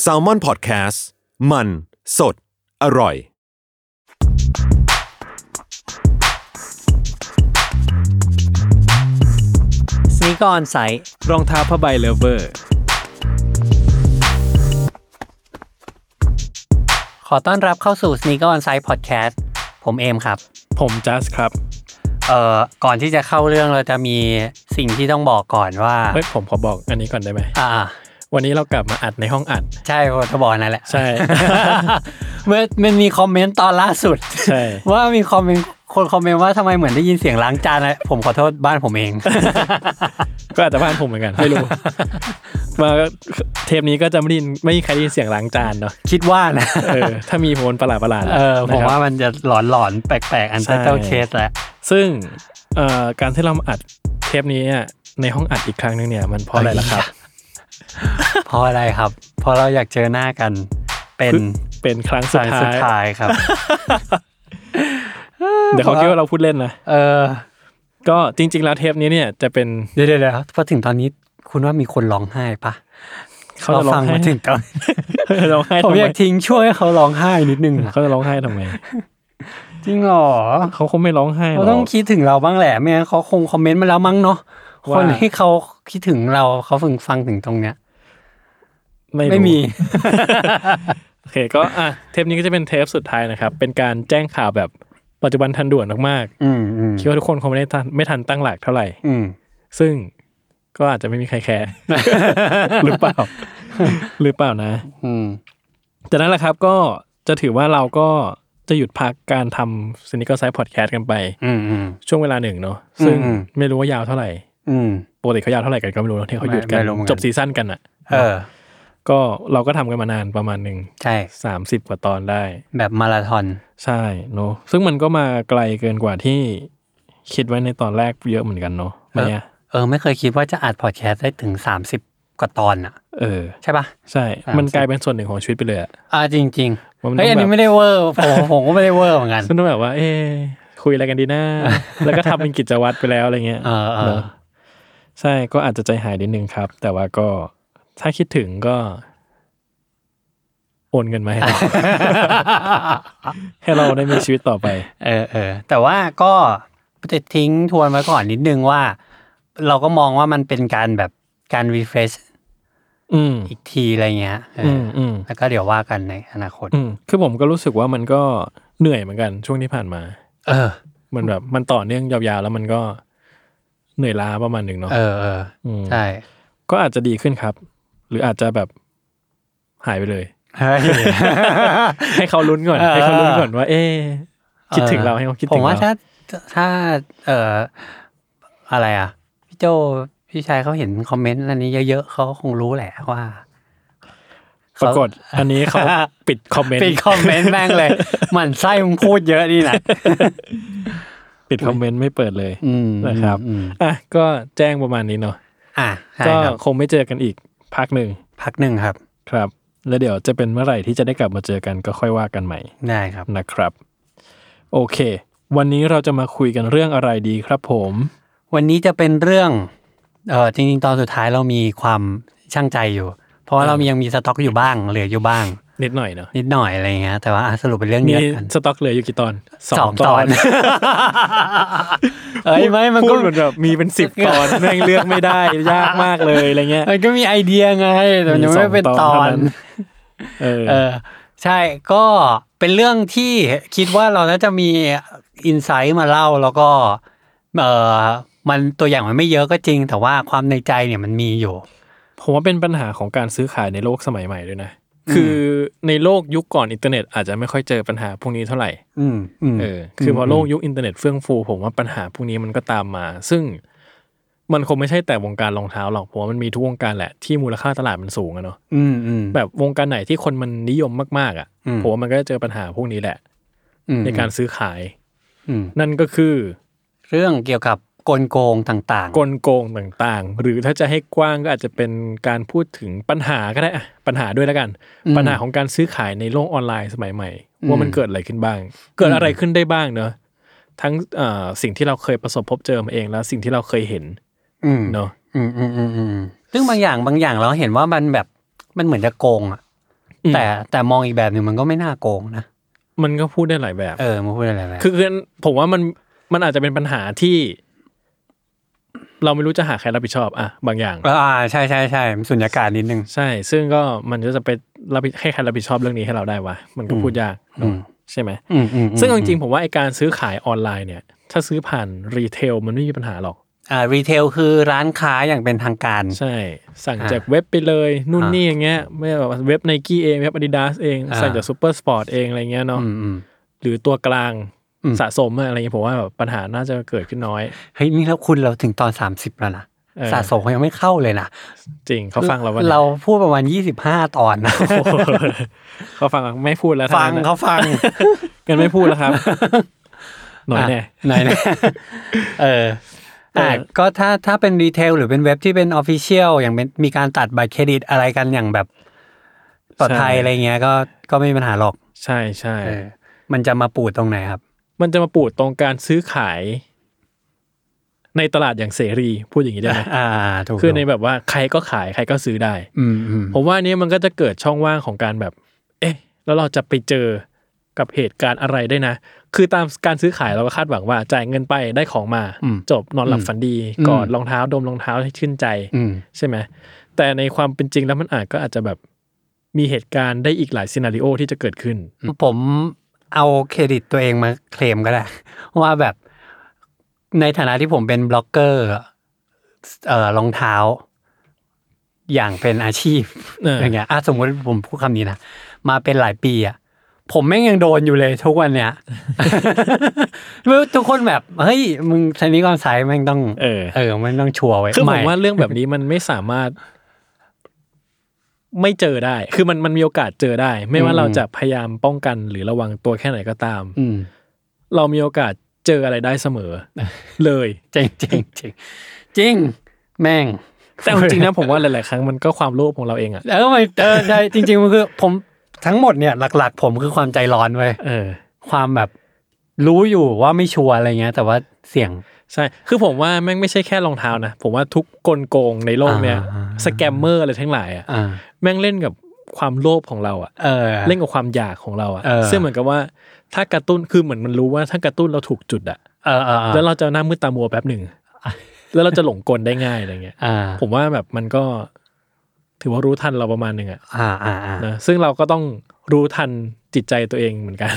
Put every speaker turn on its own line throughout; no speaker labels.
แซลมอนพอดแคสต์มันสดอร่อย
สนีกออนไซต์
รองเท้าผ้าใบเลเวอร์
ขอต้อนรับเข้าสู่สนีกออนไซต์พอดแคสต์ผมเอมครับ
ผมจัสครับ
เอ่อก่อนที่จะเข้าเรื่องเราจะมีสิ่งที่ต้องบอกก่อนว่า
เฮ้ย ผมขอบอกอันนี้ก่อนได้ไหม
อ่า
วันนี้เรากลับมาอัดในห้องอัด
ใช่ผมจะบอกนั่นแหละ
ใช่
เมื่อมันมีคอมเมนต์ตอนล่าสุด
ใช่
ว่ามีคอมเมนต์คนคอมเมนต์ว่าทำไมเหมือนได้ยินเสียงล้างจานอะผมขอโทษบ้านผมเอง
ก็อาจจะบ้านผมเหมือนกัน ไม่รู้ มาเทปนี้ก็จะไม่ได้ยินไม่มีใครได้ยินเสียงล้างจานเนาะ
คิดว่านะ
เออ ถ้ามีโพนประหลาดประหลาด
เออผม
นะครับ
ว่ามันจะหลอนหลอนๆแปลกๆอันเตอร์
ใช่
เคสแหละ
ซึ่งเอ่อการที่เรามาอัดเทปนี้เนี่ยในห้องอัดอีกครั้งหนึงเนี่ยมันเพราะอะไรล่ะครับ
เพราะอะไรครับ เพราะเราอยากเจอหน้ากันเป็น
เป็นครั้งสุด
สาย
ท้า
สุดท้าย ย ครับ
เดี๋ยวเขาคิดว่าเราพูดเล่นนะ
เออ
ก็จริง ๆ แล้วเทปนี้เนี่ยจะเป็น
เดี๋ยวเดี๋ยวเดี๋ยวพอถึงตอนนี้คุณว่ามีคนร้องไห้ปะ
เขาจะร้
ฟั
องไห้
มาถึงตอน
จะร้องไห้
ผม
ทำ
อ
ไม
ยากทิ้งช่วยให้เขาร้องไห้นิดนึงอะ
เขาจะร้องไห้ทำไม
จริงเหรอ
เขาคงไม่ร้องไห้หร
เขา
อก
ต้องคิดถึงเราบ้างแหละไม่งั้นเขาคงคอมเมนต์มาแล้วมั้งเนาะ
ว่า
คนที่เขาคิดถึงเราเขาฝึงฟังถึงตรงเนี้ย
รู้
ไม่มี
โอเคก็อ่ะเทปนี้ก็จะเป็นเทปสุดท้ายนะครับ เป็นการแจ้งข่าวแบบปัจจุบันทันด่วนมาก
อืมอืม
ๆคิดว่าทุกคนคงไม่ได้ทันไม่ทันตั้งหลักเท่าไหร่
อืม
ซึ่งก็อาจจะไม่มีใครแคร์ หรือเปล่า หรือเปล่านะ
อืม
จากนั้นแหละครับก็จะถือว่าเราก็จะหยุดพักการทำซินิ c ก r s ไซ e ์พอดแคสต์กันไป
อืมอืม
ช่วงเวลาหนึ่งเนาะซึ่ง
อืม
ไม่รู้ว่ายาวเท่าไหร่
อืม
ปกติเขายาวเท่าไหร่กันก็ไม่รู้เนอะที่เขาหยุดกัน
ไม่รู้เหมือนกัน
จบซีซั่นกันอ่ะ
เออ
ก็เราก็ทำกันมานานประมาณหนึ่ง
ใช่
สามสิบกว่าตอนได้
แบบมาราธอน
ใช่เนอะซึ่งมันก็มาไกลเกินกว่าที่คิดไว้ในตอนแรกเยอะเหมือนกันเนอะวันเนี้ย
เออ ไม่เคยคิดว่าจะอัดพอดแคสต์ได้ถึงสามสิบกว่าตอนอ่ะ
เออ
ใช่ปะ
ใช่
สามสิบ
มันกลายเป็นส่วนหนึ่งของชีวิตไปเลยอะ
อ่าจริงจริง
ว่ามัน
เฮ้ย
ต้
อั
อน งแบบ
นี้ไม่ได้เวอร์ผมผมก็ไม่ได้เวอร์เหมือนกัน
ซึ่งต้องแบบว่า เอ๊ะคุยอะไรกันดี นะ แล้วก็ทำเป็นกิจวัตรไปแล้วอะไรเงี้ย
เออเออ
นอะใช่ก็อาจจะใจหายนิดนึงครับ แต่ว่าก็ถ้าคิดถึงก็ โอนเงินมาให้เรา ให้เราได้มีชีวิตต่อไป
เออเออแต่ว่าก็จะทิ้งทวนไว้ก่อนนิดนึงว่า เราก็มองว่ามันเป็นการแบบการ refresh
อืม
อีกทีอะไรเงี้ยเออ
อื
อ
มอืม
แล้วก็เดี๋ยวว่ากันในอนาคต
อืมคือผมก็รู้สึกว่ามันก็เหนื่อยเหมือนกันช่วงที่ผ่านมา
เออ
มันแบบมันต่อเนื่องยาวๆ แล้วมันก็เหนื่อยล้าประมาณหนึ่งเนาะ
เออเออ
ม
ใช่
ก็อาจจะดีขึ้นครับ หรืออาจจะแบบหายไปเลย
เฮ้ย
ให้เขาลุ้นก่อน
เออ
ให้เขาลุ้นก่อนว่า เอ๊ะ คิดถึงเราให้เขาคิด
ผ
ถึ
ม
ง
ว่า
เรา
ถ้าถ้าเอ่ออะไรอ่ะ พี่โจพี่ชายเขาเห็นคอมเมนต์อันนี้เยอะๆเขาก็คงรู้แหละว่า
ปรากฏ อันนี้ เขา
เขา
ปิดคอมเมนต์
ปิดคอมเมนต์แม่ง เลยหมันไส้มึงพูดเยอะนี่นะ
ปิดคอมเมนต์ไม่เปิดเลย
อืม
นะครับ
อืมอืม
อ่ะก็แจ้งประมาณนี้เนาะ
อ่ะใช่
ก็
ครับ
คงไม่เจอกันอีกพักหนึ่ง
พักหนึ่งครับ
ครับ แล้วเดี๋ยวจะเป็นเมื่อไหร่ที่จะได้กลับมาเจอกันก็ค่อยว่ากันใหม่
ได้ครับ
นะครับ โอเค วันนี้เราจะมาคุยกันเรื่องอะไรดีครับผม
วันนี้จะเป็นเรื่องเออจริงๆ ตอนสุดท้ายเรามีความช่างใจอยู่ เพราะว่าเรามียังมีสต็อกอยู่บ้าง เหลืออยู่บ้าง
นิดหน่อยเนาะ
นิดหน่อยอะไรเงี้ยแต่ว่าอ่ะสรุปเป็นเรื่อง
มี
นี้ละกัน
สต็อกเหลืออยู่กี่ตอน
สอง ตอนเอ้ยไม่มัน
พู
ก็
ดเหมือนแบบมีเป็นสิบตอน แม่งเลือกไม่ได้ยากมากเลยอะไรเงี้ย
มันก็มีไอเดียไงแต่มันยัง
มีสอ
ไม่
ง
เป็น
ต
ต
อ
อน
เท่าน นั้น เออ
เออใช่ก็เป็นเรื่องที่คิดว่าเราน่าจะมีอินไซต์มาเล่าแล้วก็เออมันตัวอย่างมันไม่เยอะก็จริง แต่ว่าความในใจเนี่ยมันมีอยู่
ผมว่าเป็นปัญหาของการซื้อขายในโลกสมัยใหม่ด้วยนะ คือในโลกยุคก่อนอินเทอร์เน็ตอาจจะไม่ค่อยเจอปัญหาพวกนี้เท่าไหร่
อืมอืม
เออ คือพอโลกยุคอินเทอร์เน็ตเฟื่องฟู ผมว่าปัญหาพวกนี้มันก็ตามมา ซึ่ง มันคงไม่ใช่แต่วงการรองเท้าหรอกเพราะว่ามันมีทุกวงการแหละที่มูลค่าตลาดมันสูงอะเนาะ
อืมอืม
แบบวงการไหนที่คนมันนิยมมากๆอะ
อืม
ผมว่ามันก็จะเจอปัญหาพวกนี้แหละ
อืม
ในการซื้อขาย
อืม
นั่นก็คือ
เรื่องเกี่ยวกับกลโกงต่างๆ
กลโกงต่างๆ หรือถ้าจะให้กว้างก็อาจจะเป็นการพูดถึงปัญหาก็ได้อะปัญหาด้วยแล้วกัน
อืม
ปัญหาของการซื้อขายในโลกออนไลน์สมัยใหม่
อืม
ว่ามันเกิดอะไรขึ้นบ้าง เกิดอะไรขึ้นได้บ้างเนอะทั้งเอ่อสิ่งที่เราเคยประสบพบเจอมาเองแล้วสิ่งที่เราเคยเห็นเนอะ
อืมอืมอืมอืมซึ่งบางอย่างบางอย่างเราเห็นว่ามันแบบมันเหมือนจะโกงอะแต่แต่มองอีกแบบหนึ่งมันก็ไม่น่าโกงนะ
มันก็พูดได้หลายแบบ
เออมาพูดอะไรแบบ
คือคือผมว่ามันมันอาจจะเป็นปัญหาที่ เราไม่รู้จะหาใครรับผิดชอบอะบางอย่าง
อ่าใช่ใช่ใช่มันสุญญากาศนิดนึง
ใช่ ซึ่งก็มันก็จะไปรับผิดให้ใครรับผิดชอบเรื่องนี้ให้เราได้วะมันก็พูดยากเนอะ
อืม
ใช่ไหม
อืมอืมอืม
ซึ่งเอาจริงๆผมว่าไอการซื้อขายออนไลน์เนี่ย ถ้าซื้อผ่านรีเทลมันไม่มีปัญหาหรอก
อ่ารีเทลคือร้านค้าอย่างเป็นทางการ
ใช่ สั่ง
อ่า
จากเว็บไปเลยนู่น
อ่า
นี่อย่างเงี้ยไม่แบบเว็บไนกี้เองเว็บอาดิดาสเอง
อ่า
สั่งจากซูเปอร์สปอร์ตเองอะไรเงี้ยเนาะ
อืมอืม
หรือตัวกลาง
อืม
สะสมอะอะไรเงี้ยผมว่าแบบปัญหาน่าจะเกิดขึ้นน้อย
เฮ้ยนี่แล้วคุณเราถึงตอนสามสิบแล้วนะ
เออ
สะสมเขายังไม่เข้าเลยนะ
จริงเขาฟังเราวัน
เราพูดประมาณยี่สิบห้าตอนนะ
เขาฟังเราไม่พูดแล้ว
ฟัง
ทั้นั้นอะ
เขาฟัง
งันไม่พูดแล้วครับ หน่อยแน่
ะหน่อยแน่เอออ่ะ
เออ
ก็ถ้าถ้าเป็นรีเทลหรือเป็นเว็บที่เป็นออฟฟิเชียลอย่างเป็นมีการตัดบัตรเครดิตอะไรกันอย่างแบบปลอดภัยอะไรเงี้ยก็ก็ไม่มีปัญหาหรอก
ใช่ใช่
เออ มันจะมาปูดตรงไหนครับ
มันจะมาปูดตรงการซื้อขาย ในตลาดอย่างเสรีพูดอย่างนี้ได้ไหม
อ่าถูก
คือในแบบว่าใครก็ขายใครก็ซื้อได้
อืมอืม
ผมว่าอันนี้มันก็จะเกิดช่องว่างของการแบบ เอ๊ะ แล้วเราจะไปเจอกับเหตุการณ์อะไรได้วยนะ คือตามการซื้อขายเราก็คาดหวังว่าจ่ายเงินไปได้ของมา
อืม
จบนอนหลับฝันดี
อืม
กอดรองเท้าดมรองเท้าให้ชื่นใจ
อืม
ใช่ไหม แต่ในความเป็นจริงแล้วมันอาจก็อาจจะแบบมีเหตุการณ์ได้อีกหลายซีนารีโอที่จะเกิดขึ้น
ผมเอาเครดิตตัวเองมาเคลมก็ได้ ว่าแบบในฐานะที่ผมเป็นบล็อกเกอร์เอ่อรองเท้า อย่างเป็นอาชีพ
เออ
อย่างเงี้ยอ่ะสมมติผมพูดคำนี้นะ มาเป็นหลายปีอ่ะ ผมแม่งยังโดนอยู่เลยทุกวันเนี้ย ไม่รู้ทุกคนแบบ เฮ้ย มึงชนิดความสายแม่งต้อง
เออ
เออ มันต้องชัวร์ไว้
คือผม
ไ
ว่าเรื่องแบบนี้มันไม่สามารถ ไม่เจอได้ คือมันมันมีโอกาสเจอได้ ไม่ว่า
อืม
เราจะพยายามป้องกันหรือระวังตัวแค่ไหนก็ตาม
อืม
เรามีโอกาสเจออะไรได้เสมอ เลย
จริงจริงจริงจริง แม่ง
แต่เอาจริงนะ ผมว่าหลาย ๆ ครั้งมันก็ความโลภของเราเองอะ
แล้วมันเออใช่จริงๆมันคือ ผมทั้งหมดเนี่ยหลัก ๆ ผมคือความใจร้อนเว้ย
เออ
ความแบบรู้อยู่ว่าไม่ชัวร์อะไรเงี้ย แต่ว่าเสี่ยง
ใช่ คือผมว่าแม่งไม่ใช่แค่รองเท้านะ ผมว่าทุกกลโกงในโลกเนี้ย
อ่า
สแกมเมอร์อะไรทั้งหลายอะ
อ่า
แม่งเล่นกับความโลภของเราอะ
เออ
เล่นกับความอยากของเราอะ
เออ
ซึ่งเหมือนกับว่าถ้ากระตุ้นคือเหมือนมันรู้ว่าถ้ากระตุ้นเราถูกจุดอะ
เออเออเออ
แล้วเราจะหน้ามืดตามัวแป๊บหนึ่งแล้วเราจะหลงกลได้ง่ายอะไรเงี้ย
อ่า
ผมว่าแบบมันก็ ถือว่ารู้ทันเราประมาณหนึ่งอะ
อ่าอ่าอ่า
นะซึ่งเราก็ต้องรู้ทันจิตใจตัวเองเหมือน กัน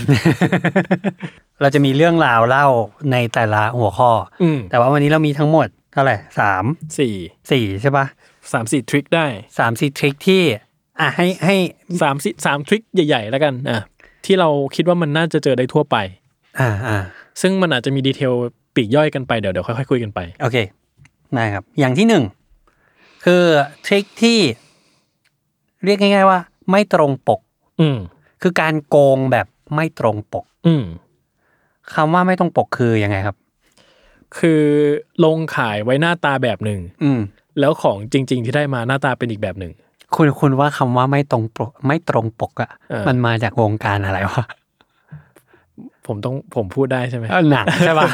เราจะมีเรื่องราวเล่าในแต่ละหัวข้อ
อืม
แต่ว่าวันนี้เรามีทั้งหมดเท่าไหร่สาม
สี่
สี่ใช่ปะ
สามสี่ทริคได้
สามสี่ทริคที่ อ่ะให้ให้
สามสี่สามทริคใหญ่ๆ แล้วกันอ่ะที่เราคิดว่ามันน่าจะเจอได้ทั่วไป
อ่าอ่า
ซึ่งมันอาจจะมีดีเทลปลีกย่อยกันไปเดี๋ยวเดี๋ยวค่อยๆคุยกันไป
โอเคได้ครับ อย่างที่หนึ่ง คือทริคที่ เรียกง่าย ๆ ว่า ไม่ตรงปก
อืม
คือการโกงแบบไม่ตรงปก
อืม
คำว่าไม่ตรงปกคือยังไงครับ
คือลงขายไว้หน้าตาแบบหนึ่ง
อืม
แล้วของจริง ๆ ที่ได้มาหน้าตาเป็นอีกแบบหนึ่ง
คุณคุณว่าคำว่าไม่ตรงปก ไม่ตรงปกอะ
เออ
มันมาจากวงการอะไร วะ
ผมต้องผมพูดได้ใช่ไหม
หนังใช่ปะ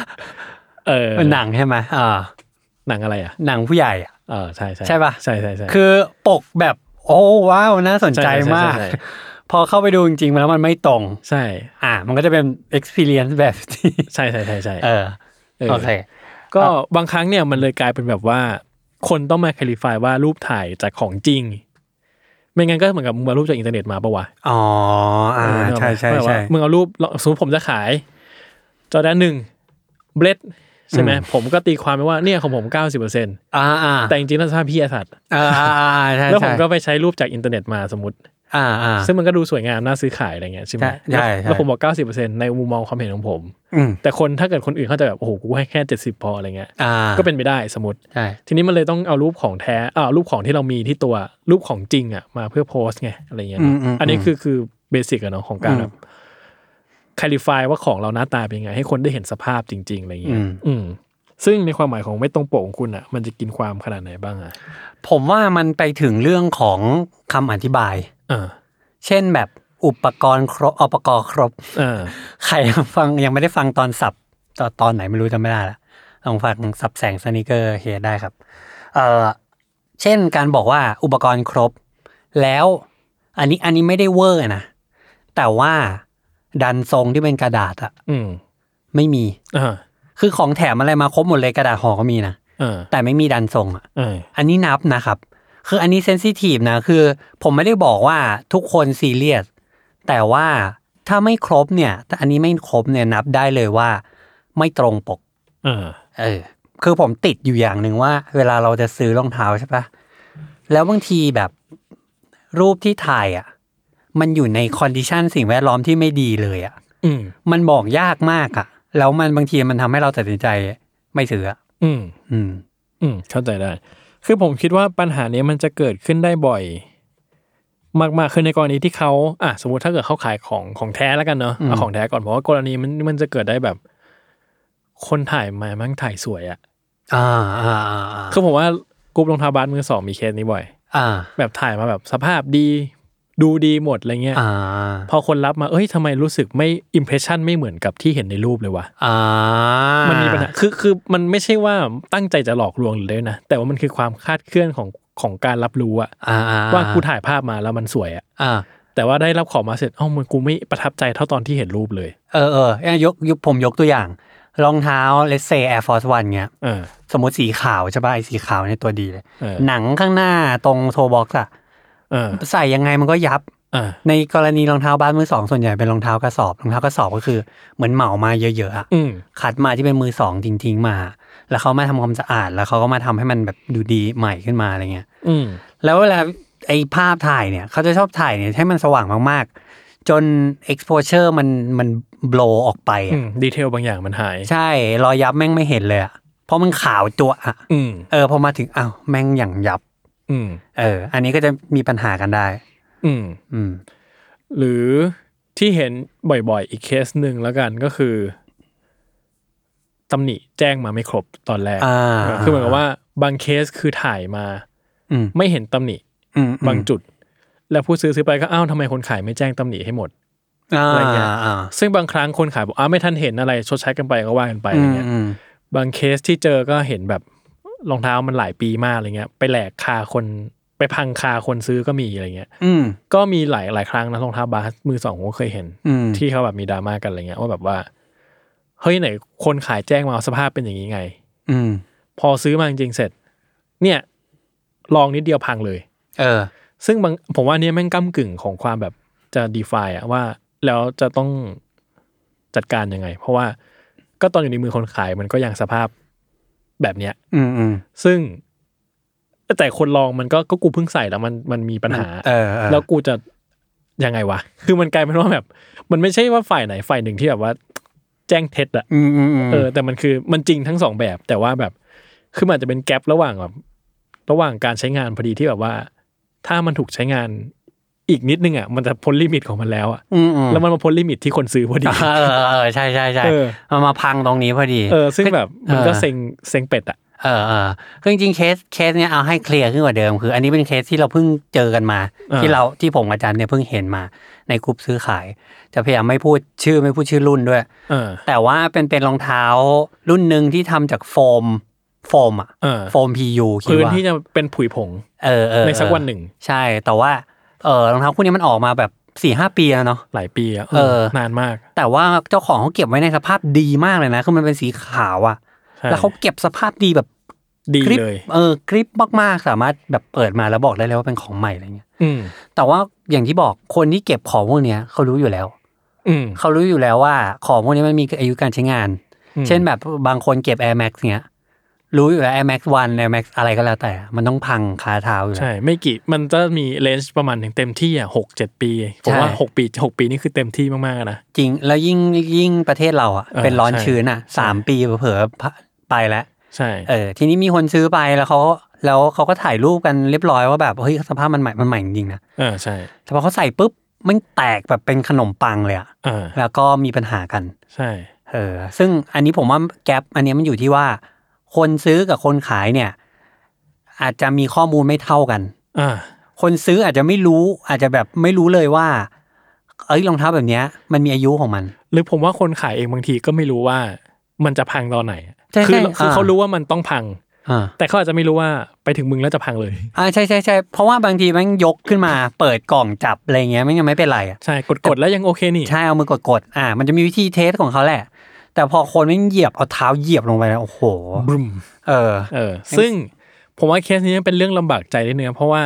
เออ
หนังใช่ไหมอ่า
หนังอะไรอ่ะ
หนังผู้ใหญ่อะ
เออใช่ใช่
ใช่ปะ
ใช่ใช่ใช่
คือปกแบบโอ้ว้าวน่าสนใจ
ใช่ใช่
มาก
ใช่ใช่
พอเข้าไปดูจริงๆแล้วมันไม่ตรง
ใช่
อ่ะมันก็จะเป็น experience แบบที่
ใช่ใช่ใช่ใช่
เออ
เออ
โอเค
ก็บางครั้งเนี่ยมันเลยกลายเป็นแบบว่า คนต้องมาคลิฟายว่ารูปถ่ายจากของจริง ไม่งั้นก็เหมือนกับมึงเอารูปจากอินเทอร์เน็ตมาปะวะ
อ๋ออ่า
เออนึกออก
ใช่ใช่
ไหมแบบว่า
ใช่
มึงเอารูปสมมติผมจะขาย จอแดนหนึ่งเบลดใช่ไหม
อืม
ผมก็ตีความไปว่าเนี่ยของผมเก้าสิบเปอร์เซ็นต์
อ่าอ่า
แต่จริงๆแล้วสภาพพี่สัตว์
อ่าอ่าใช่
แล้วผม
ใช่
ก็ไปใช้รูปจากอินเทอร์เน็ตมาสมมติ
อ่าอ่า
ซึ่งมันก็ดูสวยงามน่าซื้อขายอะไรเงี้ยใช่ไหม
ใช่ใช่
แล้วผมบอก 90%ในมุมมองความเห็นของผม
อืม
แต่คนถ้าเกิดคนอื่นเขาจะแบบโอ้โหกูให้แค่ 70 พออะไรเงี้ย
อ่า
ก็เป็นไปได้สมมติ
ใช่
ทีนี้มันเลยต้องเอารูปของแท้อ่ารูปของที่เรามีที่ตัวรูปของจริงอ่ะมาเพื่อโพสต์ไงอะไรเงี้ย
อื
เน
ม
อะ
ม
อันนี้คือคือเบสิกอะเนาะของการแบบคลิฟายว่าของเราหน้าตาเป็นยังไง ให้คนได้เห็นสภาพจริง ๆ อะไรเงี้ย
อืม
อืมซึ่งในความหมายของไม่ตรงปกของคุณอ่ะ มันจะกินความขนาดไหนบ้างอ่ะ
ผมว่ามันไปถึงเรื่องของคำอธิบาย
อ่า
เช่นแบบอุปกรณ์ครบอุปกรณ์ครบ
อ่า
ใครฟังยังไม่ได้ฟังตอนสับตอนตอนไหนไม่รู้จำไม่ได้ละลองฟังสับแสงสนิเกอร์เฮดได้ครับ เออเช่นการบอกว่าอุปกรณ์ครบ แล้วอันนี้อันนี้ไม่ได้เวอร์นะ แต่ว่าดันทรงที่เป็นกระดาษอะ
อืม
ไม่มี
อ่า
คือของแถมอะไรมาครบหมดเลยกระดาษห่อก็มีนะ
อ่า
แต่ไม่มีดันทรงอะ
อ่า
อันนี้นับนะครับ คืออันนี้เซนซิทีฟนะ คือผมไม่ได้บอกว่าทุกคนซีเรียส แต่ว่าถ้าไม่ครบเนี่ย แต่อันนี้ไม่ครบเนี่ยนับได้เลยว่า ไม่ตรงปก
อ่า
เออ คือผมติดอยู่อย่างหนึ่งว่า เวลาเราจะซื้อรองเท้าใช่ปะ แล้วบางทีแบบรูปที่ถ่ายอะ่ะ มันอยู่ในคอนดิชันสิ่งแวดล้อมที่ไม่ดีเลยอะ่ะ
อืม
มันบอกยากมากอะ่ะ แล้วมันบางทีมันทำให้เราตัดสินใจไม่ซื้ออะ
อืม
อืม
อืมเข้าใจได้ คือผมคิดว่าปัญหาเนี้ยมันจะเกิดขึ้นได้บ่อย มากๆคือในกรณีที่เขาอ่ะสมมติถ้าเกิดเขาขายของของแท้แล้วกันเนาะ
อืม
เอาของแท้ก่อนเพราะว่ากรณีมันมันจะเกิดได้แบบ คนถ่ายมามั่งถ่ายสวยอะ
อ่าอ่าอ่าอ่า
คือผมว่ากรุ๊ปรองเท้าบาสมือสองมีเคสนี้บ่อย
อ่า
แบบถ่ายมาแบบสภาพดี ดูดีหมดอะไรเงี้ย
อ่า
พอคนรับมาเอ้ยทำไมรู้สึกไม่อิมเพรสชันไม่เหมือนกับที่เห็นในรูปเลยวะ
อ่ามั
มันมีปัญหา คือ คือ มันไม่ใช่ว่าตั้งใจจะหลอกลวงหรือเลยนะ แต่ว่ามันคือความคาดเคลื่อนของของการรับรู้อะ
อ่าอ่
ว่ากูถ่ายภาพมาแล้วมันสวยอะ
อ่า
แต่ว่าได้รับของมาเสร็จเอ้ามันกูไม่ประทับใจเท่าตอนที่เห็นรูปเลย
เออเออเนี่ยยกยกผมยกตัวอย่าง รองเท้า let's say Air Force One เงี้ย
เออ
สมมติสีขาวใช่ป่ะไอ้สีขาวเนี่ยตัวดีเลย
เออ
หนังข้างหน้าตรงโทบ็อกซ์อะ
เออ
ใส่ยังไงมันก็ยับ
เออ
ในกรณีรองเท้าบ้านมือสองส่วนใหญ่เป็นรองเท้ากระสอบ รองเท้ากระสอบก็คือเหมือนเหมามาเยอะๆอะ
อืม
คัดมาที่เป็นมือสองจริง ๆ มา แล้วเขามาทำความสะอาด แล้วเขาก็มาทำให้มันแบบดูดีใหม่ขึ้นมาอะไรเงี้ย
อืม
แล้วเวลาไอ้ภาพถ่ายเนี่ย เขาจะชอบถ่ายเนี่ยให้มันสว่างมากๆ จน exposure มันมันโบลออกไป
อื
อะ
มดีเทลบางอย่างมันหาย
ใช่ รอยยับแม่งไม่เห็นเลยอะเพราะมันขาวจัวอะ
อืม
เออพอมาถึงอ้าวแม่งอย่างยับ
อืม
เออ อันนี้ก็จะมีปัญหากันได้
อืม
อืม
หรือที่เห็นบ่อยๆ อีกเคสหนึ่งแล้วกันก็คือตำหนิแจ้งมาไม่ครบตอนแรก
อ่า
เออคือเหมือนกับว่าบางเคสคือถ่ายมา
อืม
ไม่เห็นตำหนิ
อืม
บางจุด แล้วผู้ซื้อซื้อไปก็อ้าวทำไมคนขายไม่แจ้งตำหนิให้หมด
อ่า
อะไรเงี้ย
อ่า
ซึ่งบางครั้งคนขายบอกอ้าวไม่ทันเห็นอะไร ชดใช้กันไปก็ว่ากันไป
อื
อะไร
ม
เงี้ย
อืม
บางเคสที่เจอก็เห็นแบบรองเท้ามันหลายปีมากอะไรเงี้ย ไปแหลกคาคนไปพังคาคนซื้อก็มีอะไรเงี้ย
อืม
ก็มีหลายหลายครั้งนะรองเท้าบาสมือสองผมก็เคยเห็น
อืม
ที่เขาแบบมีดราม่ากันอะไรเงี้ยว่าแบบว่าเฮ้ยไหนคนขายแจ้งมาสภาพเป็นอย่างนี้ไง
อืม
พอซื้อมาจริงๆเสร็จ เนี่ยลองนิดเดียวพังเลย
เออ
ซึ่งบางผมว่าอันเนี่ยแม่งก้ากึ่งของความแบบจะ define อะว่าแล้วจะต้องจัดการยังไง เพราะว่าก็ตอนอยู่ในมือคนขายมันก็ยังสภาพแบบเนี้ย
อืมอืม
ซึ่ง แต่คนลองมันก็ก็กูเพิ่งใส่แล้วมันมันมีปัญหา
เออเออ
แล้วกูจะยังไงวะ คือมันกลายเป็นว่าแบบ มันไม่ใช่ว่าฝ่ายไหนฝ่ายหนึ่งที่แบบว่า แจ้งเท็จอะ
อืมอืมอืม
เออ แต่มันคือมันจริงทั้งสองแบบ แต่ว่าแบบ คือมันอาจจะเป็นแกลบระหว่างแบบระหว่างการใช้งานพอดีที่แบบว่า ถ้ามันถูกใช้งานอีกนิดนึงอะมันจะพ้นลิมิตของมันแล้วอะ
อืมอืม
แล้วมันมาพ้นลิมิตที่คนซื้อพอดี
เออเออเออใช่ใช่ใช่
เออ
มันมาพังตรงนี้พอดี
เออ ซึ่งแบบมันก็
เออ
เซ็งเซ็งเป็ดอะ
เออเออคือจริงๆเคสเคสเนี้ยเอาให้เคลียร์ขึ้นกว่าเดิม คือ อันนี้เป็นเคสที่เราเพิ่งเจอกันมา ที่เราที่ผมอาจารย์เนี่ยเพิ่งเห็นมาในกลุ่มซื้อขาย จะพยายามไม่พูดชื่อไม่พูดชื่อรุ่นด้วย
เออ
แต่ว่าเป็นเป็นรองเท้ารุ่นหนึ่งที่ทำจากโฟมโฟมอะ
เออ
โฟมพียูคิด
พื้น
ว่า
ที่จะเป็นผุยผง
เออเออ
ในสักวันหนึ่ง
ใช่ แต่ว่าเออรองเท้าคู่นี้มันออกมาแบบสี่ห้าปีแล้วเนาะ
หลายปีอะ
เออ
นานมาก
แต่ว่าเจ้าของเขาเก็บไว้ในสภาพดีมากเลยนะคือมันเป็นสีขาวอะ
ใช่
แล้วเขาเก็บสภาพดีแบบ
ดี
กริป
เลย
เออกริปมากๆสามารถแบบเปิดมาแล้วบอกได้เลยว่าเป็นของใหม่อะไรเงี้ย
อืม
แต่ว่าอย่างที่บอกคนที่เก็บของพวกเนี้ยเขารู้อยู่แล้ว
อืม
เขารู้อยู่แล้วว่าของพวกนี้มันมีอายุการใช้งาน
อืม
เช่นแบบบางคนเก็บ Air Max เงี้ย รู้อยู่แล้ว Air Max 1 Air Max อะไรก็แล้วแต่ มันต้องพังคาเท้าอยู่แล้ว
ใช่ไม่กี่มันจะมีเลนส์ประมาณถึงเต็มที่อ่ะหกเจ็ดปี ผมว่า
ใช่
หกปีหกปีนี่คือเต็มที่มากๆนะ
จริง แล้วยิ่งยิ่งประเทศเราอ่ะ
เออ
เป็นร้อน
ใช่
ชื้นอ่ะสามปีเผลอๆไปแล้ว
ใช่
เออทีนี้มีคนซื้อไปแล้วเขาแล้วเขาก็ถ่ายรูปกันเรียบร้อยว่าแบบเฮ้ยสภาพมันใหม่มันใหม่จริงๆนะ
เออใช่
แต่พอเขาใส่ปุ๊บมันแตกแบบเป็นขนมปังเลยอะ
เออ
แล้วก็มีปัญหากัน
ใช่
เออซึ่งอันนี้ผมว่าแกลบอันเนี้ยมันอยู่ที่ว่า คนซื้อกับคนขายเนี่ย อาจจะมีข้อมูลไม่เท่ากัน
อ่า
คนซื้ออาจจะไม่รู้ อาจจะแบบไม่รู้เลยว่า เอ้ยรองเท้าแบบเนี้ย มันมีอายุของมัน
หรือผมว่าคนขายเองบางทีก็ไม่รู้ว่ามันจะพังตอนไหนอะ
ใช่
คื
ใช่
คือ
อ่า
เขารู้ว่ามันต้องพัง
อ่า
แต่เขาอาจจะไม่รู้ว่าไปถึงมึงแล้วจะพังเลย
อ่าใช่ใช่ใช่เพราะว่าบางทีแมันยกขึ้นมา เปิดกล่องจับอะไรเงี้ยแมันยังไม่เป็นไรอ่ะ
ใช่กดกดแล้วยังโอเคนี่
ใช่เอามือกดกดๆอ่า มันจะมีวิธีเทสของเขาแหละ แต่พอคนแมันเหยียบเอาเท้าเหยียบลงไปแล้วโอ้โห
บรุม
เออ
เออ ซึ่งผมว่าเคสนี้เป็นเรื่องลำบากใจนิดนึงนะเพราะว่า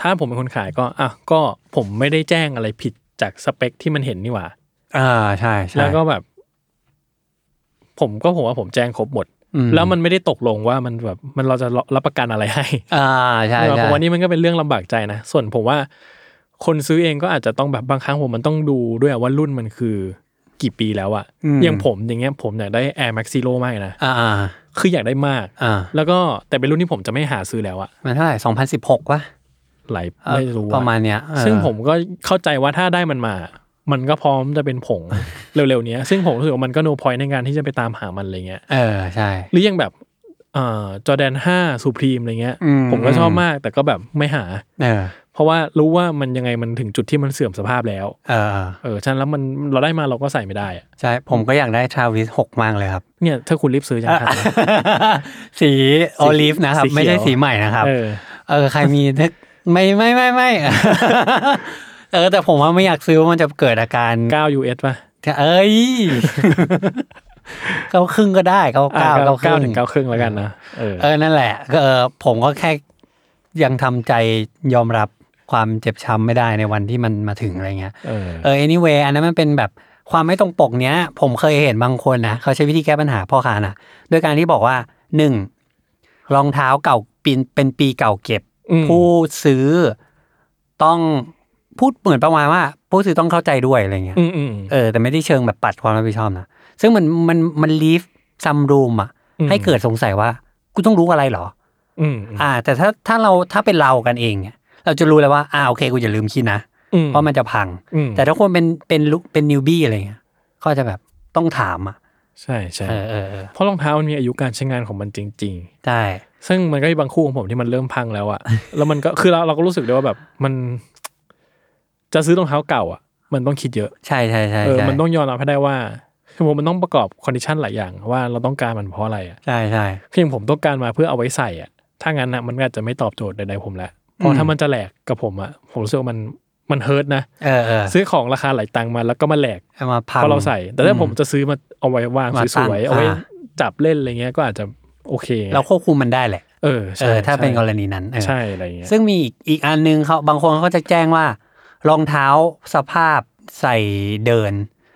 ถ้าผมเป็นคนขายก็อ่ะก็ผมไม่ได้แจ้งอะไรผิดจากสเปคที่มันเห็นนี่หว่า
อ่าใช่ใช่
แล้วก็แบบ ผมก็ผมว่าผมแจ้งครบหมด
อื
แล้วมันไม่ได้ตกลงว่ามันแบบมันเราจะรับประกันอะไรให้
อ่าใช่
ผม
ใช่
ว่านี่มันก็เป็นเรื่องลำบากใจนะส่วนผมว่า คนซื้อเองก็อาจจะต้องแบบบางครั้งผมมันต้องดูด้วยว่ารุ่นมันคือกี่ปีแล้วอะอย่างผมอย่างเงี้ยผมอยากได้ Air Max Zero มากเลยนะ
อ่าอ่า
คืออยากได้มาก
อ่า
แล้วก็แต่เป็นรุ่นที่ผมจะไม่หาซื้อแล้วอะ
มันเท่าไหร่สองพันสิบหกวะ
หลาย
เอ่อ
ไม่รู้อ
ประมาณเนี้ยเออ
ซึ่งผมก็เข้าใจว่าถ้าได้มันมา มันก็พร้อมจะเป็นผง เร็วๆเนี้ยซึ่งผมรู้สึกว่ามันก็โนพอยในการที่จะไปตามหามันอะไรเงี้ย
เออใช่
หรืออย่างแบบเอ่อจอแดนห้าสูพรีมอะไรเงี้ย
อืม
ผมก็ชอบมากแต่ก็แบบไม่หา
เออ
เพราะว่ารู้ว่ามันยังไงมันถึงจุดที่มันเสื่อมสภาพแล้ว
เออ
เออฉะนันแล้วมันเราได้มาเราก็ใส่ไม่ได้อะ
ใช่ผมก็อยากได้ทราวิสหกมากเลยครับ
เนี่ยถ้าคุณรีบซื้อยังทันนะ
สีโอลิฟนะครับ
สีเขียว
ไม่ใช่สีใหม่นะครับ
เออ
เออใครมี นึกไม่ไม่ไม่ไม่ เออ แต่ผมว่าไม่อยากซื้อมันจะเกิดอาการ
9 US ป่ะ
เอ้ย เก้าครึ่งก็ได้เก้าเก้าเก้าค
เก้า
รึ่ง
ถึงเก้าครึ่งแล้วกันนะเออ
เออนั่นแหละก็เออผมก็แค่ยังทำใจยอมรับความเจ็บช้ำไม่ได้ในวันที่มันมาถึงอะไรเงี้ย
เออ
เออ anyway อันนั้นมันเป็นแบบความไม่ตรงปกเนี้ย ผมเคยเห็นบางคนนะเขาใช้วิธีแก้ปัญหาพ่อค้านะด้วยการที่บอกว่าหนึ่งรองเท้าเก่าปีนเป็นปีเก่าเก็บ
อืม
ผู้ซื้อต้องพูดเหมือนประมาณว่า ผู้ซื้อต้องเข้าใจด้วยอะไรเงี้ย
อืมอืม
เออแต่ไม่ได้เชิงแบบปัดความรับผิดชอบนะซึ่งมันมันมันลีฟซัมรูมอ่ะ
อืม
ให้เกิดสงสัยว่ากูต้องรู้อะไรเหรอ
อืมอืม
อ่า แต่ถ้าถ้าเราถ้าเป็นเรากันเองเนี่ยเราจะรู้แล้วว่าอ่าโอเคกูอย่าลืมคิดนะ
อืม
เพราะมันจะพัง
อืม
แต่ถ้าคนเป็นเป็นลุเป็นนิวบี้อะไรเงี้ยก็จะแบบต้องถามอ่ะ
ใช่ใช่
เออเออเออ
เพราะรองเท้ามันมีอายุการใช้งานของมันจริง
ใช่
ๆ ซึ่งมันก็มีบางคู่ของผมที่มันเริ่มพังแล้วอะแล้วมันก็คือเราเราก็รู้สึกได้ว่าแบบมัน จะซื้อรองเท้าเก่าอะมันต้องคิดเยอะ
ใช่ใช่ใช่
เออ
ใช่
มันต้องยอมรับให้ได้ว่าคือผมมันต้องประกอบคอนดิชันหลายอย่าง ว่าเราต้องการมันเพราะอะไรอ่ะ
ใช่ใช่
เพียางผมต้องการมาเพื่อเอาไว้ใส่อ่ะ ถ้างั้นนะมันก็อาจจะไม่ตอบโจทย์ใดๆผมแล้วเพ
อื
ราะ
ม
ถ้ามันจะแหลกกับผมอ่ะ ผมรู้สึกว่ามันมันเฮิร์ตนะ
เออเออ
ซื้อของราคาหลายตังค์มาแล้วก็มาแหลก
เอามาพัง
เพราะเราใส่ แต่ถ้า
อืม
ผมจะซื้อมาเอาไว้วาง
มา
ส
ตั้ง
วยๆ เอาไว้
อ่า
จับเล่นอะไรเงี้ยก็อาจจะโอเคไง
เราควบคุมมันได้แหละ
เออ
เอ
ใช่
อถ้าเป็นกรณีนั้นเออ
ใช่อะไรเงี้ย
ซึ่งมีอีกอีกอันนึงเขาบางคนเขาจะแจ้งว่ารองเท้าสภาพใส่เดิน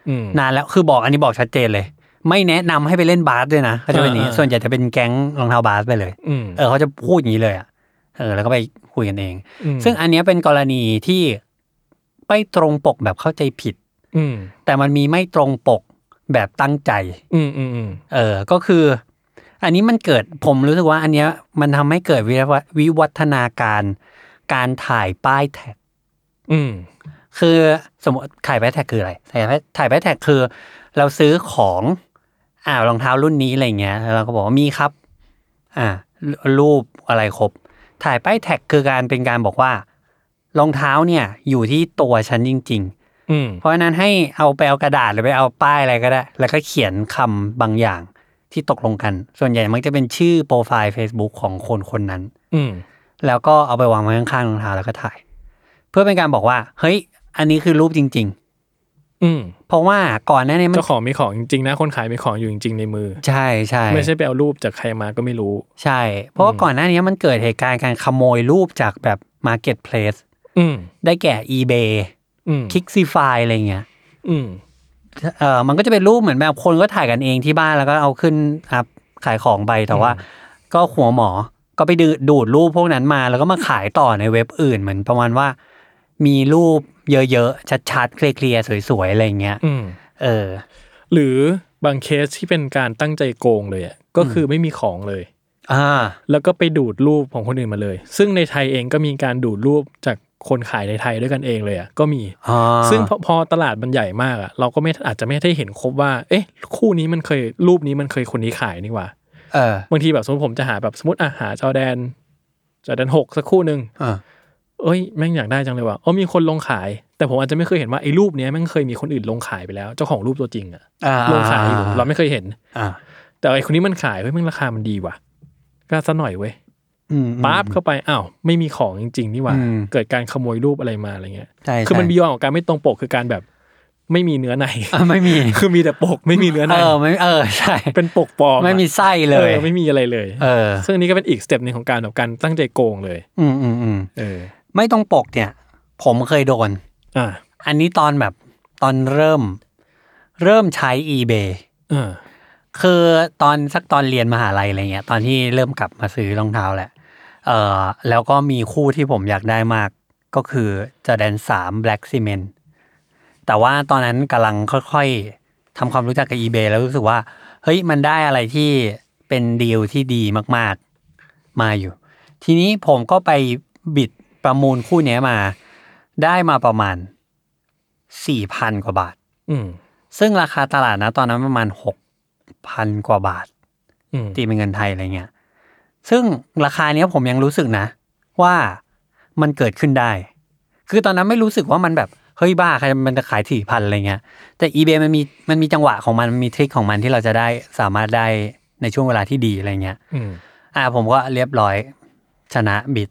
อืม
นานแล้วคือบอกอันนี้บอกชัดเจนเลย ไม่แนะนำให้ไปเล่นบาสด้วยนะเขาจะเป็นอย่างนี้
อ่า
ส่วนใหญ่จะเป็นแก๊งรองเท้าบาสไปเลย
อืม
เออเขาจะพูดอย่างนี้เลยอ่ะเออแล้วก็ไปคุยกันเอง
ม
ซึ่งอันเนี้ยเป็นกรณีที่ไม่ตรงปกแบบเข้าใจผิด
อืม
แต่มันมีไม่ตรงปกแบบตั้งใจ
อืมอืมอืม
เออก็คือ อันนี้มันเกิดผมรู้สึกว่า อันเนี้ยมันทำให้เกิดวิวัฒวิวัฒนาการ การถ่ายป้ายแท็ก
อืม
คือสมมติถ่ายป้ายแท็กคืออะไรถ่ายป้ายถ่ายป้ายแท็กคือ เราซื้อของอ่ารองเท้ารุ่นนี้อะไรเงี้ยแล้วเราก็บอกว่ามีครับ อ่ารูรูปอะไรครบ ถ่ายป้ายแท็กคือการเป็นการบอกว่ารองเท้าเนี่ย อยู่ที่ตัวฉันจริง
อืม
ๆ เพราะฉะนั้นให้เอาไปเอากระดาษหรือไปเอาป้ายอะไรก็ได้ แล้วก็เขียนคำบางอย่างที่ตกลงกัน ส่วนใหญ่มักจะเป็นชื่อโปรไฟล์ Facebook ของคนคนนั้น
อืม
แล้วก็เอาไปวางไว้ข้างๆรองเท้าแล้วก็ถ่าย เพื่อเป็นการบอกว่า เฮ้ย อันนี้คือรูปจริง
อืม
ๆ เพราะว่าก่อนหน้านี้มัน
เจ้าของมีของจริงๆนะ คนขายมีของอยู่จริงๆในมือ
ใช่ใช่
ไม่ใช่ไปเอารูปจากใครมาก็ไม่รู้
ใช่ เพราะว่าก่อนหน้านี้มันเกิดเหตุการณ์การขโมยรูปจากแบบ Marketplace
อืม
ได้แก่ eBay
อืม
k i c k s i f y อะไรเงี้ย
อืม
เออมันก็จะเป็นรูปเหมือนแบบคนก็ถ่ายกันเองที่บ้านแล้วก็เอาขึ้นอัพขายของไปแต่ว่า ก็หัวหมอ ก็ไปดูดูดรูปพวกนั้นมาแล้วก็มาขายต่อในเว็บอื่นเหมือนประมาณว่า มีรูปเยอะๆ ชัดๆ เคลียร์ๆ สวยๆ อะไรอย่างเงี้ย
อืม
เออ
หรือบางเคสที่เป็นการตั้งใจโกงเลยอะก็คือไม่มีของเลย
อ่า
แล้วก็ไปดูดรูปของคนอื่นมาเลย ซึ่งในไทยเองก็มีการดูดรูปจากคนขายในไทยด้วยกันเองเลยอะก็มี
อ่า
ซึ่งพอพอตลาดมันใหญ่มากอะเราก็ไม่อาจจะไม่ได้เห็นครบว่า เอ๊ะ คู่นี้มันเคยรูปนี้มันเคยคนนี้ขายนี่หว่า
เออบ
างทีแบบสมมติผมจะหาแบบสมมติอ่ะหาจอร์แดนจอร์แดนหกสักคู่หนึ่ง
อ่า
เอ้ยแม่งอยากได้จังเลยว่ะเอ๋อมีคนลงขาย แต่ผมอาจจะไม่เคยเห็นว่าไอ้รูปเนี้ยแม่งเคยมีคนอื่นลงขายไปแล้วเจ้าของรูปตัวจริงอะ
อ่า
ลงขายอยู่เราไม่เคยเห็น
อ่า
แต่ไอ้คนนี้มันขายเฮ้ยแม่งราคามันดีว่ะก็ซะหน่อยเว้ย
อืม
ปั๊บเข้าไปอ้าวไม่มีของจริง ๆ นี่หว่า
อืม
เกิดการขโมยรูปอะไรมาอะไรเงี้ย
ใช่
คือมันบี
ใช่
ยอนของการไม่ตรงปกคือการแบบไม่มีเนื้อใน
อ่ะไม่มี
คือมีแต่ปกไม่มีเนื้อใน
เออ ไม่ เออ ใช่
เป็นปกปลอมอะ
ไม่มีไส้เลย
ออไม่มีอะไรเลย
เออ
ซึ่งอันนี้ก็เป็นอีกสเต็ปหนึ่งของการแบบการตั้งใจโกงเลย
อืมอืมอืม
เออ
ไม่ต้องปกเนี่ย ผมเคยโดน
อ่า
อันนี้ตอนแบบตอนเริ่ม เริ่มใช้ eBay
อ่า
คือตอนสักตอนเรียนมหาลัยอะไรเงี้ย ตอนที่เริ่มกลับมาซื้อรองเท้าแหละ เออแล้วก็มีคู่ที่ผมอยากได้มาก ก็คือจอแดนสามแบล็กซีเมนแต่ว่าตอนนั้นกำลังค่อยๆทำความรู้จักกับ eBay แล้วรู้สึกว่า เฮ้ยมันได้อะไรที่เป็นดีลที่ดีมากๆ มาอยู่ ทีนี้ผมก็ไปบิดประมูลคู่เนี้ยมา ได้มาประมาณสี่พันกว่าบาท
อืม
ซึ่งราคาตลาดนะตอนนั้นประมาณหกพันกว่าบาท
อืม
ตีเป็นเงินไทยอะไรเงี้ย ซึ่งราคาเนี้ยผมยังรู้สึกนะ ว่ามันเกิดขึ้นได้ คือตอนนั้นไม่รู้สึกว่ามันแบบ เฮ้ยบ้าใครมันจะขายสี่พันอะไรเงี้ย แต่ eBay มันมีมันมีจังหวะของมันมันมีทริคของมันที่เราจะได้สามารถได้ในช่วงเวลาที่ดีอะไรเงี้ย
อืม
อ่าผมก็เรียบร้อยชนะบิด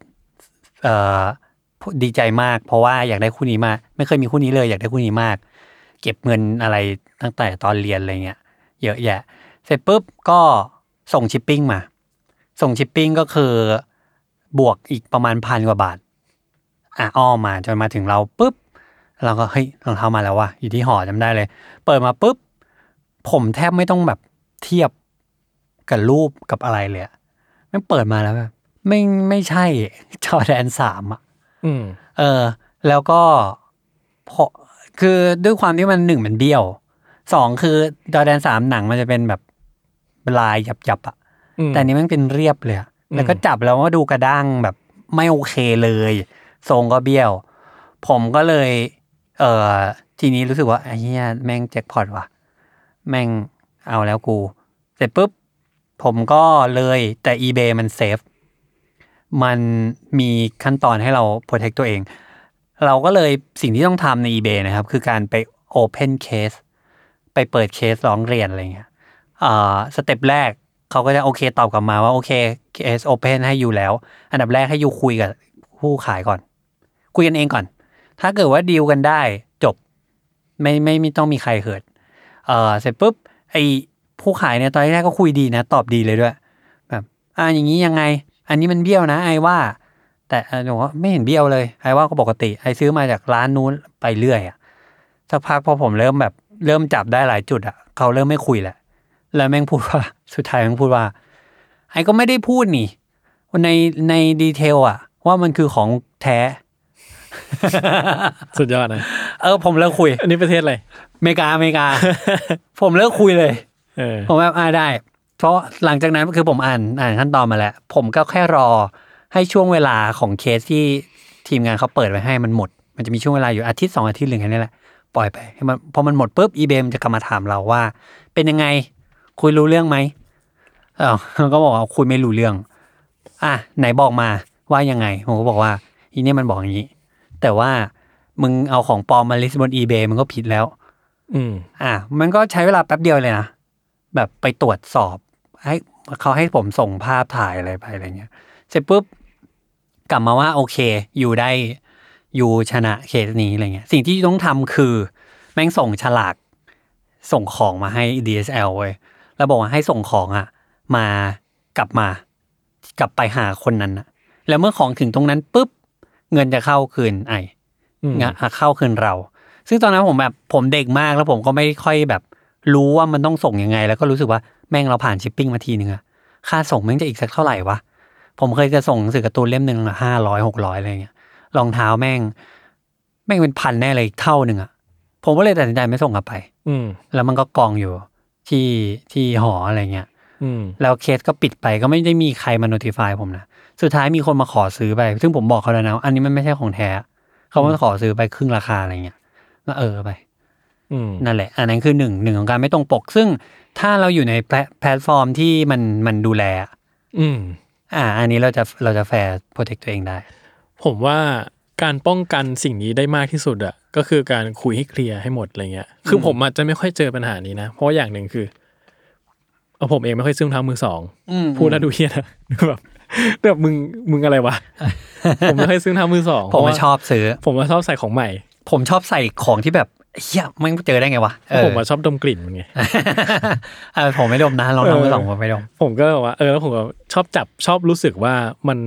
เอ่อดีใจมาก เพราะว่าอยากได้คู่นี้มาก ไม่เคยมีคู่นี้เลย อยากได้คู่นี้มาก เก็บเงินอะไรตั้งแต่ตอนเรียนอะไรเงี้ยเยอะแยะ เสร็จปุ๊บก็ส่งชิปปิ้งมา ส่งชิปปิ้งก็คือบวกอีกประมาณพันกว่าบาท อ่ะอ้อมมาจนมาถึงเราปุ๊บ เราก็เฮ้ยรองเท้ามาแล้วว่ะอยู่ที่หอจำได้เลย เปิดมาปุ๊บ ผมแทบไม่ต้องแบบเทียบกับรูปกับอะไรเลยอะแม่งเปิดมาแล้วแบบไม่งไม่ใช่ จอแดนสามอ่ะ
อืม
เออ แล้วก็พอคือด้วยความที่มันหนึ่งมันเบี้ยวสองคือจอแดนสามหนังมันจะเป็นแบบลายหยับๆอ่ะ
อืม
แต่อันนี้มันเป็นเรียบเลยอะ
อืม
แล้วก็จับแล้วก็ดูกระด้างแบบไม่โอเคเลย ทรงก็เบี้ยว ผมก็เลย เออทีนี้รู้สึกว่าไอ้เหี้ยแม่งแจ็คพอตว่ะ แม่งเอาแล้วกู เสร็จปุ๊บ ผมก็เลยแต่ eBay มันเซฟ มันมีขั้นตอนให้เรา protect ตัวเอง เราก็เลยสิ่งที่ต้องทำใน eBay นะครับ คือการไป open case ไปเปิดเคสร้องเรียนอะไรเงี้ย เอ่อสเต็ปแรกเขาก็จะโอเคตอบกลับมาว่าโอเคเคสโอเพนให้อยู่แล้ว อันดับแรกให้อยู่คุยกับผู้ขายก่อน คุยกันเองก่อน ถ้าเกิดว่าดีลกันได้จบ ไม่ไม่ไม่ต้องมีใครเหิดเอ่อเสร็จปุ๊บไอผู้ขายเนี่ยตอนแรกก็คุยดีนะ ตอบดีเลยด้วย แบบอ่าอย่างนี้ยังไง อันนี้มันเบี้ยวนะ ไอว่า แต่ไอ้หนูว่าไม่เห็นเบี้ยวเลยไอว่าก็ปกติไอซื้อมาจากร้านนู้นไปเรื่อยอะสักพักพอผมเริ่มแบบเริ่มจับได้หลายจุดอะเขาเริ่มไม่คุยแหละ แล้วแม่งพูดว่า สุดท้ายแม่งพูดว่า ไอ้ก็ไม่ได้พูดนี่ ในในดีเทลอะว่ามันคือของแท้
สุดยอดนะ
เออ ผมเลิกคุย
อันนี้ประเทศอะไร
อเมริกาอเมริกา ผมเลิกคุยเลย
เออ
ผมแบบอ่าได้ เพราะหลังจากนั้นคือผมอ่านอ่านขั้นตอนมาแล้ว ผมก็แค่รอให้ช่วงเวลาของเคสที่ทีมงานเขาเปิดไว้ให้มันหมด มันจะมีช่วงเวลาอยู่อาทิตย์สองอาทิตย์หรือไงนี่แหละปล่อยไปให้มันพอมันหมดปุ๊บอีเบมนจะกลับมาถามเราว่า เป็นยังไง คุยรู้เรื่องไหมเออก็บอกว่าคุยไม่รู้เรื่อง อ่ะไหนบอกมาว่ายังไง ผมก็บอกว่าอีเนี่ยมันบอกอย่างนี้ แต่ว่ามึงเอาของปลอมมาลิสต์บนอีเบมันก็ผิดแล้ว
อืม
อ่ะมันก็ใช้เวลาแป๊บเดียวเลยนะ แบบไปตรวจสอบให้เขาให้ผมส่งภาพถ่ายอะไรไปอะไรเงี้ย เสร็จปุ๊บ กลับมาว่าโอเค อยู่ได้อยู่ชนะเคสนี้อะไรเงี้ย สิ่งที่ต้องทำคือ แม่งส่งฉลาก ส่งของมาให้ DSL เว้ยแล้วบอกว่าให้ส่งของอะมากลับมา กลับไปหาคนนั้นอะแล้วเมื่อของถึงตรงนั้นปุ๊บ เงินจะเข้าคืนไอ
อืม
งะเข้าคืนเรา ซึ่งตอนนั้นผมแบบผมเด็กมากแล้วผมก็ไม่ค่อยแบบ รู้ว่ามันต้องส่งยังไง แล้วก็รู้สึกว่าแม่งเราผ่านชิปปิ้งมาทีนึงอะ ค่าส่งแม่งจะอีกสักเท่าไหร่วะ ผมเคยจะส่งหนังสือการ์ตูนเล่มหนึ่งห้าร้อยหกร้อยอะไรเงี้ยรองเท้าแม่ง แม่งเป็นพันแน่เลยอีกเท่าหนึ่งอะผมก็เลยตัดสินใจไม่ส่งกลับไป
อืม
แล้วมันก็กองอยู่ที่ที่หออะไรเงี้ย
อืม
แล้วเคสก็ปิดไปก็ไม่ได้มีใครมา notify ผมนะ สุดท้ายมีคนมาขอซื้อไป ซึ่งผมบอกเขาแล้วนะว่าอันนี้มันไม่ใช่ของแท้ เขามาขอซื้อไปครึ่งราคาอะไรเงี้ยก็เออไป
อืม
นั่นแหละ อันนั้นคือหนึ่งหนึ่งของการไม่ตรงปก ซึ่งถ้าเราอยู่ในแพลแพลตฟอร์มที่มันมันดูแล
อืม
อ่า อันนี้เราจะเราจะแฟร์โปรเทคตัวเองได้
ผมว่าการป้องกันสิ่งนี้ได้มากที่สุดอะก็คือการคุยให้เคลียร์ให้หมดอะไรเงี้ย คือผมอาจจะไม่ค่อยเจอปัญหานี้นะ เพราะว่าอย่างหนึ่งคือเอาผมเองไม่ค่อยซื้อรองเท้ามือสอง
อืม
พูดแล้วดูเฮี้ยนะ แบบแบบมึงมึงอะไรวะ ผมไม่ค่อยซื้อรองเท้ามือสอง
ผม
เพ
ไม่
ราะว่า
ชอบซื้อ
ผมว่าชอบใส่ของใหม่
ผมชอบใส่ของที่แบบเฮียไม่งเจอได้ไงวะ
เพราะผมว่าชอบดมกลิ่นมันไง
เออผมไม่ดมนะลองทำมาสอง
เออ
ผมไม่ดม
ผมก็แบบว่าเออแล้วผมก็ชอบจับชอบรู้สึกว่ามัน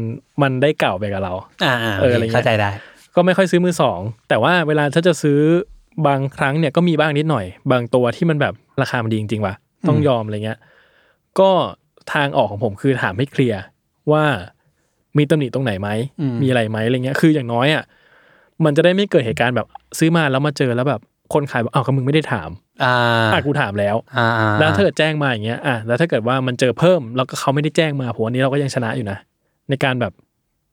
มันได้เก่าไปกับเรา
อ่าอ่า
เอออะไรเงี้ย
เข้าใจได้
ก็ไม่ค่อยซื้อมือสอง แต่ว่าเวลาถ้าจะซื้อบางครั้งเนี่ยก็มีบ้างนิดหน่อย บางตัวที่มันแบบราคามันดีจริงๆว่ะต้องยอมอะไรเงี้ยก็ทางออกของผมคือถามให้เคลียร์ว่ามีตำหนิตรงไหนไหม
อืม
มีอะไรไหมอะไรเงี้ย คืออย่างน้อยอ่ะมันจะได้ไม่เกิดเหตุการณ์แบบซื้อมาแล้วมาเจอแล้วแบบคนขายบอกอ้าวก็มึงไม่ได้ถาม
อ่า
อ่ะกูถามแล้ว
อ่าอ่า
แล้วถ้าเกิดแจ้งมาอย่างเงี้ยอ่ะแล้วถ้าเกิดว่ามันเจอเพิ่มแล้วก็เขาไม่ได้แจ้งมาผมวันนี้เราก็ยังชนะอยู่นะในการแบบ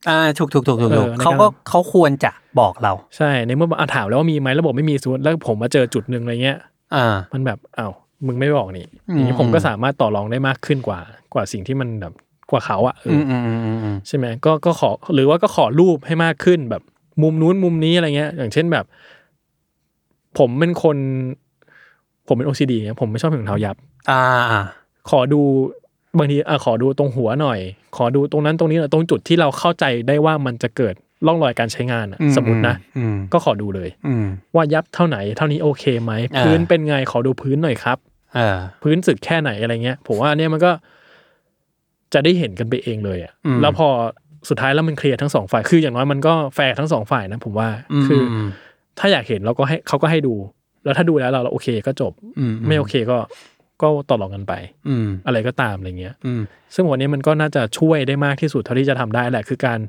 อ่าถูกถูกถูกถูก
เอ
ถู
อก ในการ
เขาก็เขาควรจะบอกเรา
ใช่ในเมื่ออ่ะถามแล้วว่ามีไหมแล้วบอกไม่มีสมมติแล้วผมมาเจอจุดหนึ่งอะไรเงี้ย
อ่า
มันแบบอ้าวมึงไม่บอกนี่
อื
อ
ม
ย่างนี้ผมก็สามารถต่อรองได้มากขึ้นกว่า กว่าสิ่งที่มันแบบกว่าเขาอะเออ
อืม
อ
อืมอืมอืมอืม
ใช่ไหมก็ก็ขอหรือว่าก็ขอรูปให้มากขึ้นแบบมุมนู้นมุมนี้อะไรเงี้ย อย่างเช่นแบบ ผมเป็นคน ผมเป็น OCD เนี่ยผมไม่ชอบถุงเท้ายับ
อ่าอ่า
ขอดูบางทีอ่ะขอดูตรงหัวหน่อย ขอดูตรงนั้นตรงนี้หน่อยตรงจุดที่เราเข้าใจได้ว่ามันจะเกิดร่องรอยการใช้งานอะ
อื
สมมตินะ
อืม
ก็ขอดูเลย
อืม
ว่ายับเท่าไหน เท่านี้โอเคไหม
อ่า
พื้นเป็นไงขอดูพื้นหน่อยครับ
เออ
พื้นสึกแค่ไหนอะไรเงี้ย ผมว่าอันเนี่ยมันก็จะได้เห็นกันไปเองเลยอะ
อืม
แล้วพอสุดท้ายแล้วมันเคลียร์ทั้งสองฝ่าย คืออย่างน้อยมันก็แฟร์ทั้งสองฝ่ายนะผมว่า
ม
คืออถ้าอยากเห็นเราก็ให้เขาก็ให้ดู แล้วถ้าดูแล้วเราเราโอเคก็จบ
ม
ไม่โอเคก็ก็ต่อรองกันไป
อืม
อะไรก็ตามอะไรเงี้ย
อืม
ซึ่งวันนี้มันก็น่าจะช่วยได้มากที่สุดเท่าที่จะทำได้แหละ คือการ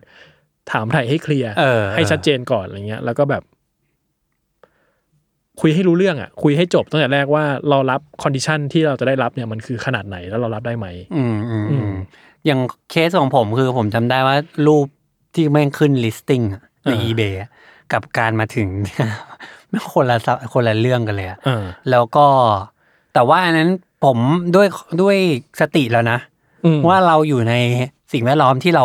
ถามไถ่ให้เคลียร์
เออ
ให้ชัดเจนก่อนอะไรเงี้ย แล้วก็แบบ คุยให้รู้เรื่องอ่ะ คุยให้จบตั้งแต่แรกว่าเรารับคอนดิชันที่เราจะได้รับเนี่ยมันคือขนาดไหนแล้วเรารับได้ไหม
อืมอืม
อื
อืม
ม
อย่างเคสของผมคือผมจำได้ว่ารูปที่แม่งขึ้น listing อะใน
อ่า
eBay อะกับการมาถึง แม่งคนละสับคนละเรื่องกันเลยอะ
เอ่า
แล้วก็แต่ว่าอันนั้นผมด้วยด้วยสติแล้วนะ ว่าเราอยู่ในสิ่งแวดล้อมที่เรา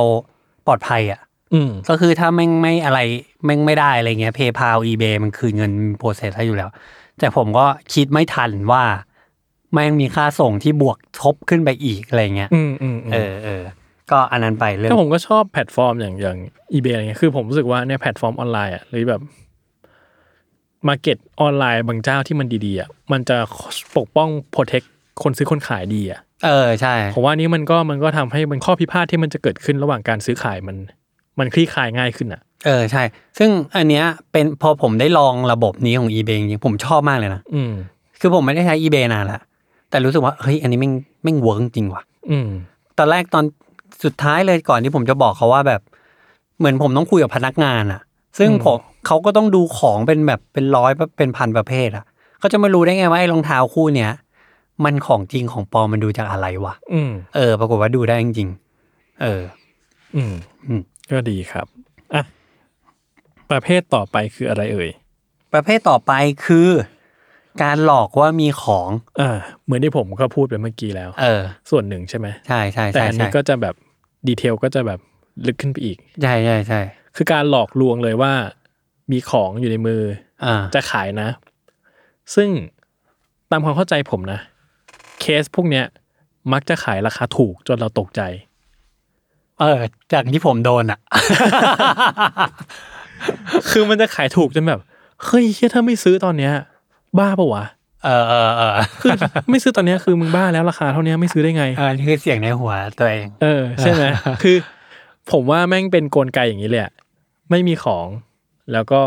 ปลอดภัยอ่ะ
อืม
ก็คือถ้าแม่งไม่อะไรแม่งไม่ได้อะไรเงี้ยเพย์พา l อีเบมันคืนเงินโปรเซสให้อยู่แล้ว แต่ผมก็คิดไม่ทันว่า แม่งมีค่าส่งที่บวกทบขึ้นไปอีกอะไรเงี้ย
อืมอืม
เออเออก็อันนั้นไปเรื่อง
ถ้าผมก็ชอบแพลตฟอร์มอย่างอย่างอีเบอะไรเงี้ยคือผมรู้สึกว่าเนี่ยแพลตฟอร์มออนไลน์อ่ะหรือแบบมาเก็ตออนไลน์บางเจ้าที่มันดีๆอ่ะมันจะปกป้องโปรเทคคนซื้อคนขายดีอ่ะ
เออใช่
ผมว่านี้มันก็มันก็ทำให้มันข้อพิพาทที่มันจะเกิดขึ้นระหว่างการซื้อขายมัน มันคลี่คลายง่ายขึ้นอ่ะ
เออใช่ ซึ่งอันเนี้ยเป็นพอผมได้ลองระบบนี้ของ eBay จริงๆผมชอบมากเลยนะ
อืม
คือผมไม่ได้ใช้ eBay นานละแต่รู้สึกว่า เฮ้ย อันนี้แม่งแม่งเวิร์กจริงว่ะ
อืม
ตอนแรกตอนสุดท้ายเลยก่อนที่ผมจะบอกเขาว่าแบบ เหมือนผมต้องคุยกับพนักงานอะซึ่ง
อืม
ผมเขาก็ต้องดูของเป็นแบบเป็นร้อยเป็นพันประเภทอะเขาจะมารู้ได้ไงว่าไอ้รองเท้าคู่เนี้ยมันของจริงของปลอมมันดูจากอะไรวะ
อืม
เออ ปรากฏว่าดูได้จริงๆเออ
อืม
อืม
ก็ดีครับอ่ะประเภทต่อไปคืออะไรเอ่ย
ประเภทต่อไปคือ การหลอกว่ามีของ
อ่า เหมือนที่ผมก็พูดไปเมื่อกี้แล้ว
เออ
ส่วนหนึ่งใช่ไหม
ใช่ใช่
แต่
ใช่
อัน
ใช่
นี้ก็จะแบบดีเทลก็จะแบบลึกขึ้นไปอีก
ใช่ใช่ใช่
คือการหลอกลวงเลยว่า มีของอยู่ในมือ
อ่า
จะขายนะ ซึ่งตามความเข้าใจผมนะ เคสพวกเนี้ย มักจะขายราคาถูกจนเราตกใจ
เออ จากที่ผมโดนอะ
คือมันจะขายถูกจนแบบ เฮ้ยเฮียถ้าไม่ซื้อตอนเนี้ย บ้าปะวะ
เออเออเออ
คือ ไม่ซื้อตอนเนี้ยคือมึงบ้าแล้วราคาเท่าเนี้ยไม่ซื้อได้ไง
เออนี่คือเสียงในหัวตัวเอง
เออ ใช่ ไหม คือ ผมว่าแม่งเป็นกลไกอย่างนี้เลยอะไม่มีของแล้วก็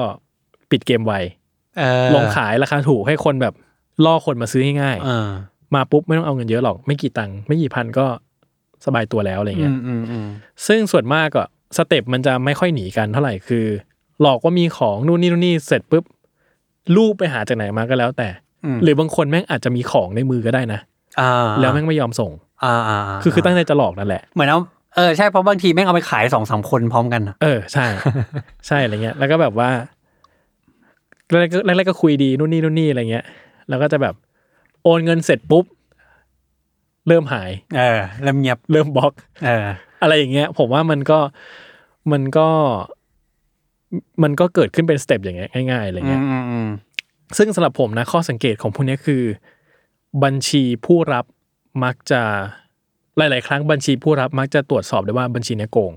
ปิดเกมไว
เออ
ลงขายราคาถูกให้คนแบบล่อคนมาซื้อง่าย
เออ
ๆมาปุ๊บไม่ต้องเอาเงินเยอะหรอก ไม่กี่ตังค์ไม่กี่พันก็ สบายตัวแล้วอะไร
อื
เงี้ย
มอืมอืม
ซึ่งส่วนมากอะสเต็ปมันจะไม่ค่อยหนีกันเท่าไหร่คือ หลอกว่ามีของนู่นนี่นู่นนี่เสร็จปุ๊บลูกไปหาจากไหนมาก็แล้วแต่
อืม
หรือบางคนแม่งอาจจะมีของในมือก็ได้นะ
อ่า
แล้วแม่งไม่ยอมส่ง
อ่าาา
คือคือตั้งใจจะหลอกนั่นแหละ
เหมือนเอาเออใช่เพราะบางทีแม่งเอาไปขายสองสามคนพร้อมกันอะ
เออใช่ ใช่อะไรเงี้ย แล้วก็แบบว่าแรกๆแรกๆก็คุยดีนู่นนี่นู่นนี่อะไรเงี้ย แล้วก็จะแบบโอนเงินเสร็จปุ๊บ เริ่มหาย
เออเริ่มเงียบ
เริ่มบล็อก
เออ
อะไรอย่างเงี้ย ผมว่ามันก็มันก็มันก็เกิดขึ้นเป็นสเต็ปอย่างเงี้ยง่ายๆอะไร
อื
เงี้
ม
ย
อืมอืม
ซึ่งสำหรับผมนะ ข้อสังเกตของพวกเนี้ยคือ บัญชีผู้รับมักจะหลาย ๆ ครั้งบัญชีผู้รับมักจะตรวจสอบได้ว่าบัญชีเนี้ยโกง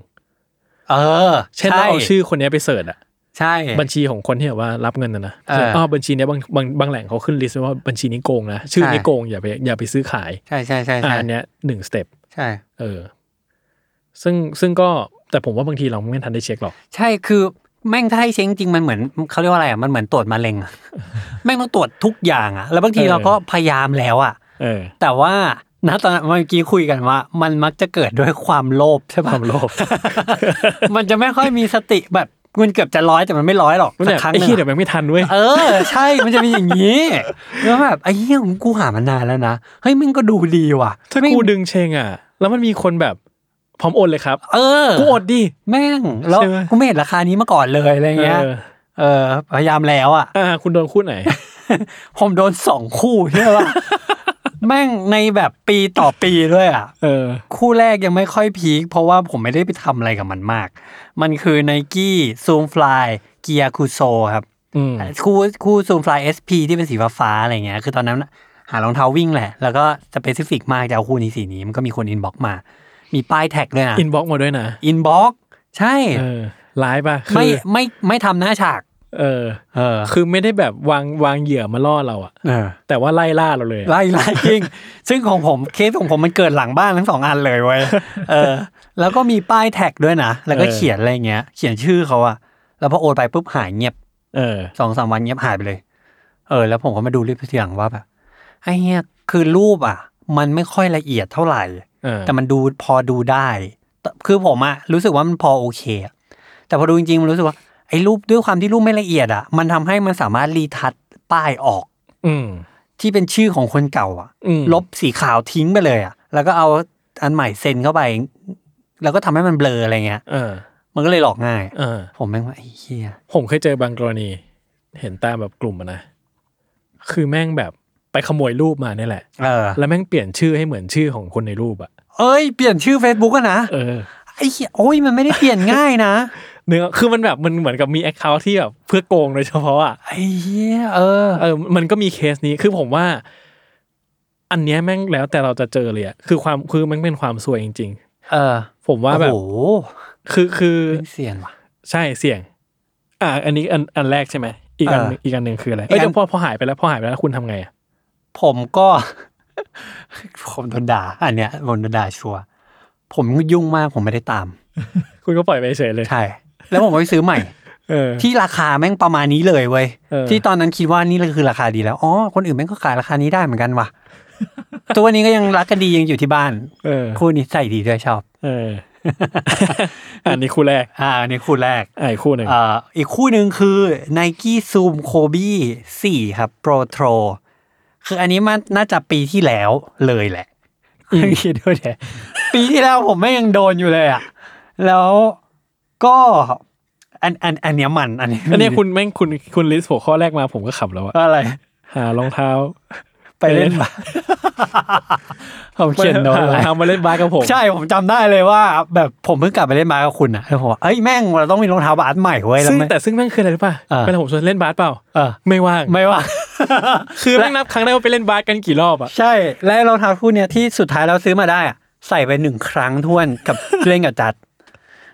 เออ
เช่นเราเอา
ใ
ชื่อคนเนี้ยไปเสิร์ชอะ
ใช่
บัญชีของคนที่แบบว่ารับเงินนะนะ
เออ
อ๋อบัญชีเนี้ยบางบางบางแหล่งเขาขึ้นลิสต์ไว้ว่าบัญชีนี้โกงนะ ชื่อ
ใช่
นี้โกงอย่าไปอย่าไปซื้อขาย
ใช่ใช่ใช่
อ่า
ใช่
อันเนี้ยหนึ่งสเต็ป
ใช่
เออ ซึ่งซึ่งก็แต่ผมว่าบางทีเราไม่ทันได้เช็คหรอก
ใช่คือแม่งถ้าให้เช็งจริงมันเหมือนเขาเรียกว่าอะไรอ่ะมันเหมือนตรวจมะเร็งอะ แม่งต้องตรวจทุกอย่างอ่ะ แล้วบางที
เออ
เราก็พยายามแล้วอ่ะ
เออ
แต่ว่าณตอนนั้นเมื่อกี้คุยกันว่า มันมักจะเกิดด้วยความโลภใช่ปะ
ความโลภ
มันจะไม่ค่อยมีสติแบบมันเกือบจะร้อยแต่มันไม่ร้อยหรอก
มัน
สั
แบ
ก
บ
ครั้ง
ไอ้
หนึ
ขี้
ง
เดี๋ยว
อะ
มันไม่ทันเว้ย
เออ ใช่มันจะมีอย่างนี้แล้วแบบไอ้เหี้ยของกูหามานานแล้วนะเฮ้ยมึงก็ดูดีว่ะ
ถ้า
แม่ง
กูดึงเชงอ่ะ แล้วมันมีคนแบบพร้อมโอนเลยครับ
เออ
กูอดดิ
แม่งแล้ว
ใช่ไหม
กูไม่เห็นราคานี้มาก่อนเลยอะไรเงี้ย
เออ
เออพยายามแล้วอ่ะ
อ่า คุณโดนคู่ไหน
ผมโดนสองคู่ใช่ป่ะ แม่งในแบบปีต่อปีด้วยอ่ะ
เออ
คู่แรกยังไม่ค่อยพีคเพราะว่าผมไม่ได้ไปทำอะไรกับมันมาก มันคือ n นกี้ซูมฟลายเกียร์คูโซครับ
อืม
คู่คู่ซูมฟลายเอสพีที่เป็นสีฟ้าๆอะไรเงี้ย คือตอนนั้นหารองเท้าวิ่งแหละ แล้วก็สเปซิฟิกมากจะเอาคู่นี้สีนี้ มันก็มีคนอินบ็อกมา มีป้ายแท็กด้วยนะ
อินบ็อกมาด้วยนะ
อินบ็อกใช่
เออร้ายป่ะ คื
ไม่
อ
ไม่ไม่ทำหน้าฉาก
เออ
เออ
คือไม่ได้แบบวางวางเหยื่อมาล่อเราอะ
เออ
แต่ว่าไล่ล่าเราเลยอะ
ไล่ไล่จริง ซึ่งของผมเคสของผมมันเกิดหลังบ้านทั้งสองอันเลยเว้ ย เออ แล้วก็มีป้ายแท็กด้วยนะ แล้วก็เขียนอะไรเงี้ย เขียนชื่อเขาอะแล้วพอโอนไปปุ๊บหายเงียบ
เออ
สองสามวันเงียบหายไปเลย เออ แล้วผมก็มาดูรีบทีหลังว่าแบบไอ้เนี้ยคือรูปอะมันไม่ค่อยละเอียดเท่าไหร่
เออ
แต่มันดูพอดูได้แต่คือผมอะรู้สึกว่ามันพอโอเคอะแต่พอดูจริงๆมันรู้สึกว่าไอ้รูปด้วยความที่รูปไม่ละเอียดอะมันทำให้มันสามารถรีทัชป้ายออก
อืม
ที่เป็นชื่อของคนเก่าอะ
อืม
ลบสีขาวทิ้งไปเลยอ่ะ แล้วก็เอาอันใหม่เซ็นเข้าไป แล้วก็ทำให้มันเบลออะไรเงี้ย
เออ
มันก็เลยหลอกง่าย
เออ
ผมแม่งว่าไอ้เหี้ย
ผมเคยเจอบางกรณี เห็นตามแบบกลุ่มอะนะ คือแม่งแบบไปขโมยรูปมาเนี่ยแหละ
เออ
แล้วแม่งเปลี่ยนชื่อให้เหมือนชื่อของคนในรูปอะ
เอ้ย เปลี่ยนชื่อ Facebook อะนะ
เออ
ไอ้เหี้ยโอ้ย มันไม่ได้เปลี่ยนง่ายนะ
เนื้อคือมันแบบมันเหมือนกับมีแอคเคาท์ที่แบบเพื่อโกงโดยเฉพาะอะ
ไอ้เหี้ยเออ
เออ มันก็มีเคสนี้ คือผมว่า อันเนี้ยแม่งแล้วแต่เราจะเจอเลยอะคือความคือมันเป็นความซวยจริง
เออ
ๆ ผมว่าแบบ
โอ้โห
คือคือ
เสียนว่ะ
ใช่เสี่ยง อ่า อันนี้อันอันแรกใช่ไหมอีกอัน
เออ
หนึ่งอีกอันหนึ่งคืออะไร
อี
เอ้ย
กอัน
เดี๋ยวพอพอหายไปแล้วพอหายไปแล้วคุณทำไงอ่ะ
ผมก็ ผมโดนด่า อันเนี้ยโดนด่าชัวร์ผมยุ่งมากผมไม่ได้ตาม
คุณก็ปล่อยไปเฉยเลย
ใช่ แล้วผมก็ไปซื้อใหม่
เออ
ที่ราคาแม่งประมาณนี้เลยเว้ย
เออ
ที่ตอนนั้นคิดว่านี่คือราคาดีแล้ว อ๋อ คนอื่นแม่งก็ขายราคานี้ได้เหมือน กันว่ะ ตัวนี้ก็ยังรักกันดียังอยู่ที่บ้าน
เออ
คู่นี้ใส่ดีด้วยชอบ
เออ อันนี้คู่แรก
อ่าอันนี้คู่แรก
อ่าอีกคู่หนึ่ง
อ่าอีกคู่หนึ่งคือ Nike Zoom Kobe 4 ครับ Pro Tro คืออันนี้มันน่าจะปีที่แล้วเลยแหละคิดดูเดี๋ย ปีที่แล้วผมแม่งยังโดนอยู่เลยอ่ะ แล้วก็อันอันอันเนี้ยมัน อันนี้
อันเนี้ยคุณแม่งคุณคุณลิสต์หัวข้อแรกมาผมก็ขับแล้วอะ
อะไร
หารองเท้า
ไปเล่นบาส ผมเขียนโน้ตไว้
หารอง เท้ามาเล่นบาสกับผม
ใช่ผมจำได้เลยว่า แบบผมเพิ่งกลับไปเล่นบาสกับคุณอ่ะแล้วผมว่าเอ้ยแม่งเราต้องมีรองเท้าบาสใหม่เว้ยแล้ว
ซึ่ง
ไม่
แต่ซึ่งแม่งคืออะไรรู้ป่ะ
อ่า
เวลาผมชวนเล่นบาสเปล่า
เออ
ไม่ว่าง
ไม่ว่า
คือแม่งนับครั้งได้ว่าไปเล่นบาสกันกี่รอบอ่ะ
ใช่และรองเท้าคู่เนี้ยที่สุดท้ายเราซื้อมาได้อ่ะใส่ไปหนึ่งครั้งท้วนกับ เล่นกับจัด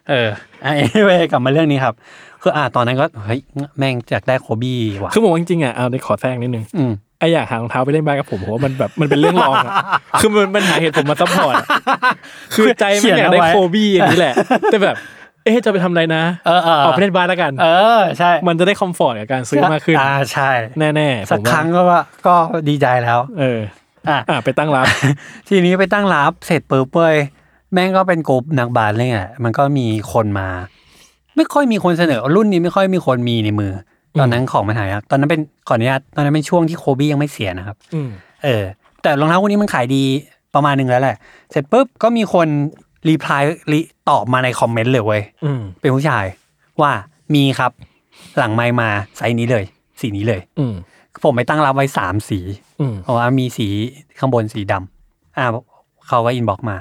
เออไอ้ เวยกลับมาเรื่องนี้ครับ คืออ่าตอนนั้นก็เฮ้ยแม่งอยากได้โคบี้ว่ะ
คือผมว่าจริงๆอ่ะเอาได้ขอแทรกนิดนึง
อืม
ไออยากหารองเท้าไปเล่นบาสกับผมผมว่ามันแบบมันเป็นเรื่องรอง อะ คือมันมันหาเหตุผมมาซัพพอร์ตอะคือใจมันอยากได้
เขียนเอาไว้
โคบี้อย่างนี้แหละ แต่แบบ เอ๊ะจะไปทำอะไรนะ
เออเออ
ออกไปเล่นบาสแล้วกัน
เออใช่
มันจะได้คอมฟอร์ตกับการซื้อมากขึ้น
อ่าใช่
แน่ๆผมว่า
สักครั้งก็ว่าก็ดีใจแล้ว
เออ
อ่ะ
อ่ะไปตั้งรับ
ทีนี้ไปตั้งรับเสร็จปุ๊บเว้ย แม่งก็เป็นกลุ่มนักบาสเลยอ่ะมันก็มีคนมา ไม่ค่อยมีคนเสนอรุ่นนี้ไม่ค่อยมีคนมีในมือ ตอนนั้นของมันหายากตอนนั้นเป็นก่อนอนุญาตตอนนั้นเป็นช่วงที่โคบี้ยังไม่เสียนะครับ
อืม
เออ แต่รองเท้าคู่นี้มันขายดีประมาณหนึงแล้วแหละ เสร็จปุ๊บก็มีคนรีプライรีตอบมาในคอมเมนต์เลยเว้ย
อืม
เป็นผู้ชายว่ามีครับ หลังไมค์มาไซส์นี้เลย สีนี้เลย
อืม
ผมไปตั้งรับไว้สามสี
อืม
เพราะว่ามีสีข้างบนสีดำอ่าเขาก็อินบ็อกมา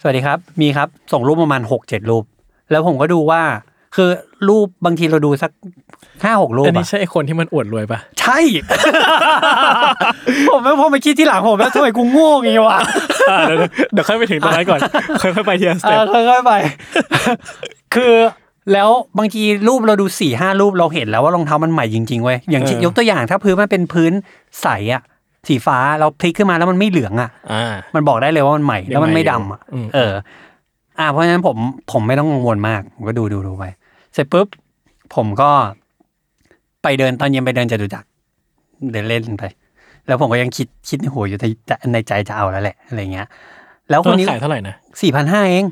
สวัสดีครับ มีครับ ส่งรูปประมาณหกเจ็ดรูป แล้วผมก็ดูว่า คือรูปบางทีเราดูสักห้าหกรูป
อัน
อะ
นี้ใช่ไอ้คนที่มันอวดรวยปะ
ใช่ ผมไม่พอมาคิดที่หลังผมแล้วทำไมกูโง่อย่างงี้วะ
อ่ะเดี๋ยวเดี๋ยวค่อยไปถึงตรงนั้นก่อน ค่อยๆไปทีละส
เอ
เต็ป
อค่อยๆไป คือแล้วบางทีรูปเราดูสี่ห้ารูปเราเห็นแล้วว่ารองเท้ามันใหม่จริงๆเว้ยอย่างเช่นยกตัวอย่างถ้าพื้นมันเป็นพื้นใสอะสีฟ้าเราพลิกขึ้นมาแล้วมันไม่เหลืองอะ
อ่า
มันบอกได้เลยว่ามันใหม่แล้วมันไม่ดำอะ
อืม
เออ อ่า เพราะฉะนั้นผมผมไม่ต้องกังวลมาก ผมก็ดูดูดูไป เสร็จปุ๊บผมก็ไปเดินตอนเย็นไปเดินจตุจักรเดินเล่นไป แล้วผมก็ยังคิดคิดในหัวอยู่ในใจในใจจะเอาแล้วแหละอะไรเงี้ย แล้ว
ค
คนน
นี้
นี้
ขายเท่าไหร่นะ
สี่พันห้าเอง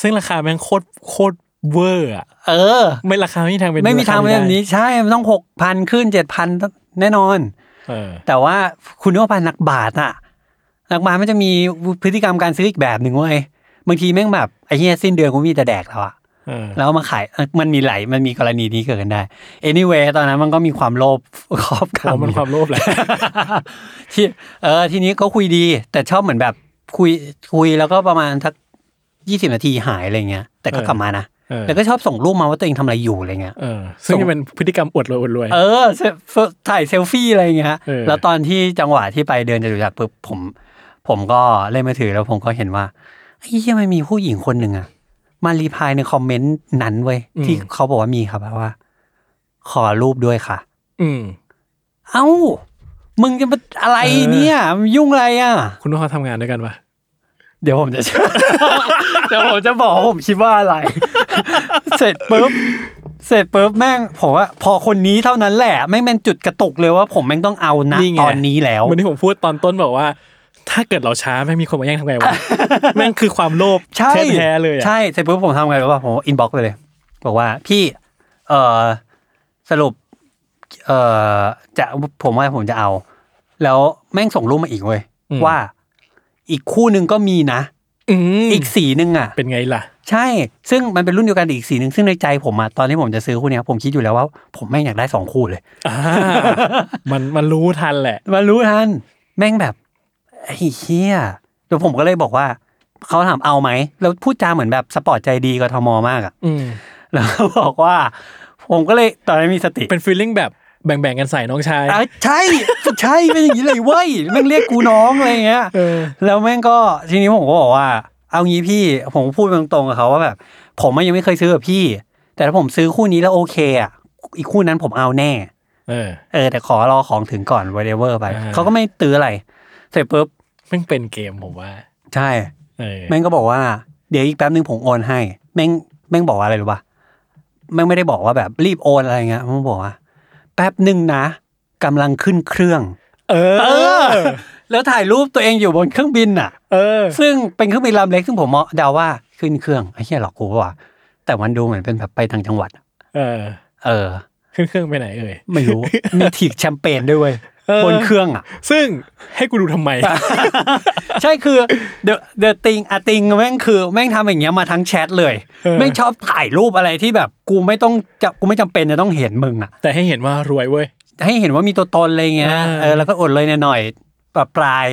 ซึ่งราคาแม่งโคตรโคตรเวอร์อ่ะ
เออ
ไม่ราคาไม่มีทางเป็น
ไม่มีทางเป็น
รค
แบบนี้ใช่มันต้องหกพันขึ้นเจ็ดพันแน่นอน
เออ
แต่ว่าคุณนึกว่านักบาทอะนักบาทมันจะมีพฤติกรรมการซื้ออีกแบบหนึ่งเว้ยบางทีแม่งแบบไอ้เหี้ยสิ้นเดือนกูมีแต่แดกแล้วอะ
เออ
แล้วเอามาขายเอ่อมันมีหลายมันมีกรณีนี้เกิดขึ้นได้ anyway ตอนนั้นมันก็มีความโลภ ครอบ
โอ้
กำ
มันความโลภแหละ
ที่เออทีนี้ก็คุยดี แต่ชอบเหมือนแบบคุยคุยแล้วก็ประมาณสักยี่สิบนาทีหายอะไรเงี้ย แต่ก็
เออ
กลับมานะ
เออ
แล้วก็ชอบส่งรูปมาว่าตัวเองทำอะไรอยู่อะไรเงี้ย
เออ ซึ่งจะเป็นพฤติกรรมอวดรวยอวดรวย
เออเซลฟ์ถ่ายเซลฟี่อะไรเงี้ย
เออ
แล้วตอนที่จังหวะที่ไปเดินจตุจักรปุ๊บผม ผมก็เล่นมือถือแล้วผมก็เห็นว่าไอ้เหี้ยมันมีผู้หญิงคนหนึ่งอะมารีพลายในคอมเมนต์นั้นเว้ยที่เขาบอกว่ามีครับว่า ขอรูปด้วยค่ะ
อืม
เอ้า มึงจะมาอะไร
เออ
เนี่ยมึงยุ่งอะไรอ่ะ
คุณว่าเขาทำงานด้วยกันปะ
เดี๋ยวผมจะ เดี๋ยวผมจะ บอกว่าผมคิดว่าอะไร เสร็จปุ๊บ เสร็จปุ๊บแม่งผมว่าพอคนนี้เท่านั้นแหละแม่งเป็นจุดกระตุกเลยว่าผมแม่งต้องเอานะ
ไง
ตอนนี้แล้ว
เหมือนที่ผมพูดตอนต้นบอกว่า ถ้าเกิดเราช้าแม่งมีคนมาแย่งทำไง วะ แม่งคือความโลภ
ใช่
แท้ๆเลยอ่ะ
ใช่เสร็จปุ๊บผมทำไงรู้ป่ะผมอินบ็อกซ์ไปเลย บอกว่าพี่เออสรุปเออจะผมว่าผมจะเอา แล้วแม่งส่งรูปมาอีกเว้ยว่า อีกคู่หนึ่งก็มีนะ
อืม
อีกสีหนึ่งอ่ะ
เป็นไงล่ะ
ใช่ ซึ่งมันเป็นรุ่นเดียวกันอีกสีหนึ่งซึ่งในใจผมอะตอนที่ผมจะซื้อคู่เนี้ยผมคิดอยู่แล้วว่า ผมแม่งอยากได้สองคู่เลย
อ่า มันมันรู้ทันแหละ
มารู้ทันแม่งแบบไอ้เฮียแล้วผมก็เลยบอกว่า เขาถามเอาไหม แล้วพูดจาเหมือนแบบสปอร์ตใจดีกทมมากอะ
อืม
แล้วก็บอกว่า ผมก็เลยตอนนั้นมีสติ
เป็นฟีลลิ่งแบบแบ่งๆกันใส่น้องชาย
อ่ะใช่ ใช่เป็นอย่างนี้เลยเว้ยแม่งเรียกกูน้องอะไรอย่างเงี้ย
เออ
แล้วแม่งก็ทีนี้ผมก็บอกว่า เอางี้พี่ผมพูดตรงๆกับเขาว่าแบบ ผมอะยังไม่เคยซื้อกับพี่ แต่ถ้าผมซื้อคู่นี้แล้วโอเคอ่ะอีกคู่นั้นผมเอาแน่
เออ
เออแต่ขอรอของถึงก่อน whatever ไป
อ่า
เขาก็ไม่ตื้ออะไร เสร็จปุ๊บ
แม่งเป็นเกมผมว่า
ใช่
เออ
แม่งก็บอกว่า เดี๋ยวอีกแป๊บนึงผมโอนให้ แม่งแม่งบอกว่าอะไรรู้ป่ะแม่งไม่ได้บอกว่าแบบรีบโอนอะไรเงี้ยแม่งบอกว่า แป๊บหนึ่งนะกำลังขึ้นเครื่อง
เออ
เออ แล้วถ่ายรูปตัวเองอยู่บนเครื่องบินอ่ะ
เออ
ซึ่งเป็นเครื่องบินลำเล็กซึ่งผมมองเดาว่าขึ้นเครื่องไอ้เหี้ยหรอกกูปะว่ะแต่มันดูเหมือนเป็นแบบไปต่างจังหวัด
เออ
เออ
ขึ้นเครื่องไปไหนเอ่ย
ไม่รู้ มีถีกแชมเปญด้วยเว้ย
เออ
บนเครื่องอ่ะ
ซึ่งให้กูดูทำไม
ใช่คือ the the thing อะ thing แม่งคือแม่งทำอย่างเงี้ยมาทั้งแชทเลย
เออ
แม่งชอบถ่ายรูปอะไรที่แบบกูไม่ต้องจะกูไม่จำเป็นจะต้องเห็นมึงอ่ะ
แต่ให้เห็นว่ารวยเว้ย
ให้เห็นว่ามีตัวตนอะไรเงี้ย
เออ
เออแล้วก็อดเลยหน่อยๆปรับปลาย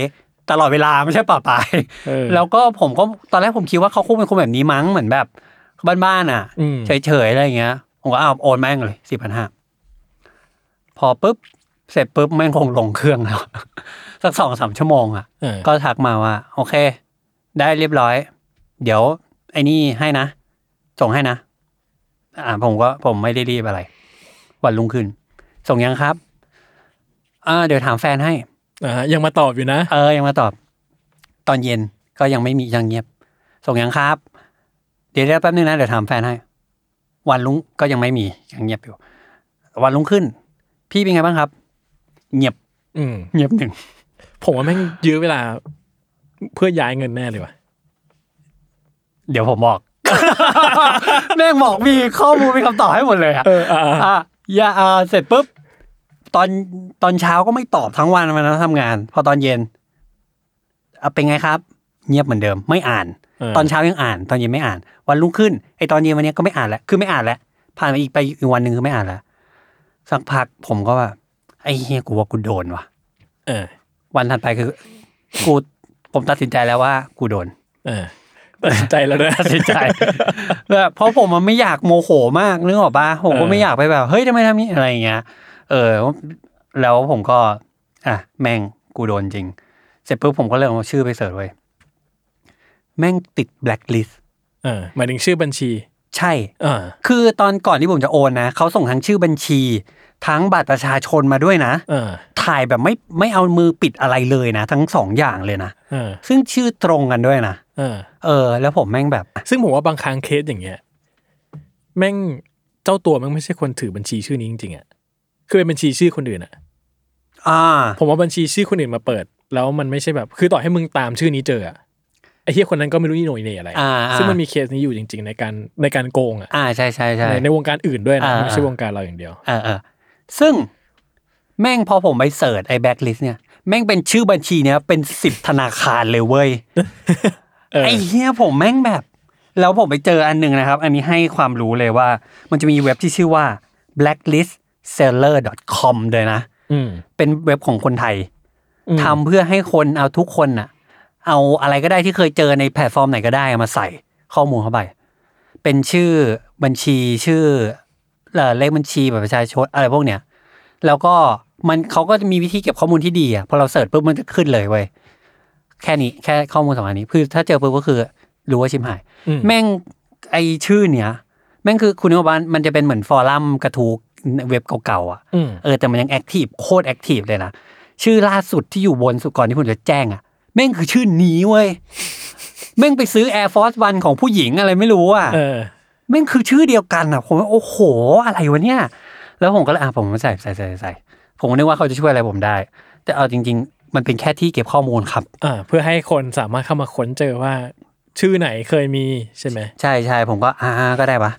ตลอดเวลาไม่ใช่ปรับปลาย
เออ
แล้วก็ผมก็ตอนแรกผมคิดว่าเขาคงเป็นคนแบบนี้มั้งเหมือนแบบบ้านๆอ่ะ
อืม
เฉยๆอะไรเงี้ยผมก็เอาโอนแม่งเลยสี่พันห้าพอปุ๊บเสร็จปุ๊บแม่งคงลงเครื่องแล้ว สักสองสามชั่วโมงอ่ะ
เออ
ก็ทักมาว่า โอเค ได้เรียบร้อย เดี๋ยว ไอ้นี่ให้นะ ส่งให้นะ อ่า ผมก็ผมไม่ได้รีบอะไร วันรุ่งขึ้น ส่งยังครับ อ่า เดี๋ยวถามแฟนให้
อ่ายังมาตอบอยู่นะ
เออยังมาตอบ ตอนเย็นก็ยังไม่มียังเงียบ ส่งยังครับ เดี๋ยวเดี๋ยวแป๊บนึงนะเดี๋ยวถามแฟนให้ วันลุงก็ยังไม่มียังเงียบอยู่ วันลุงขึ้น พี่เป็นไงบ้างครับ เงียบ
อืม
เงียบหนึ่ง
ผมว่าแม่งยื้อเวลา เพื่อย้ายเงินแน่เลยว่ะ
เดี๋ยวผมบอก แม่งบอกมีข้อมูลมีคำตอบให้หมดเลยอะ
เอออ่ะอ่ะ
อ่ะอย่าอ่าเสร็จปุ๊บ ตอนตอนเช้าก็ไม่ตอบทั้งวันวันนั้นทำงาน พอตอนเย็นอ่ะเป็นไงครับ เงียบเหมือนเดิม ไม่อ่าน ตอนเช้ายังอ่าน ตอนเย็นไม่อ่าน วันรุ่งขึ้นไอตอนเย็นวันเนี้ยก็ไม่อ่านแล้วคือไม่อ่านแล้วผ่านไปอีกไปอีกวันหนึ่งคือไม่อ่านแล้วสักพักผมก็ว่าไอเฮียกูว่ากูโดนว่ะ
เออ
วันถัดไปคือกูผมตัดสินใจแล้วว่ากูโดน
เออตัดสินใจแล้ว นะ
ตัดสินใจ แบบเพราะผมมันไม่อยากโมโหมากนึกออกปะผมก็ไม่อยากไปแบบ เฮ้ยทำไมทำนี้อะไรอย่างเงี้ย เออ แล้วผมก็ อ่ะ แม่งกูโดนจริง เสร็จปุ๊บผมก็เลยเอาชื่อไปเสิร์ชไว้ยแม่งติดแบล็คลิส
เออหมายถึงชื่อบัญชี
ใช่
เออ
คือตอนก่อนที่ผมจะโอนนะเขาส่งทั้งชื่อบัญชี ทั้งบัตรประชาชนมาด้วยนะ
เออ
ถ่ายแบบไม่ไม่เอามือปิดอะไรเลยนะ ทั้งสองอย่างเลยนะ
เออ
ซึ่งชื่อตรงกันด้วยนะ
เออ
เออ แล้วผมแม่งแบบ
ซึ่งผมว่าบางครั้งเคสอย่างเงี้ยแม่งเจ้าตัวแม่งไม่ใช่คนถือบัญชีชื่อนี้จริงๆอ่ะคือเป็นบัญชีชื่อคนอื่นอ่ะ
อ่า
ผมว่าบัญชีชื่อคนอื่นมาเปิด แล้วมันไม่ใช่แบบ คือต่อให้มึงตามชื่อนี้เจออะไอ้เฮียคนนั้นก็ไม่รู้นี่โหนยเหน่อะไร
อ่า
ซึ่งมันมีเคสนี้อยู่จริง ๆ ในการในการโกงอ่ะ
อ่าใช่ใช่ใช่
ในในวงการอื่นด้วยนะ
อ่า
ไม่ใช่วงการเราอย่างเดียว
เออเออซึ่งแม่งพอผมไปเสิร์ชไอ้แบ็กลิสเนี่ย แม่งเป็นชื่อบัญชีเนี่ยเป็นสิบธนาคารเลยเว้ย
เออ
ไอ้เหี้ยผมแม่งแบบ แล้วผมไปเจออันหนึ่งนะครับ อันนี้ให้ความรู้เลยว่า มันจะมีเว็บที่ชื่อว่า blacklistseller.com เลยนะ
อืม
เป็นเว็บของคนไทยทำเพื่อให้คนเอาทุกคนน่ะ เอาอะไรก็ได้ที่เคยเจอในแพลตฟอร์มไหนก็ได้มาใส่ข้อมูลเข้าไป เป็นชื่อบัญชีชื่อเอ่อเลขบัญชีแบบประชาชนอะไรพวกเนี้ยแล้วก็มันเขาก็จะมีวิธีเก็บข้อมูลที่ดีอ่ะพอเราเสิร์ชปุ๊บมันจะขึ้นเลยเว้ยแค่นี้แค่ข้อมูลสองอันนี้คือถ้าเจอปุ๊บก็คือรู้ว่าชิมหาย
อืม
แม่งไอชื่อเนี้ยแม่งคือคุณนกว่ามันจะเป็นเหมือนฟอรัมกระทู้เว็บเก่าๆอ่ะ
อืม
เออแต่มันยังแอคทีฟโคตรแอคทีฟเลยนะ ชื่อล่าสุดที่อยู่บนสุดก่อนที่ผมจะแจ้งอะแม่งคือชื่อนี้เว้ย แม่งไปซื้อ Air Force One ของผู้หญิงอะไรไม่รู้อะ
เออ
แม่งคือชื่อเดียวกันอะผมว่าโอ้โห อะไรวะเนี่ย แล้วผมก็เลยอ่ะผมใส่ใส่ใส่ใส่ผมนึกว่าเขาจะช่วยอะไรผมได้ แต่เอาจริง ๆ มันเป็นแค่ที่เก็บข้อมูลครับ
อ่า เพื่อให้คนสามารถเข้ามาค้นเจอว่า ชื่อไหนเคยมีใช่ไหม
ใช่ใช่ผมก็อ่าก็ได้ปะ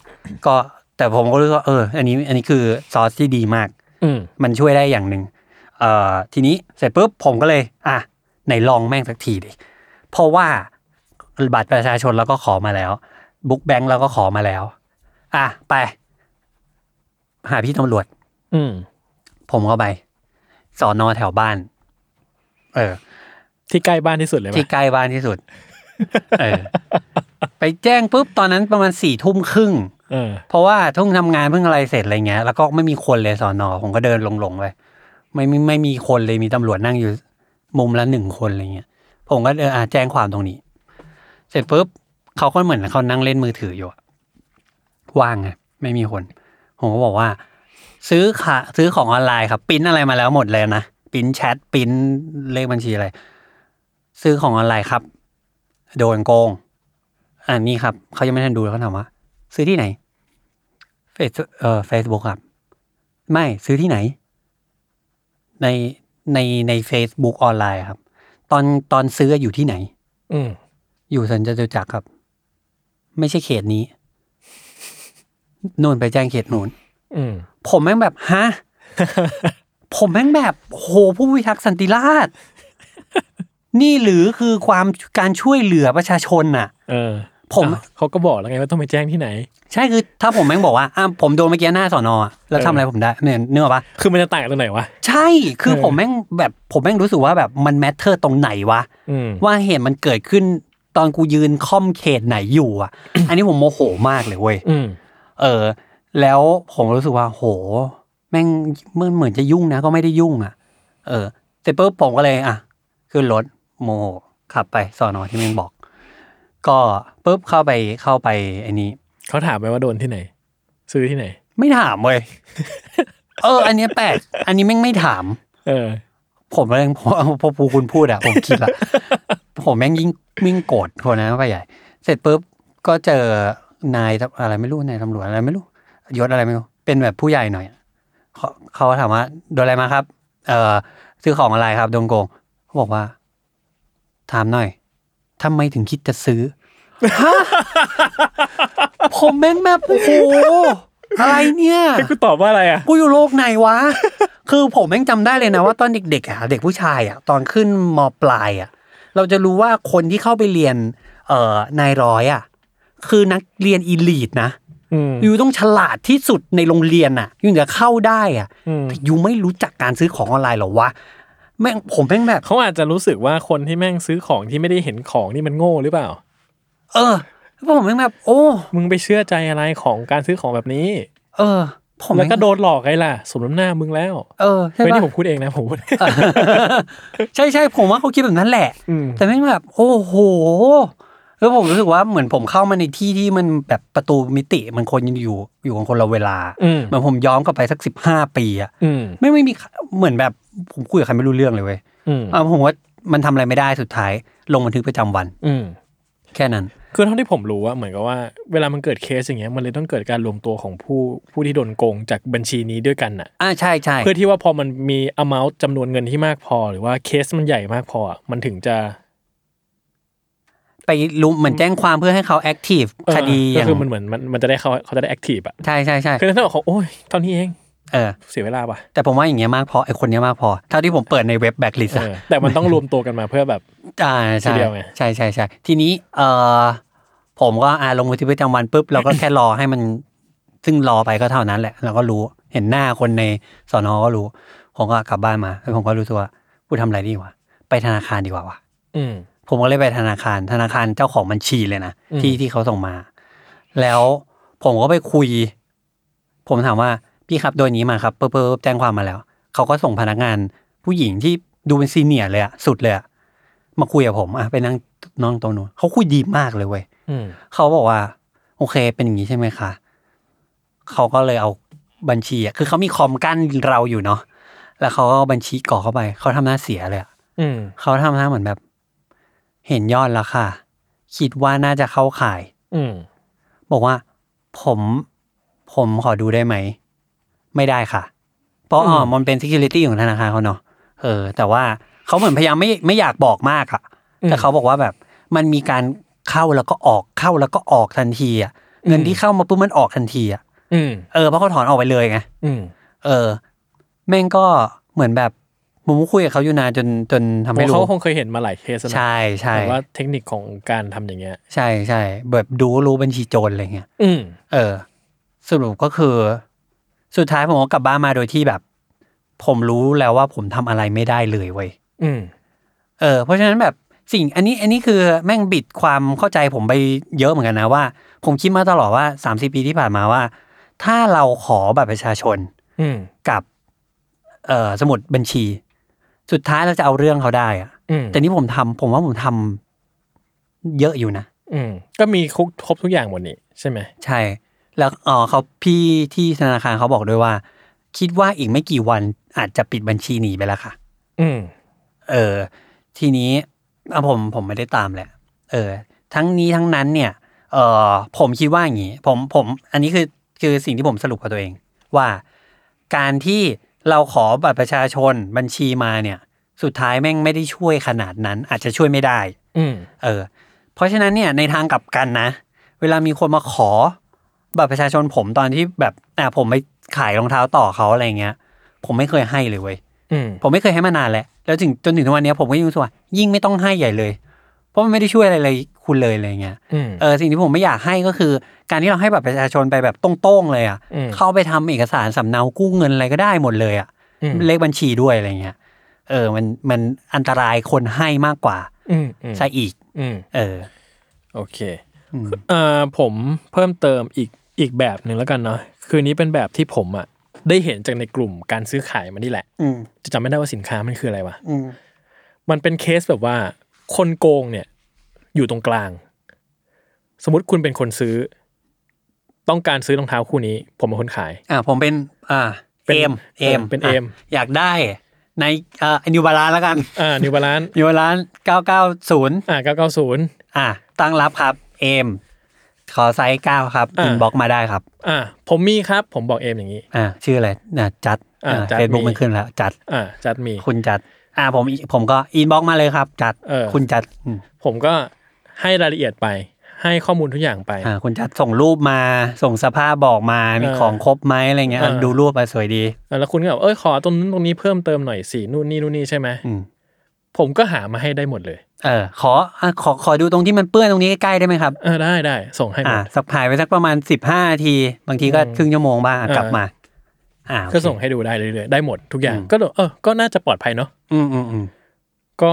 ก็แต่ผมก็รู้สึกว่าเออ อันนี้อันนี้คือซอสที่ดีมาก
อืม
มันช่วยได้อย่างหนึ่งเอ่อทีนี้เสร็จปุ๊บผมก็เลย อ่ะไหนลองแม่งสักทีดิ เพราะว่าบัตรประชาชนเราก็ขอมาแล้ว บุ๊กแบงค์เราก็ขอมาแล้ว อ่ะไป หาพี่ตำรวจ
อืม
ผมก็ไป สอนอแถวบ้าน เออ
ที่ใกล้บ้านที่สุดเลยไหม
ที่ใกล้บ้านที่สุด เออ ไปแจ้งปุ๊บตอนนั้นประมาณสี่ทุ่มครึ่ง
เออ
เพราะว่าเพิ่งทำงานเพิ่งอะไรเสร็จอะไรเงี้ย แล้วก็ไม่มีคนเลยสอนอผมก็เดินลงๆไปไม่ไม่ไม่มีคนเลยมีตำรวจนั่งอยู่มุมละหนึ่งคนอะไรเงี้ย ผมก็เอออ่ะแจ้งความตรงนี้ เสร็จปุ๊บเขาก็เหมือนเขานั่งเล่นมือถืออยู่อะว่างไงไม่มีคน ผมก็บอกว่า ซื้อค่ะซื้อของออนไลน์ครับปริ้นอะไรมาแล้วหมดเลยนะปริ้นแชทปริ้นเลขบัญชีอะไร ซื้อของออนไลน์ครับ โดนโกงอันนี้ครับเขายังไม่ทันดูแล้วเขาถามว่า ซื้อที่ไหน เฟซเอ่อเฟซบุ๊กครับ ไม่ซื้อที่ไหน ในในใน Facebook ออนไลน์ครับ ตอนตอนซื้ออยู่ที่ไหน
อืม
อยู่สันจตุจักรครับ ไม่ใช่เขตนี้นู่นไปแจ้งเขตนู้น
อืม
ผมแม่งแบบฮะ ผมแม่งแบบโหผู้พิทักษ์สันติราษฎร์นี่หรือคือความการช่วยเหลือประชาชนน่ะ
เออ
ผม
อ่ะเขาก็บอกแล้วไงว่าต้องไปแจ้งที่ไหน
ใช่คือถ้าผมแม่งบอกว่าอ่ะผมโดนเมื่อกี้หน้าสอนอะแล้วทำอะไรผมได้เนี่ยนึกออกปะ
คือมันจะต่างกันตรงไหนวะ
ใช่ คือ
เออ
ผมแม่งแบบผมแม่งรู้สึกว่าแบบมันแมทเทอร์ตรงไหนวะ
อืม
ว่าเหตุมันเกิดขึ้นตอนกูยืนค่อมเขตไหนอยู่อ่ะ อันนี้ผมโมโหมากเลยเว้ย
อืม
เออ แล้วผมรู้สึกว่าโห แม่งมันเหมือนจะยุ่งนะก็ไม่ได้ยุ่งอ่ะ เออเสร็จปุ๊บผมก็เลยอ่ะขึ้นรถโมโหขับไปสอนอที่แม่งบอก ก็ปุ๊บเข้าไปเข้าไปไอ้นี้
เขาถามไปว่าโดนที่ไหน ซื้อที่ไหน
ไม่ถามเว้ย เออ อันเนี้ยแปลก อันนี้แม่งไม่ถาม
เออ
ผมเองพ อพอพูคุณพูดอะผมคิดละ ผมแม่งยิ่งยิ่งโกรธคนนั้นเข้าไปใหญ่ เสร็จปุ๊บก็เจอนายตำอะไรไม่รู้นายตำรวจอะไรไม่รู้ยศอะไรไม่รู้ เป็นแบบผู้ใหญ่หน่อยเขาเขาถามว่าโดนอะไรมาครับ เอ่อซื้อของอะไรครับโดนโกงเขาบอกว่า ถามหน่อยทำไมถึงคิดจะซื้อ ผมแม่งแบบโอ้โหอะไรเนี่ย
ให้กูตอบว่าอะไรอ่ะ
กูอยู่โลกไหนวะ คือผมแม่งจำได้เลยนะว่าตอนเด็กๆอ่ะเด็กผู้ชายอ่ะตอนขึ้นมปลายอ่ะ เราจะรู้ว่าคนที่เข้าไปเรียน เอ่อนายร้อยอ่ะ คือนักเรียนอีลีทนะ
อืม
ยูต้องฉลาดที่สุดในโรงเรียนน่ะยูถึงจะเข้าได้อ่ะ
อืม
แต่ยูไม่รู้จักการซื้อของออนไลน์เหรอวะแม่งผมแม่งแบบ
เขาอาจจะรู้สึกว่าคนที่แม่งซื้อของที่ไม่ได้เห็นของนี่มันโง่หรือเปล่า
เออผมแม่งแบบ โอ้
มึงไปเชื่อใจอะไรของการซื้อของแบบนี้
เออ ผม
แล้ว
ม่ง
ก็โดนหลอกไงล่ะ สมน้ำหน้ามึงแล้ว
เออใช่
เป็น
ปะ
ที่ผมพูดเองนะผมพูด
ใช่ใช่ ผมว่าเขาคิดแบบนั้นแหละ
อืม
แต่แม่งแบบ โอ้โหแล้วผมรู้สึกว่าเหมือนผมเข้ามาในที่ที่มันแบบประตูมิติมันคนอยู่อยู่กันคนละเวลา
อืม
เหมือนผมย้อนกลับไปสักสิบห้าปีอะ
อืม
ไม่งไม่มีเหมือนแบบผมคุยกับใครไม่รู้เรื่องเลยเว้ย
อืม
อ่าผมว่ามันทำอะไรไม่ได้สุดท้าย ลงบันทึกประจำวัน
อืม
แค่นั้น
คือเท่าที่ผมรู้ว่าเหมือนกับว่าเวลามันเกิดเคสอย่างเงี้ยมันเลยต้องเกิดการรวมตัวของผู้ผู้ที่โดนโกงจากบัญชีนี้ด้วยกันน่ะ
อ่าใช่ใช่
เพื่อที่ว่าพอมันมี amount จำนวนเงินที่มากพอ หรือว่าเคสมันใหญ่มากพออะมันถึงจะ
ไปรุมเหมือนแจ้งความเพื่อให้เขาแอคทีฟ
เอ่อ
คดีอ
ก็
ย่าง
คือมันเหมือนมันมันจะได้เขาเขาจะได้ active อ่ะ
ใช่ใช่ใช่
คือถ้าบอกเขาโอ้ยเท่านี้เอง
เออ
เสียเวลาป่ะ
แต่ผมว่าอย่างเงี้ยมากพอไอคนเนี้ยมากพอ เท่าที่ผมเปิดในเว็บแบ็กลิส
เออแต่มันต้องรวมตัวกันมาเพื่อแบบ
อ่าใช่
ทีเดียวไง
ใช่ใช่ใช่ทีนี้เออผมก็อ่าลงบันทึกประจำวันปุ๊บเราก็แค่รอให้มันซึ่งรอไปก็เท่านั้นแหละเราก็รู้เห็นหน้าคนในสอนอก็รู้ ผมก็กลับบ้านมาแล้วผมก็รู้ตัวว่ากูทำอะไรดีวะไปธนาคารดีกว่าวะ
อืม
ผมก็เลยไปธนาคาร ธนาคารเจ้าของบัญชีเลยนะ
อืม
ที่ที่เขาส่งมา แล้วผมก็ไปคุย ผมถามว่าพี่ครับโดยนี้มาครับเพิ่มแจ้งความมาแล้ว เขาก็ส่งพนักงานผู้หญิงที่ดูเป็นซีเนียร์เลยอะสุดเลยอะมาคุยกับผมอะไปนั่งนอนตรงนู้นเขาคุยดีมากเลยเว้ย
อืม
เขาบอกว่า โอเคเป็นอย่างนี้ใช่ไหมคะเขาก็เลยเอาบัญชีอะคือเขามีคอมกั้นเราอยู่เนาะแล้วเขาก็เอาบัญชีกรอกเข้าไป เขาทำหน้าเสียเลยอะ
อืม
เขาทำหน้าเหมือนแบบ เห็นยอดแล้วค่ะ คิดว่าน่าจะเข้าข่าย
อืม
บอกว่า ผมผมขอดูได้ไหม ไม่ได้ค่ะ เพราะอ๋อมันเป็น security ของธนาคารเขาเนาะเออ แต่ว่าเขาเหมือนพยายามไม่ไม่อยากบอกมากอะแต่เขาบอกว่าแบบ มันมีการเข้าแล้วก็ออกเข้าแล้วก็ออกทันทีอะเงินที่เข้ามาปุ๊บมันออกทันทีอะ
อืม
เออเพราะเขาถอนออกไปเลยไง
อืม
เออ แม่งก็เหมือนแบบผมก็คุยกับเขาอยู่นานจนจนทำ
ผ
ให้
ม
รู้
เขาคงเคยเห็นมาหลายเคสนะ
ใช่ใช่
แต่ว่าเทคนิคของการทำอย่างเงี้ย
ใช่ใช่แบบดูรู้บัญชีโจรอะไรเงี้ย
อืม
เออ สรุปก็คือ สุดท้ายผมก็กลับบ้านมาโดยที่แบบ ผมรู้แล้วว่าผมทำอะไรไม่ได้เลยเว้ย
อืม
เออเพราะฉะนั้นแบบสิ่งอันนี้อันนี้คือแม่งบิดความเข้าใจผมไปเยอะเหมือนกันนะว่า ผมคิดมาตลอดว่า3ามสปีที่ผ่านมาว่า ถ้าเราขอบัตรประชาชน
อืม
กับ เอ่อสมุดบัญชี สุดท้ายเราจะเอาเรื่องเขาได้อะ
อืม
แต่นี่ผมทำผมว่าผมทำเยอะอยู่นะ
อืมก็มีครบครบทุกอย่างหมดนี่ใช่ไหม
ใช่ แล้วเอ๋อเขาพี่ที่ธนาคารเขาบอกด้วยว่า คิดว่าอีกไม่กี่วันอาจจะปิดบัญชีหนีไปแล้วค่ะ
อืม
เออ ทีนี้อ่ะผมผมไม่ได้ตามแหละ เออ ทั้งนี้ทั้งนั้นเนี่ย เออผมคิดว่าอย่างนี้ผมผม อันนี้คือคือสิ่งที่ผมสรุปกับตัวเอง ว่าการที่เราขอบัตรประชาชนบัญชีมาเนี่ย สุดท้ายแม่งไม่ได้ช่วยขนาดนั้น อาจจะช่วยไม่ได้
อืม
เออ เพราะฉะนั้นเนี่ยในทางกลับกันนะ เวลามีคนมาขอบัตรประชาชนผมตอนที่แบบอ่ะผมไปขายรองเท้าต่อเขาอะไรเงี้ย ผมไม่เคยให้เลยเว้ย
อืม
ผมไม่เคยให้มานานแล้วแล้วถึงจนถึงทุกวันเนี้ยผมก็ยังรู้สึกว่ายิ่งไม่ต้องให้ใหญ่เลย เพราะมันไม่ได้ช่วยอะไรเลยคุณเลยอะไรเงี้ย
อืม
เออสิ่งที่ผมไม่อยากให้ก็คือ การที่เราให้บัตรประชาชนไปแบบตรงๆเลยอ่ะ
อืม
เข้าไปทำเอกสารสำเนากู้เงินอะไรก็ได้หมดเลยอ่ะ
อืม
เลขบัญชีด้วยอะไรเงี้ยเออมันมันอันตรายคนให้มากกว่า
อืมอืม
ซะอีก
อืม
เออ
โอเค
อืม
เอ่อผมเพิ่มเติมอีกอีกแบบหนึ่งแล้วกันเนาะคืนนี้เป็นแบบที่ผมอ่ะได้เห็นจากในกลุ่มการซื้อขายมันนี่แหละ
อืม
จะจำไม่ได้ว่าสินค้ามันคืออะไรวะ
อืม
มันเป็นเคสแบบว่า คนโกงเนี่ย อยู่ตรงกลาง สมมติคุณเป็นคนซื้อ ต้องการซื้อรองเท้าคู่นี้ ผมเป็นคนขาย
อ่าผมเป็น อ่า
เป็น
เอ็มเอ็ม
เป็นเอม
อยากได้ในอ่านิวบาลานแล้วกัน
อ่านิวบาลาน
นิวบาลานเก้าเก้าศูนย์
อ่า990
อ่าตั้งรับครับ เอ็มขอไซส์เก้าครับ
อ่า
อินบ็อกมาได้ครับ
อ่าผมมีครับ ผมบอกเอมอย่างนี้
อ่า ชื่ออะไรน่ะจัด
อ่าจัด
เฟซบุ๊ก
มี
มันขึ้นแล้ว จัด
อ่าจัดมี
คุณจัด อ่าผมผมก็อินบ็อกมาเลยครับ จัด
เออ
คุณจัดอืม
ผมก็ให้รายละเอียดไป ให้ข้อมูลทุกอย่างไป
อ่าคุณจัดส่งรูปมาส่งสภาพบอกมามี
เออ
ของครบไหมอะไรเงี้ย
เออ
ดูรูปอะสวยดี
แล้วคุณก็แบบเอ้ยขอตรงนั้นตรงนี้เพิ่มเติมหน่อยสินู่นนี่นู่นนี่ใช่ไหม
อืม
ผมก็หามาให้ได้หมดเลย
เออขออ่ะขอขอดูตรงที่มันเปื้อนตรงนี้ใกล้ๆได้ไหมครับ
เออได้ได้ส่งให้หม
อ่า
ด
สักผ่ายไปสักประมาณสิบห้านาที บางทีก็
อืม
ครึ่งชั่วโมงบ้างอ่ะ
เออ
กลับมา อ่าโอเค
ก็ส่งให้ดูได้เรื่อยๆได้หมดทุกอย่าง
อืม
ก็เลยเออก็น่าจะปลอดภัยเนาะ
อืมอืมอืม
ก็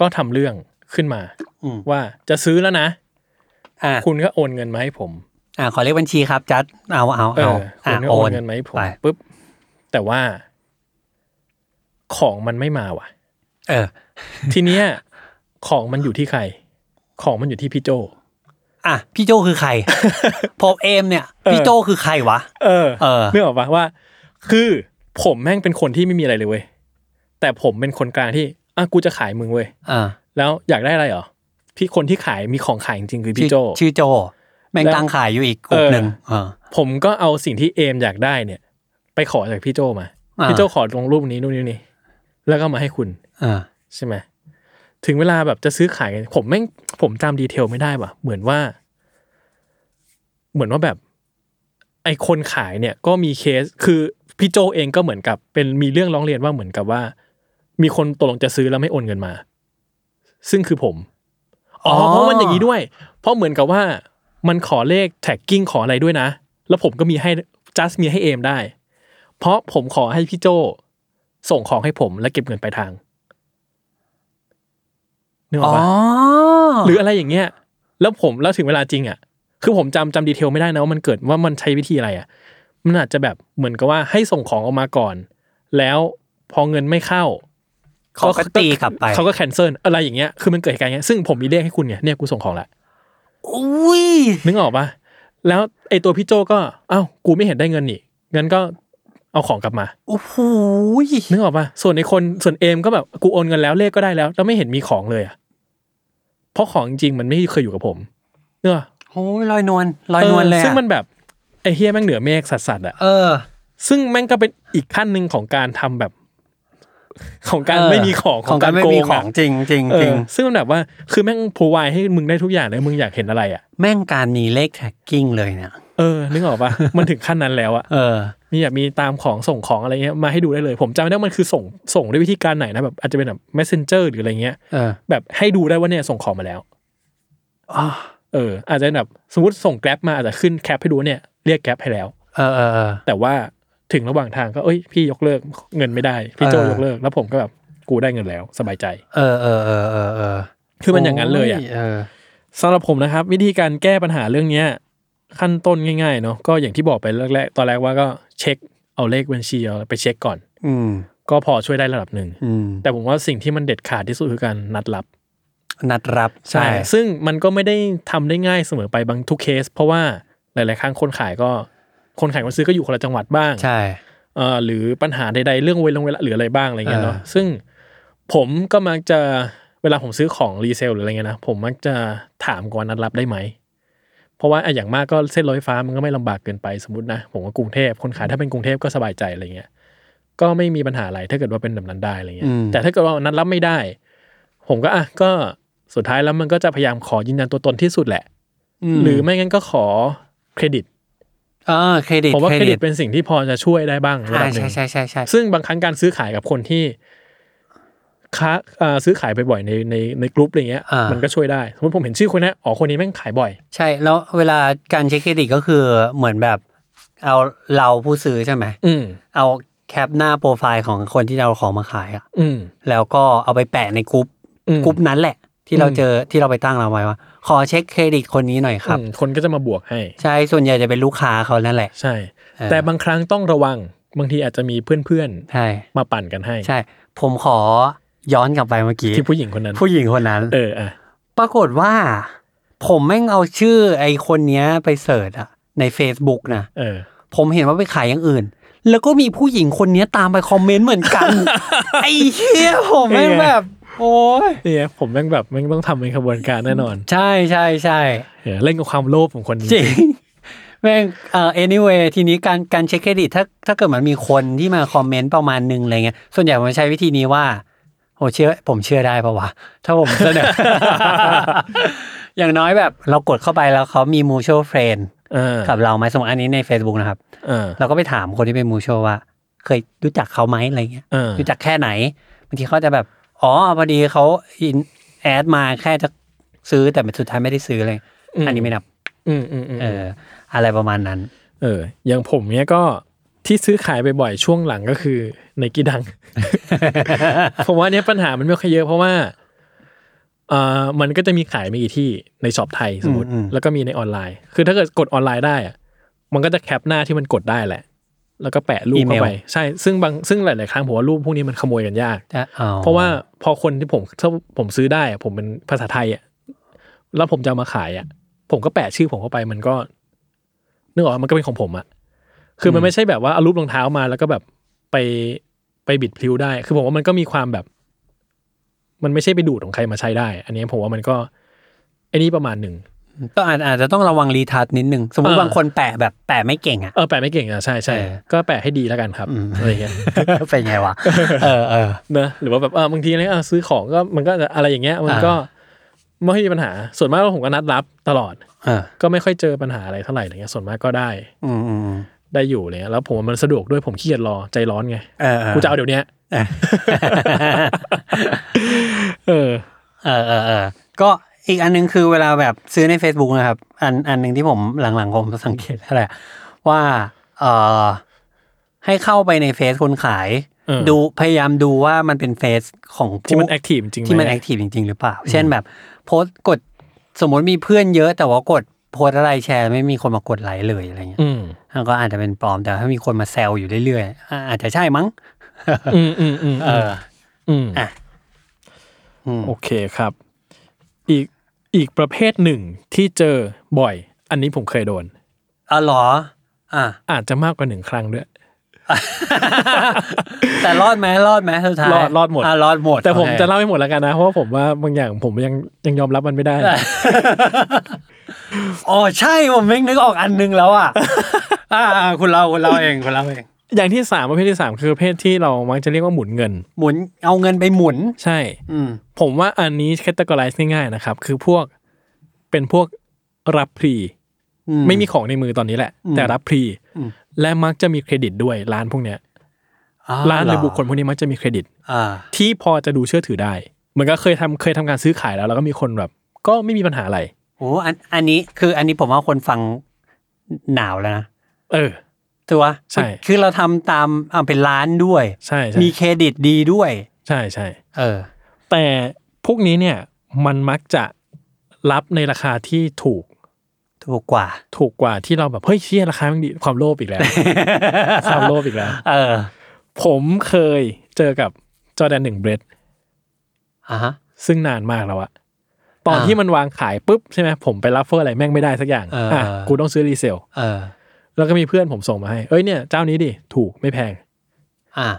ก็ทำเรื่องขึ้นมา
อืม
ว่าจะซื้อแล้วนะ
อ่า
คุณก็โอนเงินมาให้ผม
อ่าขอเลขบัญชีครับจัดเอาเอา
เอ
เอา
อคุ
อ่า
ณก็
โอ
โอน
น
เงินมาให้ผม
ไป
ปุ๊บแต่ว่า ของมันไม่มาว่ะ
เออ
ทีเนี้ยของมันอยู่ที่ใคร ของมันอยู่ที่พี่โจ
อ่ะพี่โจ คือใคร ผมเอมเนี่ย
เออ
พี่โจคือใครวะ
เออ
เออ
นึกออกปะว่า คือผมแม่งเป็นคนที่ไม่มีอะไรเลยเว้ยแต่ผมเป็นคนกลางที่อ่ะกูจะขายมึงเว้ย
อ่า
แล้วอยากได้อะไรเหรอพี่คนที่ขายมีของขายจริงๆคือ
ชื่อ
พี่โจ
ชื่อโจ แม่ง
แล้ว
ตั้งขายอยู่อีกกลุ่ม
เออ
หนึ่งเออ
ผมก็เอาสิ่งที่เอมอยากได้เนี่ย ไปขอจากพี่โจมา
อ่า
พี่โจขอลงรูปนี้นู่นนี่นี่แล้วก็มาให้คุณ
เออ
ใช่ไหมถึงเวลาแบบจะซื้อขายกันผมแม่งผมจำดีเทลไม่ได้ว่ะ เหมือนว่า เหมือนว่าแบบ ไอคนขายเนี่ย ก็มีเคสคือพี่โจเองก็เหมือนกับ เป็นมีเรื่องร้องเรียนว่าเหมือนกับว่า มีคนตกลงจะซื้อแล้วไม่โอนเงินมา ซึ่งคือผมอ๋อ
อ๋อ
เพราะมันอย่างนี้ด้วย เพราะเหมือนกับว่า มันขอเลขแท็กกิ้งขออะไรด้วยนะ แล้วผมก็มีให้จัสมีให้เอมได้ เพราะผมขอให้พี่โจส่งของให้ผมและเก็บเงินปลายทางนึกอ
อ๋
อ
อก
ปะหรืออะไรอย่างเงี้ย แล้วผมแล้วถึงเวลาจริงอ่ะ คือผมจำจำดีเทลไม่ได้นะว่ามันเกิดว่ามันใช้วิธีอะไรอ่ะ มันอาจจะแบบเหมือนกับว่าให้ส่งของออกมาก่อน แล้วพอเงินไม่เข้า
เขาก็ตีกลับไป
เขาก็แคนเซิลอะไรอย่างเงี้ยคือมันเกิดเหตุการณ์อย่างเงี้ยซึ่งผมมีเลขให้คุณเนี่ยเนี่ยกูส่งของละ
อุ้ย
นึกออกปะแล้วไอตัวพี่โจก็อ้าวกูไม่เห็นได้เงินนี่งั้นก็เอาของกลับมา
โอ้โห
นึกออกปะส่วนในคนส่วนเอมก็แบบกูโอนเงินแล้วเลขก็ได้แล้วแล้วไม่เห็นมีของเลยอะเพราะของจริงๆมันไม่เคยอยู่กับผมเนอะ
โอ้ยลอยนวลลอยนวลเลย
ออ
อะ
ซึ่งมันแบบไอเฮียแม่งเหนือเมฆสัสๆอะ
เออ
ซึ่งแม่งก็เป็นอีกขั้นหนึ่งของการทำแบบ ของการ
เออ
ไม่มีของ
ของการไม่
โ
มีของ
ะ
จริงจริง
เอ
จริง
อซึ่งมันแบบว่าคือแม่งพรวายให้มึงได้ทุกอย่างเลยมึงอยากเห็นอะไรอะ
แม่งการมีเลขแท็กกิ้งเลยเนี่ย
เออนึกออกปะมันถึงขั้นนั้นแล้วอะ
เออ
มีแบบมีตามของส่งของอะไรเงี้ยมาให้ดูได้เลย ผมจำไม่ได้ว่ามันคือส่งส่งด้วยวิธีการไหนนะแบบอาจจะเป็นแบบ messenger หรืออะไรเงี้ย
เออ
แบบให้ดูได้ว่าเนี่ยส่งของมาแล้ว
อ๋อ
เออ อาจจะแบบสมมติส่งแกร็บมาอาจจะขึ้นแคปให้ดูว่าเนี่ยเรียกแกร็บให้แล้ว
เออเออเออ
แต่ว่าถึงระหว่างทางก็เอ้ยพี่ยกเลิกเงินไม่ได้ พี่โจ
เออ
ยกเลิกแล้วผมก็แบบกูได้เงินแล้วสบายใจ
เออเออเออเออเออ
คือมันอย่างนั้นเลยอ่ะ
เออ
สำหรับผมนะครับ วิธีการแก้ปัญหาเรื่องเนี้ยขั้นต้นง่ายๆเนาะก็อย่างที่บอกไปแรกๆตอนแรกว่าก็เช็คเอาเลขบัญชีเอาไปเช็คก่อน
อืม
ก็พอช่วยได้ระดับหนึ่ง
อืม
แต่ผมว่าสิ่งที่มันเด็ดขาดที่สุดคือการนัดรับ
นัดรับ
ซึ่งมันก็ไม่ได้ทำได้ง่ายเสมอไปบางทุกเคส เพราะว่าหลาย ๆ ครั้งคนขายก็ คนขายคนซื้อก็อยู่คนละจังหวัดบ้าง
ใช่
เอ่อหรือปัญหาใด ๆ เรื่องเวลาเวลาหรืออะไรบ้างอะไรเงี้ย
เออ
เนาะซึ่งผมก็มักจะเวลาผมซื้อของรีเซลหรืออะไรเงี้ยนะผมมักจะถามก่อนนัดรับได้ไหม เพราะว่าอะอย่างมากก็เส้นรถไฟฟ้ามันก็ไม่ลำบากเกินไปสมมตินะผมว่ากรุงเทพคนขายถ้าเป็นกรุงเทพก็สบายใจอะไรเงี้ยก็ไม่มีปัญหาอะไรถ้าเกิดว่าเป็นแบบนั้นได้อะไรเงี้ย
อืม
แต่ถ้าเกิดว่านัดรับไม่ได้ ผมก็อ่ะก็สุดท้ายแล้วมันก็จะพยายามขอยืนยันตัวตนที่สุดแหละ หรือไม่งั้นก็ขอเครดิต
เออเครดิต
ผมว่าเครดิตเป็นสิ่งที่พอจะช่วยได้บ้างระดั
อ่า
บหนึ่
ใช่
ง
ใช่ใช่ใช่
ซึ่งบางครั้งการซื้อขายกับคนที่ค้าอ่าซื้อขายบ่อยๆในในในกลุ่มอะไรเงี้ย
ามั
มันก็ช่วยได้สมมติผมเห็นชื่อคนนี้อ๋อคนนี้แม่งขายบ่อย
ใช่ แล้วเวลาการเช็คเครดิตก็คือเหมือนแบบเอาเราผู้ซื้อใช่ไหม
อืม
เอาแคปหน้าโปรไฟล์ของคนที่เราเอาของมาขายอะ
อืม
แล้วก็เอาไปแปะในกรุ๊ป
อืม
กรุ๊ปนั้นแหละ ที่เรา
อืม
เจอที่เราไปตั้งเราไว้ว่า ขอเช็คเครดิตคนนี้หน่อยครับ
อืมคนก็จะมาบวกให้
ใช่ส่วนใหญ่จะเป็นลูกค้าเขานั่นแหละ
ใช่
เออ
แต่บางครั้งต้องระวัง บางทีอาจจะมีเพื่อน
ใช่
ๆ มาปั่นกันให้
ใช่ ผมขอย้อนกลับไปเมื่อกี้
ที่ผู้หญิงคนนั้น
ผู้หญิงคนนั้น
เอออ่ะ
ปรากฏว่า ผมแม่งเอาชื่อไอ้คนเนี้ยไปเสิร์ชอะใน Facebook นะ
เออ
ผมเห็นว่าไปขายอย่างอื่น แล้วก็มีผู้หญิงคนเนี้ยตามไปคอมเมนต์เหมือนกัน ไอ้เหี้ยผมแม่ง
ไง
แบบ โอ้ย
เนี่ยผมแม่งแบบแม่งต้องทำเป็นขบวนการแน่นอน
ใช่ใช่ใช่
เออเล่นกับความโลภของคนนี้
จริง แม่งเอ่อ anyway ทีนี้การการเช็คเครดิตถ้าถ้าเกิดมันมีคนที่มาคอมเมนต์ประมาณหนึงอะไรเงี้ย ส่วนใหญ่ผมใช้วิธี นี้ว่าโหเชื่อผมเชื่อได้ปะวะ ถ้าผมเสนอ อย่างน้อยแบบเรากดเข้าไปแล้วเขามี mutual friend
เออ
กับเราไหมสมมติอันนี้ใน Facebook นะครับ
เออ
เราก็ไปถามคนที่เป็นมูโชว่า เคยรู้จักเขาไหมอะไรเงี้ย
เออ
รู้จักแค่ไหนบางทีเขาจะแบบ อ๋อพอดีเขาอินแอดมาแค่จะซื้อแต่สุดท้ายไม่ได้ซื้อเลย อันนี้ไม่นับ
อืมอืมอืม
เออ อะไรประมาณนั้น
เออ อย่างผมเนี้ยก็ที่ซื้อขายบ่อยๆช่วงหลังก็คือในกีดัง ผมว่าเนี้ยปัญหามันไม่ค่อยเยอะเพราะว่าเอ่อมันก็จะมีขายไม่กี่ที่ในช็อปไทยสมมติ
อืมอืม
แล้วก็มีในออนไลน์ คือถ้าเกิดกดออนไลน์ได้อะมันก็จะแคปหน้าที่มันกดได้แหละ แล้วก็แปะรูปเข้าไปใช่ซึ่งบางซึ่งหลายๆครั้งผมว่ารูปพวกนี้มันขโมยกันยาก
จะอ
เพราะว่าพอคนที่ผมถ้าผมซื้อได้อะผมเป็นภาษาไทยอะแล้วผมจะเอามาขายอะผมก็แปะชื่อผมเข้าไปมันก็นึกออกปะมันก็เป็นของผมอะคือมันไม่ใช่แบบว่าเอารูปรองเท้ามาแล้วก็แบบไปไปบิดพลิ้วได้ คือผมว่ามันก็มีความแบบ มันไม่ใช่ไปดูดของใครมาใช้ได้ อันนี้ผมว่ามันก็ไอ้นี่ประมาณหนึ่ง
ต้องอาจอาจจะต้องระวังรีทัชนิดนึง สมมติ
เออ
บางคนแปะแบบแปะไม่เก่งอ่ะ
เออแปะไม่เก่งอะใช่ใช่
เออ
ก็แปะให้ดีแล้วกันครับ
อืม
อะไรอย่างเงี้ย
เป็นไงวะ เออเออ
นะหรือว่าแบบเออบางทีอะไรเออซื้อของก็มันก็จะอะไรอย่างเงี้ย มันก็ไม่ค่อยมีปัญหาส่วนมากผมก็นัดรับตลอด
เออ
ก็ไม่ค่อยเจอปัญหาอะไรเท่าไหร่อะไรเงี้ยส่วนมากก็ได้
อืมอืม
ได้อยู่อะไรเลยแล้วผมว่ามันสะดวกด้วยผมขี้เกียจรอใจร้อนไง
เออ
กูจะเอาเดี๋ยวเนี้ย
เออ
เออ
เออเออเออก็อีกอันหนึงคือเวลาแบบซื้อใน Facebook นะครับ อันอันหนึงที่ผมหลังๆผมสังเกตอะไรว่าเออให้เข้าไปในเฟซคนขาย
เออ
ดูพยายามดูว่ามันเป็นเฟซของผู้
ที่มันแอคทีฟจริงไห
ที่มันแอคทีฟจริง ๆ หรือเปล่า เช่นแบบโพสต์กดสมมติมีเพื่อนเยอะแต่ว่ากดโพสต์อะไรแชร์ ไม่มีคนมากดไลค์เลยอะไรเงี้ย
อืม
มันก็อาจจะเป็นปลอมแต่ถ้ามีคนมาแซวอยู่เรื่อยๆอ่ะอาจจะใช่มั้ง
อืมอืมอืม
เออ
อืม
อ่ะ อืม
โอเคครับ อีกอีกประเภทหนึ่งที่เจอบ่อย อันนี้ผมเคยโดน
อ๋อเหรอ อ่ะ
อาจจะมากกว่าหนึ่งครั้งด้วย
แต่รอดไหมรอดไหมสุดท้าย
รอดรอดหมด
ะรอดหมด
แต่ผม
โอค
จะเล่าให้หมดแล้วกันนะ เพราะว่าผมว่าบางอย่างผมยังยังยอมรับมันไม่ได้
อ๋อใช่ผมเม่งนึกออกอันนึง แล้วอ่ะอ่าอ่าคุณเล่าคุณเล่าเองคุณเล่าเอง
อย่างที่สามประเภทที่สามคือประเภทที่เรามักจะเรียกว่าหมุนเงิน
หมุนเอาเงินไปหมุน
ใช่
อืม
ผมว่าอันนี้แคตตากรายง่ายๆนะครับ คือพวกเป็นพวกรับพรี
อื
ไม่มีของในมือตอนนี้แหละ
อืม
แต่รับพรี
อืม
และมักจะมีเครดิตด้วยร้านพวกเนี้ย
อ๋อ
ร้านหรือบุคคล
เห
พวกนี้มักจะมีเครดิต
อ่า
ที่พอจะดูเชื่อถือได้เหมือนก็เคยทำเคยทำการซื้อขายแล้ว แล้วก็มีคนแบบ ก็ไม่มีปัญหาอะไร
โอ้อันอันนี้คืออันนี้ผมว่าคนฟังหนาวแล้วนะ
เออ
ถูกปะ
ใช่
คือเราทำตามอ่าเป็นร้านด้วย
ใช่ใช่
มีเครดิตดีด้วย
ใช่ใช่
เออ
แต่พวกนี้เนี่ยมันมักจะรับในราคาที่ถูก
ถูกกว่า
ถูกกว่าที่เราแบบ เฮ้ยเชี่ยราคาแม่งดีความโลภอีกแล้ว ความโลภอีกแล้ว
เออ
ผมเคยเจอกับจอแดนหนึ่งเบรด
อ่ะฮะ
ซึ่งนานมากแล้วอะตอน
อ่า
ที่มันวางขายปุ๊บใช่ไหมผมไปรับเฟอร์อะไรแม่งไม่ได้สักอย่าง
เอออ่
ะกูต้องซื้อรีเซล
เออ
แล้วก็มีเพื่อนผมส่งมาให้ เอ้ยเนี่ยเจ้านี้ดิ ถูกไม่แพง
อ่ะ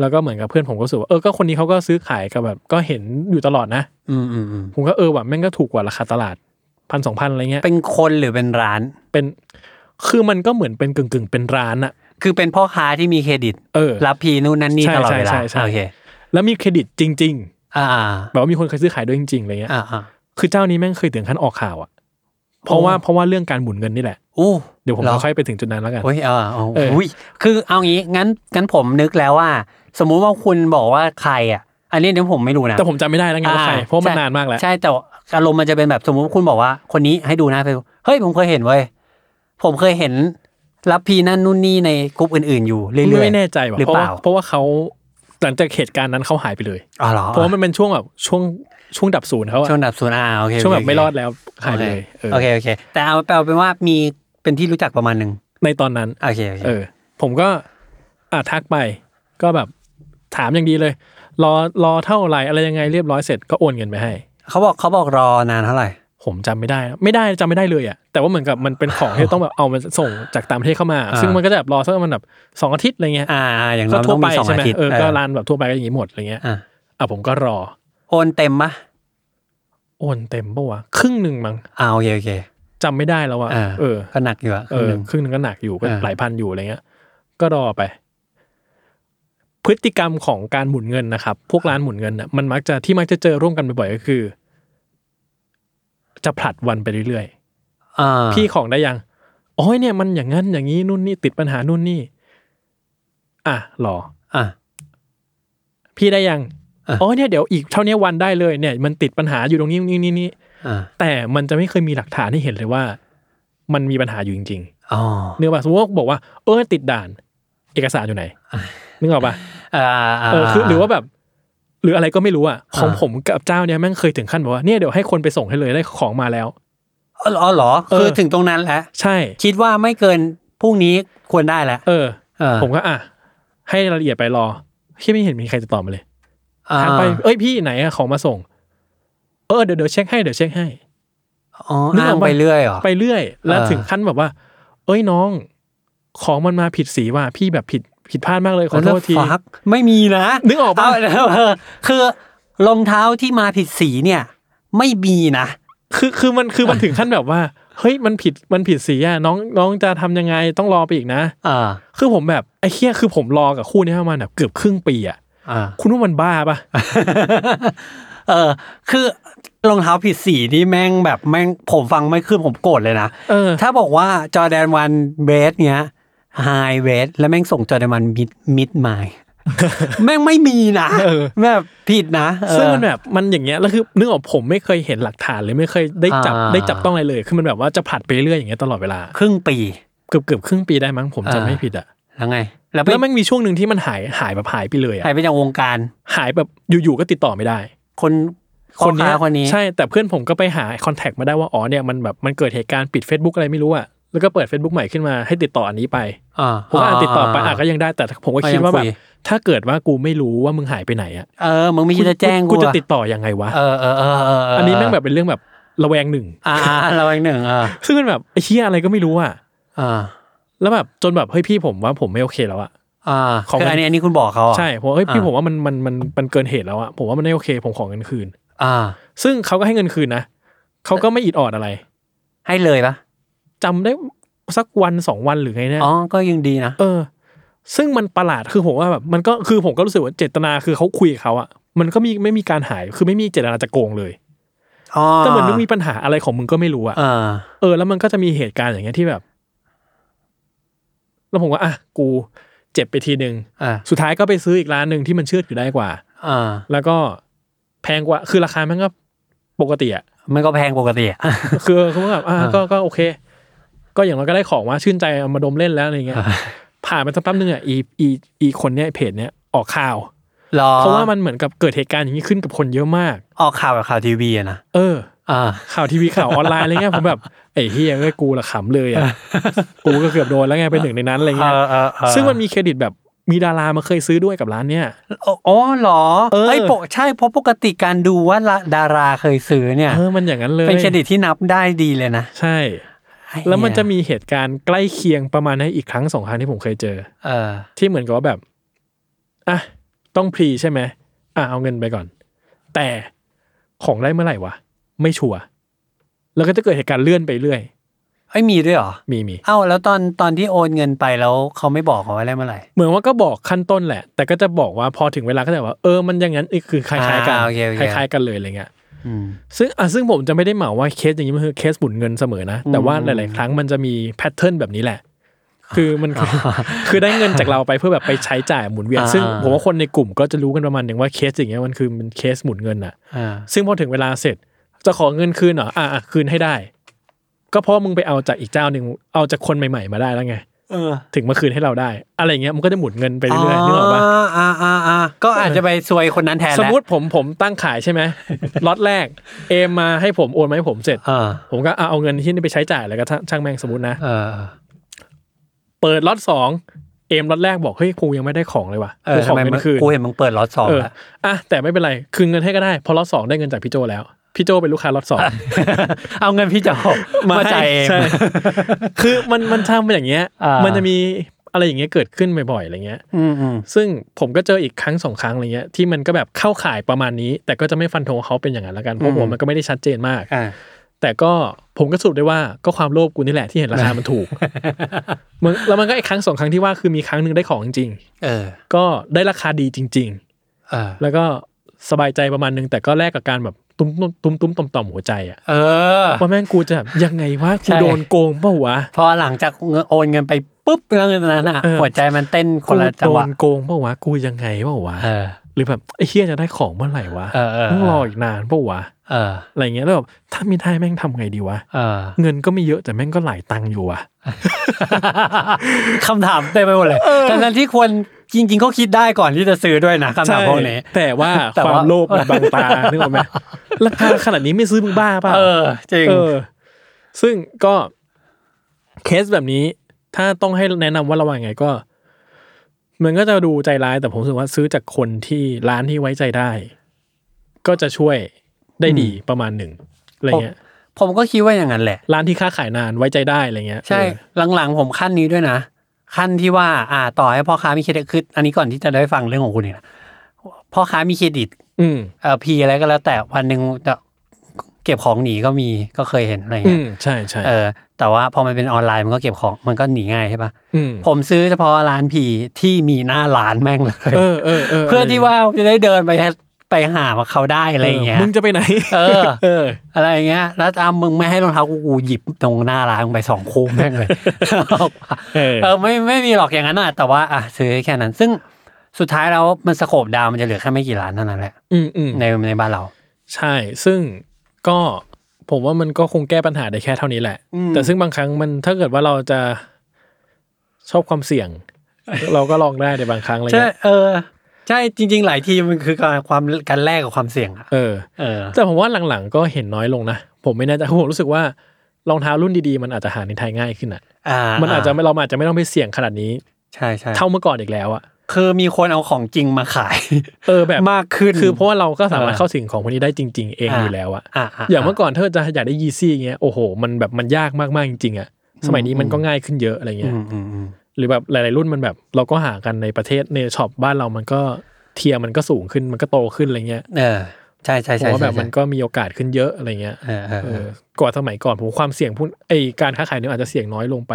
แล้วก็เหมือนกับเพื่อนผมก็รู้สึกว่าเออก็คนนี้เขาก็ซื้อขายกับแบบก็เห็นอยู่ตลอดนะ
อืมอืมอืม
ผมก็เออว่ะแม่งก็ถูกกว่าราคาตลาดพันสองพันอะไรเงี้ย
เป็นคนหรือเป็นร้าน
เป็น คือมันก็เหมือนเป็นกึ่งกึ่งๆเป็นร้านอะ
คือเป็นพ่อค้าที่มีเครดิต
เออ
รับพีนู่นนั่นนี่
ใช่
ตลอดเวลา
ใช่ใช่ใช่
โอเค
แล้วมีเครดิตจริง
อ่า
ๆ แบบว่ามีคนเคยซื้อขายด้วยจริงๆอะไรเงี้ย
อ่าอ่า
คือเจ้านี้แม่งเคยถึงขั้นออกข่าวอะเพราะว่าเพราะว่าเรื่องการหมุนเงินนี่แหละ
อู้
เดี๋ยวผม
หร
ค่อยไปถึงจุดนั้นแล้วกัน
โอ้ยเออเอา
เอออุ้
อุ้ยคือเอางี้งั้นงั้นผมนึกแล้วว่า สมมุติว่าคุณบอกว่าใครอ่ะ อันนี้เดี๋ยวผมไม่รู้นะ
แต่ผมจำไม่ได้แล้วไงว่าใคร
อ่
เพราะมัน
ใช่
นานมากแล้ว
ใช่แต่อารมณ์มันจะเป็นแบบสมมุติว่าคุณบอกว่าคนนี้ให้ดูหน้าเฟซเฮ้ยผมเคยเห็นเว้ยผมเคยเห็นรับพีนั่นนู่นนี่ในกลุ่มอื่น ๆอยู่เรื่อยๆ
ไม่แน่ใจว่ะ
หรือ
เพราะ
เป
ว่า
ล่า
เพราะว่าเขาหลังจากเหตุการณ์นั้นเขาหายไปเลย
อ๋อเหรอ
เพราะว่ามันเป็นช่วงแบบช่วงช่วงดับศูนย์เขาอะ
ช่วงดับศูนย์อ่าโอเคโเค
ช่วงแบบไม่รอดแล้วหายไปเลยเออ
โอเคโอเค แต่เอาแปลเป็นว่ามีเป็นที่รู้จักประมาณหนึ่ง
ในตอนนั้น
โอเคโอเค
เออ ผมก็อ่ะทักไป ก็แบบถามอย่างดีเลย รอรอเท่าไหร่อะไรยังไงเรียบร้อยเสร็จก็โอนเงินไปให้
เขาบอกเขาบอกรอนานเท่าไหร่
ผมจำไม่ได้นะไม่ได้จำไม่ได้เลยอ่ะแต่ว่าเหมือนกับมันเป็นของที่ต้องแบบเอามาส่งจากต่างประเทศเข้ามา
อ่า
ซึ่งมันก็จะแบบรอสักประมาณแบบสองอาทิตย์อะไรเงี้ย
อ่า อย่าง
ก็
น้อยมัน
ทั่ว
ต้อง
ไป
มีสอง
ใช่ไหม
อาทิตย์
เออก็
เออ
ร้านแบบทั่วไปก็อย่างนี้หมดอะไรเงี้ย
อ่ะ
อ่ะผมก็รอ
โอนเต็มปะ
โอนเต็มปะวะครึ่งหนึ่งมั้ง
อ่าโอเคโอเค
จำไม่ได้แล้วอ่ะ
อ่า
เออ
ก็หนักอยู่อะ
เอ
คน
อ
หนึ่ง
ครึ่งหนึ่งก็หนักอยู่ก็
อ่า
หลายพันอยู่อะไรเงี้ย ก็รอไป พฤติกรรมของการหมุนเงินนะครับ พวกร้านหมุนเงินน่ะมันมักจะที่มักจะเจอร่วมกันบ่อยๆก็คือ จะผลัดวันไปเรื่อย
อ่า
ๆ พี่ของได้ยังโอ้ยเนี่ยมันอย่างนั้นอย่างนี้นู่นนี่ติดปัญหานู่นนี่ อ่ะรอ
อ่ะ
พี่ได้ยัง
อ่ะ
โอ้ยเนี่ยเดี๋ยวอีกเท่านี้วันได้เลยเนี่ย มันติดปัญหาอยู่ตรงนี้นี่นี่นี่
อ่ะ
แต่มันจะไม่เคยมีหลักฐานให้เห็นเลยว่า มันมีปัญหาอยู่จริงๆ
อ๋อ
เนื้อปะสมมติว่าบอกว่าเออติดด่าน เอกสารอยู่ไหนนึกออกปะ
อ่าา
เออคือหรือว่าแบบ หรืออะไรก็ไม่รู้อ่ะของ
อ่า
ผมกับเจ้าเนี่ยแม่งเคยถึงขั้นแบบว่าเนี่ยเดี๋ยวให้คนไปส่งให้เลยได้ของมาแล้ว
อ๋อเหรอ
เออ
คือถึงตรงนั้นแล้ว
ใช่
คิดว่าไม่เกินพรุ่งนี้ควรได้แล้ว
เออ
เออ
ผมก็อ่ะให้รายละเอียดไปรอที่ไม่เห็นมีใครติดต่อมาเลย
อ่
ทักไปเอ้ยพี่ไหนอะของมาส่ง เออเดี๋ยวเดี๋ยวเช็คให้เดี๋ยวเช็คให้
อ๋อ
นึกอ
อ้า
อง กปะ
ไปเรื่อยเหรอ
ไปเรื่อย แล้ว
เออ
ถึงขั้นแบบว่า เอ้ยน้อง ของมันมาผิดสีว่ะพี่แบบผิดผิดพลาดมากเลยขอโทษที
แล้วฟักไม่มีนะ
นึกออกปะ
เาเออ คือรองเท้าที่มาผิดสีเนี่ย ไม่มีนะ
คือคือมันคือมันถึงขั้นแบบว่า เฮ้ยมันผิดมันผิดสีอะน้องน้องจะทำยังไงต้องรอไปอีกนะ
เอ่า
คือผมแบบไอ้เคี้ยคือผมรอกับคู่นี้ประมาณแบบเกือบครึ่งปีอะ
อ่า
คุณว่ามันบ้าปะ
เออคือรองเท้าผิดสีนี่แม่งแบบแม่งผมฟังไม่ขึ้นผมโกรธเลยนะ
เออ
ถ้าบอกว่าจอแดนวันเบสเนี้ยไฮเวสแล้วแม่งส่งจอแดนวันมิดมิดไม แม่งไม่มีนะ
เออ
แบบผิดนะเออ
ซึ่งมันแบบมันอย่างเงี้ยแล้วคือนึกออกผมไม่เคยเห็นหลักฐานเลยไม่เคยได้จับ
อ่า
ได้จับต้องอะไรเลยคือมันแบบว่าจะผลัดไปเรื่อยอย่างเงี้ยตลอดเวลา
ครึ่งปี
เกือบเกือบครึ่งปีได้มั้งผมจำ
อ่า
ไม่ผิดอะ
แล้วไง แล้วไป
แล้วมันมีช่วงหนึ่งที่มันหายหายแบบหายไปเลยอะ
หายไปจากวงการ
หายแบบอยู่ๆก็ติดต่อไม่ได้
คน
คน
พ่
เนี้ย
อาคนนี้
ใช่แต่เพื่อนผมก็ไปหาคอนแทคมาได้ว่าอ๋อเนี่ยมันแบบมันเกิดเหตุการณ์ปิด Facebook อะไรไม่รู้อะแล้วก็เปิด Facebook ใหม่ขึ้นมาให้ติดต่ออันนี้ไป
อ่า
ผมก็อ่านติดต่อไปอ่ะก็ยังได้แต่ผมก็คิดว่าแบ
ก็
บ
ยังย
ถ้าเกิดว่ากูไม่รู้ว่ามึงหายไปไหนอะ
เออมึงไม่คิดจะแจ้ง
กู
กู
จะ
อะ
ติดต่อยังไงวะ
เออเออเออเเ
อันนี้แม่งแบบเป็นเรื่องแบบระแวงหนึ่ง
อ่าอ่าเราอีกหนึ่งเออ
ซึ่งมันแบบไอ้เชี่ยอะไรก็ไม่รู้อะ
อ่า
แล้วแบบจนแบบเฮ้ยพี่ผมว่าผมไม่โอเคแล้วอะ
อ่า
ของ
คืออันนี้อันนี้คุณบอกเขาอะ
ใช่ผมว่าเฮ้ยพี่ผมว่ามันมันมันมันเกินเหตุแล้วอะผมว่ามันไม่โอเคผมขอเงินคืน
อ่า
ซึ่งเขาก็ให้เงินคืนนะเขาก็ไม่อิดออดอะไร
ให้เลยปะ
จำได้สักวันสองวันหรือไงเนี่ย
อ๋อก็ยังดีนะ
เออ ซึ่งมันประหลาดคือผมว่าแบบมันก็คือผมก็รู้สึกว่าเจตนาคือเขาคุยกับเขาอะมันก็มีไม่มีการหายคือไม่มีเจตนาจะโกงเลย
อ๋อ
ก็เหมือนมึงมีปัญหาอะไรของมึงก็ไม่รู้อะ
เออ
เออแล้วมันก็จะมีเหตุการณ์อย่างเงี้ยที่แบบ แล้วผมก็อ่ะกูเจ็บไปทีหนึ่ง
อ่า
สุดท้ายก็ไปซื้ออีกร้านหนึ่งที่มันเชื่อถือได้กว่า
อ่า
แล้วก็แพงกว่า คือราคามันก็ปกติอะ
มันก็แพงปกติอะ
คือคือว่าแบบอ่ะ
อ่า
ก็ก็โอเค ก็อย่างน้อยก็ได้ของว่าชื่นใจเอามาดมเล่นแล้วอะไรเงี้ย
อ่า
ผ่านไปสักแป๊บนึงอ่ะอีอีอีคนเนี้ยเพจเนี้ยออกข่าว
หรอ
เพราะว่ามันเหมือนกับเกิดเหตุการณ์อย่างนี้ขึ้นกับคนเยอะมาก
ออกข่าวแบบข่าวทีวีอะนะ
เออ
อ่า
ข่าวทีวีข่าวออนไลน์อะไรเงี้ยผมแบบไอ้เฮียเอ้ยกูละขำเลยอ่ะกูก็เกือบโดนแล้วไงเป็นหนึ่งในนั้นอะไรเงี้ย
เออเออเออ
ซึ่งมันมีเครดิตแบบมีดารามาเคยซื้อด้วยกับร้านเนี้ย
อ๋อเหรอ
เออ
ไอ้ยปกใช่เพราะปกติการดูว่าละดาราเคยซื้อเนี่ย
เออมันอย่างนั้นเลย
เป็นเครดิตที่นับได้ดีเลยนะ
ใช่ แล้วมันจะมีเหตุการณ์ใกล้เคียงประมาณนี้นอีกครั้งสองครั้งที่ผมเคยเจอ
เออ
ที่เหมือนกับว่าแบบอ่ะต้องพรีใช่ไหมอ่ะเอาเงินไปก่อน แต่ของได้เมื่อไหร่วะ ไม่ชัวร์แล้วก็จะเกิดเหตุการณ์เลื่อนไปเรื่อย
ไอ้ยมีด้วยเหรอ
มีมี
เอ้าแล้วตอนตอนที่โอนเงินไปแล้วเขาไม่บอกเขาไว้ได้เมื่อไหร่
เหมือนว่าก็บอกขั้นต้นแหละ แต่ก็จะบอกว่าพอถึงเวลาก็จะบอกว่าเออมันอย่างนั้นอีกคือคล้ายๆกัน
อ่โอเคโอ
ค
เค
ล้ายๆกันเลยอะไรเงี้ย
อืม
ซึ่งอ่ะซึ่งผมจะไม่ได้เหมาว่าเคสอย่างนี้มันคือเคสบุญเงินเสมอนะ แต่ว่า
อืม
หลาย ๆ ครั้งมันจะมีแพทเทิร์นแบบนี้แหละ คือมัน คือคือได้เงินจากเราไปเพื่อแบบไปใช้จ่ายหมุนเวียนซึ่งผมว่าคนในกลุ่มก็จะรู้กันประมาณหนึ่งว่าเคสอย่างเงี้ยมันคือมันเคสหมุนเงินอะ
อ่า
ซึ่งพอถึงเวลาเสร็จจะขอเงินคืนเหรออ่ะอ่ะคืนให้ได้ ก็เพราะมึงไปเอาจากอีกเจ้าหนึ่งเอาจากคนใหม่ๆมาได้แล้วไง
เออ
ถึงมาคืนให้เราได้ อะไรเงี้ยมันก็จะหมุนเงินไปเรื่อยๆนึกออกปะ
อ่าอ่าอ่าก็อาจจะไปซวยคนนั้นแทน
ส
แห
ม
ละ
มติผมผมตั้งขายใช่ไหม ล็อตแรก เอมมาให้ผมโอนมาให้ผมเสร็จ
เออ
ผมก็เอาเอาเงินที่นี่ไปใช้จ่ายแล้วก็ช่างแม่งสมมตินะ
เออ
เปิดล็อตสองเอมล็อตแรกบอกเฮ้ยกูยังไม่ได้ของเลยว่ะ
เอ
กู
อ
ข
ทำ
อ
ไม
เงิ
มัน
นคืน
กูเห็นมึงเปิดล็อตสอง
เออ
อะ
อ่ะแต่ไม่เป็นไรคืนเงินให้ก็ได้เพอล็อตสองได้เงินจากพี่โจแล้วพี่โจเป็นลูกค้าล็อตสอง
เอาเงินพี่เจ้ามาจ่ายเอง
ใช่ คือมันมันทำเป็นอย่างเงี้ย
อ่ามั
มันจะมีอะไรอย่างเงี้ยเกิดขึ้นบ่อยๆอะไรเงี้ย
อืมอืม
ซึ่งผมก็เจออีกครั้งสองครั้งอะไรเงี้ยที่มันก็แบบเข้าข่ายประมาณนี้ แต่ก็จะไม่ฟันธงว่าเขาเป็นอย่างนั้นละกันเพราะผมมันก็ไม่ได้ชัดเจนมาก
อ่า
แต่ก็ผมก็สรุปได้ว่าก็ความโลภกูนี่แหละที่เห็นราคามัน ถูกมึงแล้วมันก็ไอ้ครั้งสองครั้งที่ว่าคือมีครั้งหนึ่งได้ของจริง
เออ
ๆก็ได้ราคาดีจริง
เออ
ๆ แล้วก็สบายใจประมาณนึงแต่ก็แลกกับการแบบ ตุ้มตุ้มตุ้มตุ้มต่อมต่อมหัวใจอะ
เออ
ว่าแม่งกูจะแบบยังไงวะกู
ใช่
โดนโกงเปล่าวะ
พอหลังจากเงินโอนเงินไปปุ๊บเรื่องนั้นอ่ะ
เออ
หัวใจมันเต้นค
กู
นละจั
โด
งหวะ
นโกงเปล่าวะกูยังไงเปล่าวะ
เออ
หรือแบบไอ้เฮียจะได้ของเมื่อไหร่วะ
เออเออ
ต้องรออีกนานเปล่าวะ
เออ
อะไรเงี้ยแล้วแบบถ้ามีได้แม่งทำไงดีวะ
เออ
เงินก็ไม่เยอะแต่แม่งก็หลายตังค์อยู่อะ
คำถามเต็มไปหมดเลยทั้งนั้นที่ควรจริงๆเขาคิดได้ก่อนที่จะซื้อด้วยนะคำถามพวกนี้
แต่ว่า
แต่
ค
ว่า
วามโลภมันบังตา นึกออกไหมราคาขนาดนี้ไม่ซื้อมึงบ้าเปล่า
เออ จริง
เออ ซึ่งก็เคสแบบนี้ ถ้าต้องให้แนะนำว่าระวังไงก็ มันก็จะดูใจร้ายแต่ผมรู้สึกว่าซื้อจากคนที่ร้านที่ไว้ใจได้ ก็จะช่วยได้ดีประมาณหนึ่งอะไรเงี้ย
ผมก็คิดว่าอย่างนั้นแหละ
ร้านที่ค้าขายนานไว้ใจได้อะไรเงี้ย
ใช่
เออ
หลังๆผมขั้นนี้ด้วยนะ ขั้นที่ว่า อ่า ต่อให้พ่อค้ามีเครดิตคืออันนี้ก่อนที่จะได้ฟังเรื่องของคุณเนี่ยนะพ่อค้ามีเครดิต
อืม
เอ่อพีอะไรก็แล้ว แต่วันหนึ่งจะเก็บของหนีก็มีก็เคยเห็นอะไร
อื
เงี้ย
มใช่ใช่
เออ แต่ว่าพอมันเป็นออนไลน์มันก็เก็บของมันก็หนีง่ายใช่ปะ
อืม
ผมซื้อเฉพาะร้านพีที่มีหน้าร้านแม่งเลย
เออเออเออ
เพื่อที่ว่าจะได้เดินไปไปหาเขาได้อะไรอย่างเงี้ย
มึงจะไปไหน
เออ
เออ
อะไรอย่างเงี้ย แล้วตามมึงไม่ให้รองเท้ากูกูหยิบตรงหน้าร้านมึงไปสองคู่แม่ง เลย
เออ
เออไม่ไม่มีหรอกอย่างนั้นอ่ะแต่ว่าอ่ะซื้อแค่นั้น ซึ่งสุดท้ายแล้วมันสโคบดาวมันจะเหลือแค่ไม่กี่ร้านเท่านั้นแหละ
อืมอืม
ในในบ้านเรา
ใช่ ซึ่งก็ผมว่ามันก็คงแก้ปัญหาได้แค่เท่านี้แหละ
อืม
แต่ซึ่งบางครั้งมันถ้าเกิดว่าเราจะชอบความเสี่ยง เราก็ลองได้ในบางครั้งอะไร
ใช่
เงี้ย
เออ ใช่จริง ๆ หลายทีมันคือการความการแลกกับความเสี่ยงอ่ะ
เออ
เออ
แต่ผมว่าหลังๆก็เห็นน้อยลงนะ ผมไม่แน่ใจผมรู้สึกว่ารองเท้ารุ่นดีๆ มันอาจจะหาในไทยง่ายขึ้นอ่ะ
อ่า
มันอาจจะไม่เราอาจจะไม่ต้องไปเสี่ยงขนาดนี้
ใช่ใช่
เท่าเมื่อก่อนอีกแล้วอ่ะ
คือมีคนเอาของจริงมาขาย
เออแบบ
มากขึ้น
คือเพราะว่าเราก็สามารถ
เออ
เข้าถึงของพวกนี้ได้จริง ๆ เองอยู่แล้วอ่ะ
อ่า
อย่างเมื่อก่อนถ้าจะอยากได้ยีซี่เงี้ยโอ้โห มันแบบมันยากมากๆจริงๆอ่ะ สมัยนี้มันก็ง่ายขึ้นเยอะอะไรเงี้ย
อืมอืมอืม
หรือแบบหลาย ๆ รุ่นมันแบบเราก็หากันในประเทศในช็อปบ้านเรามันก็เทียร์มันก็สูงขึ้นมันก็โตขึ้นอะไรเงี้ย
เออ ใช่ใช่
ผม
ใช่
ว่าแบบ
ใช่
มันก็มีโอกาสขึ้นเยอะอะไรเงี้ย
เออเออ
เอ
เออ
อก่อนสมัยก่อนผมความเสี่ยงพวกไอการค้าขายเนี่ยอาจจะเสี่ยงน้อยลงไป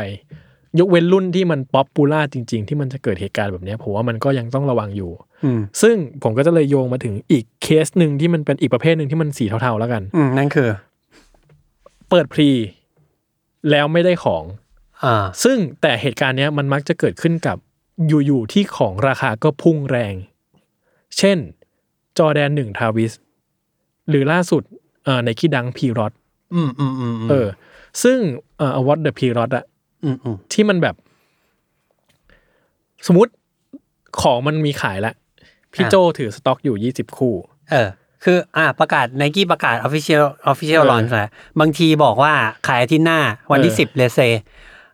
ยกเว้นรุ่นที่มันป๊อปปูล่าจริง ๆ ที่มันจะเกิดเหตุการณ์แบบเนี้ยผมว่ามันก็ยังต้องระวังอยู่
อืม
ซึ่งผมก็จะเลยโยงมาถึงอีกเคสหนึ่งที่มันเป็นอีกประเภทหนึ่งที่มันสีเทาๆแล้วกัน
อืมนั่นคือ
เปิดพรีแล้วไม่ได้ของ
อ่า
ซึ่งแต่เหตุการณ์เนี้ยมันมักจะเกิดขึ้นกับอยู่ๆที่ของราคาก็พุ่งแรง เช่น จอแดนหนึ่งทาวิส หรือล่าสุดในคิดังพีรอต
อืมอืมอืมม
เออ ซึ่งเอ่อวอตเดอะพีรอตอะ
อืมอืม
ที่มันแบบ สมมติของมันมีขายละ พี่โจถือสต็อกอยู่ยี่สิบคู่
เออ คือ อ่า ประกาศไนกี้ประกาศ official official
เออ
launch แหละบางทีบอกว่าขายอาที่หน้าวันที่
เออ
สิบเลเซ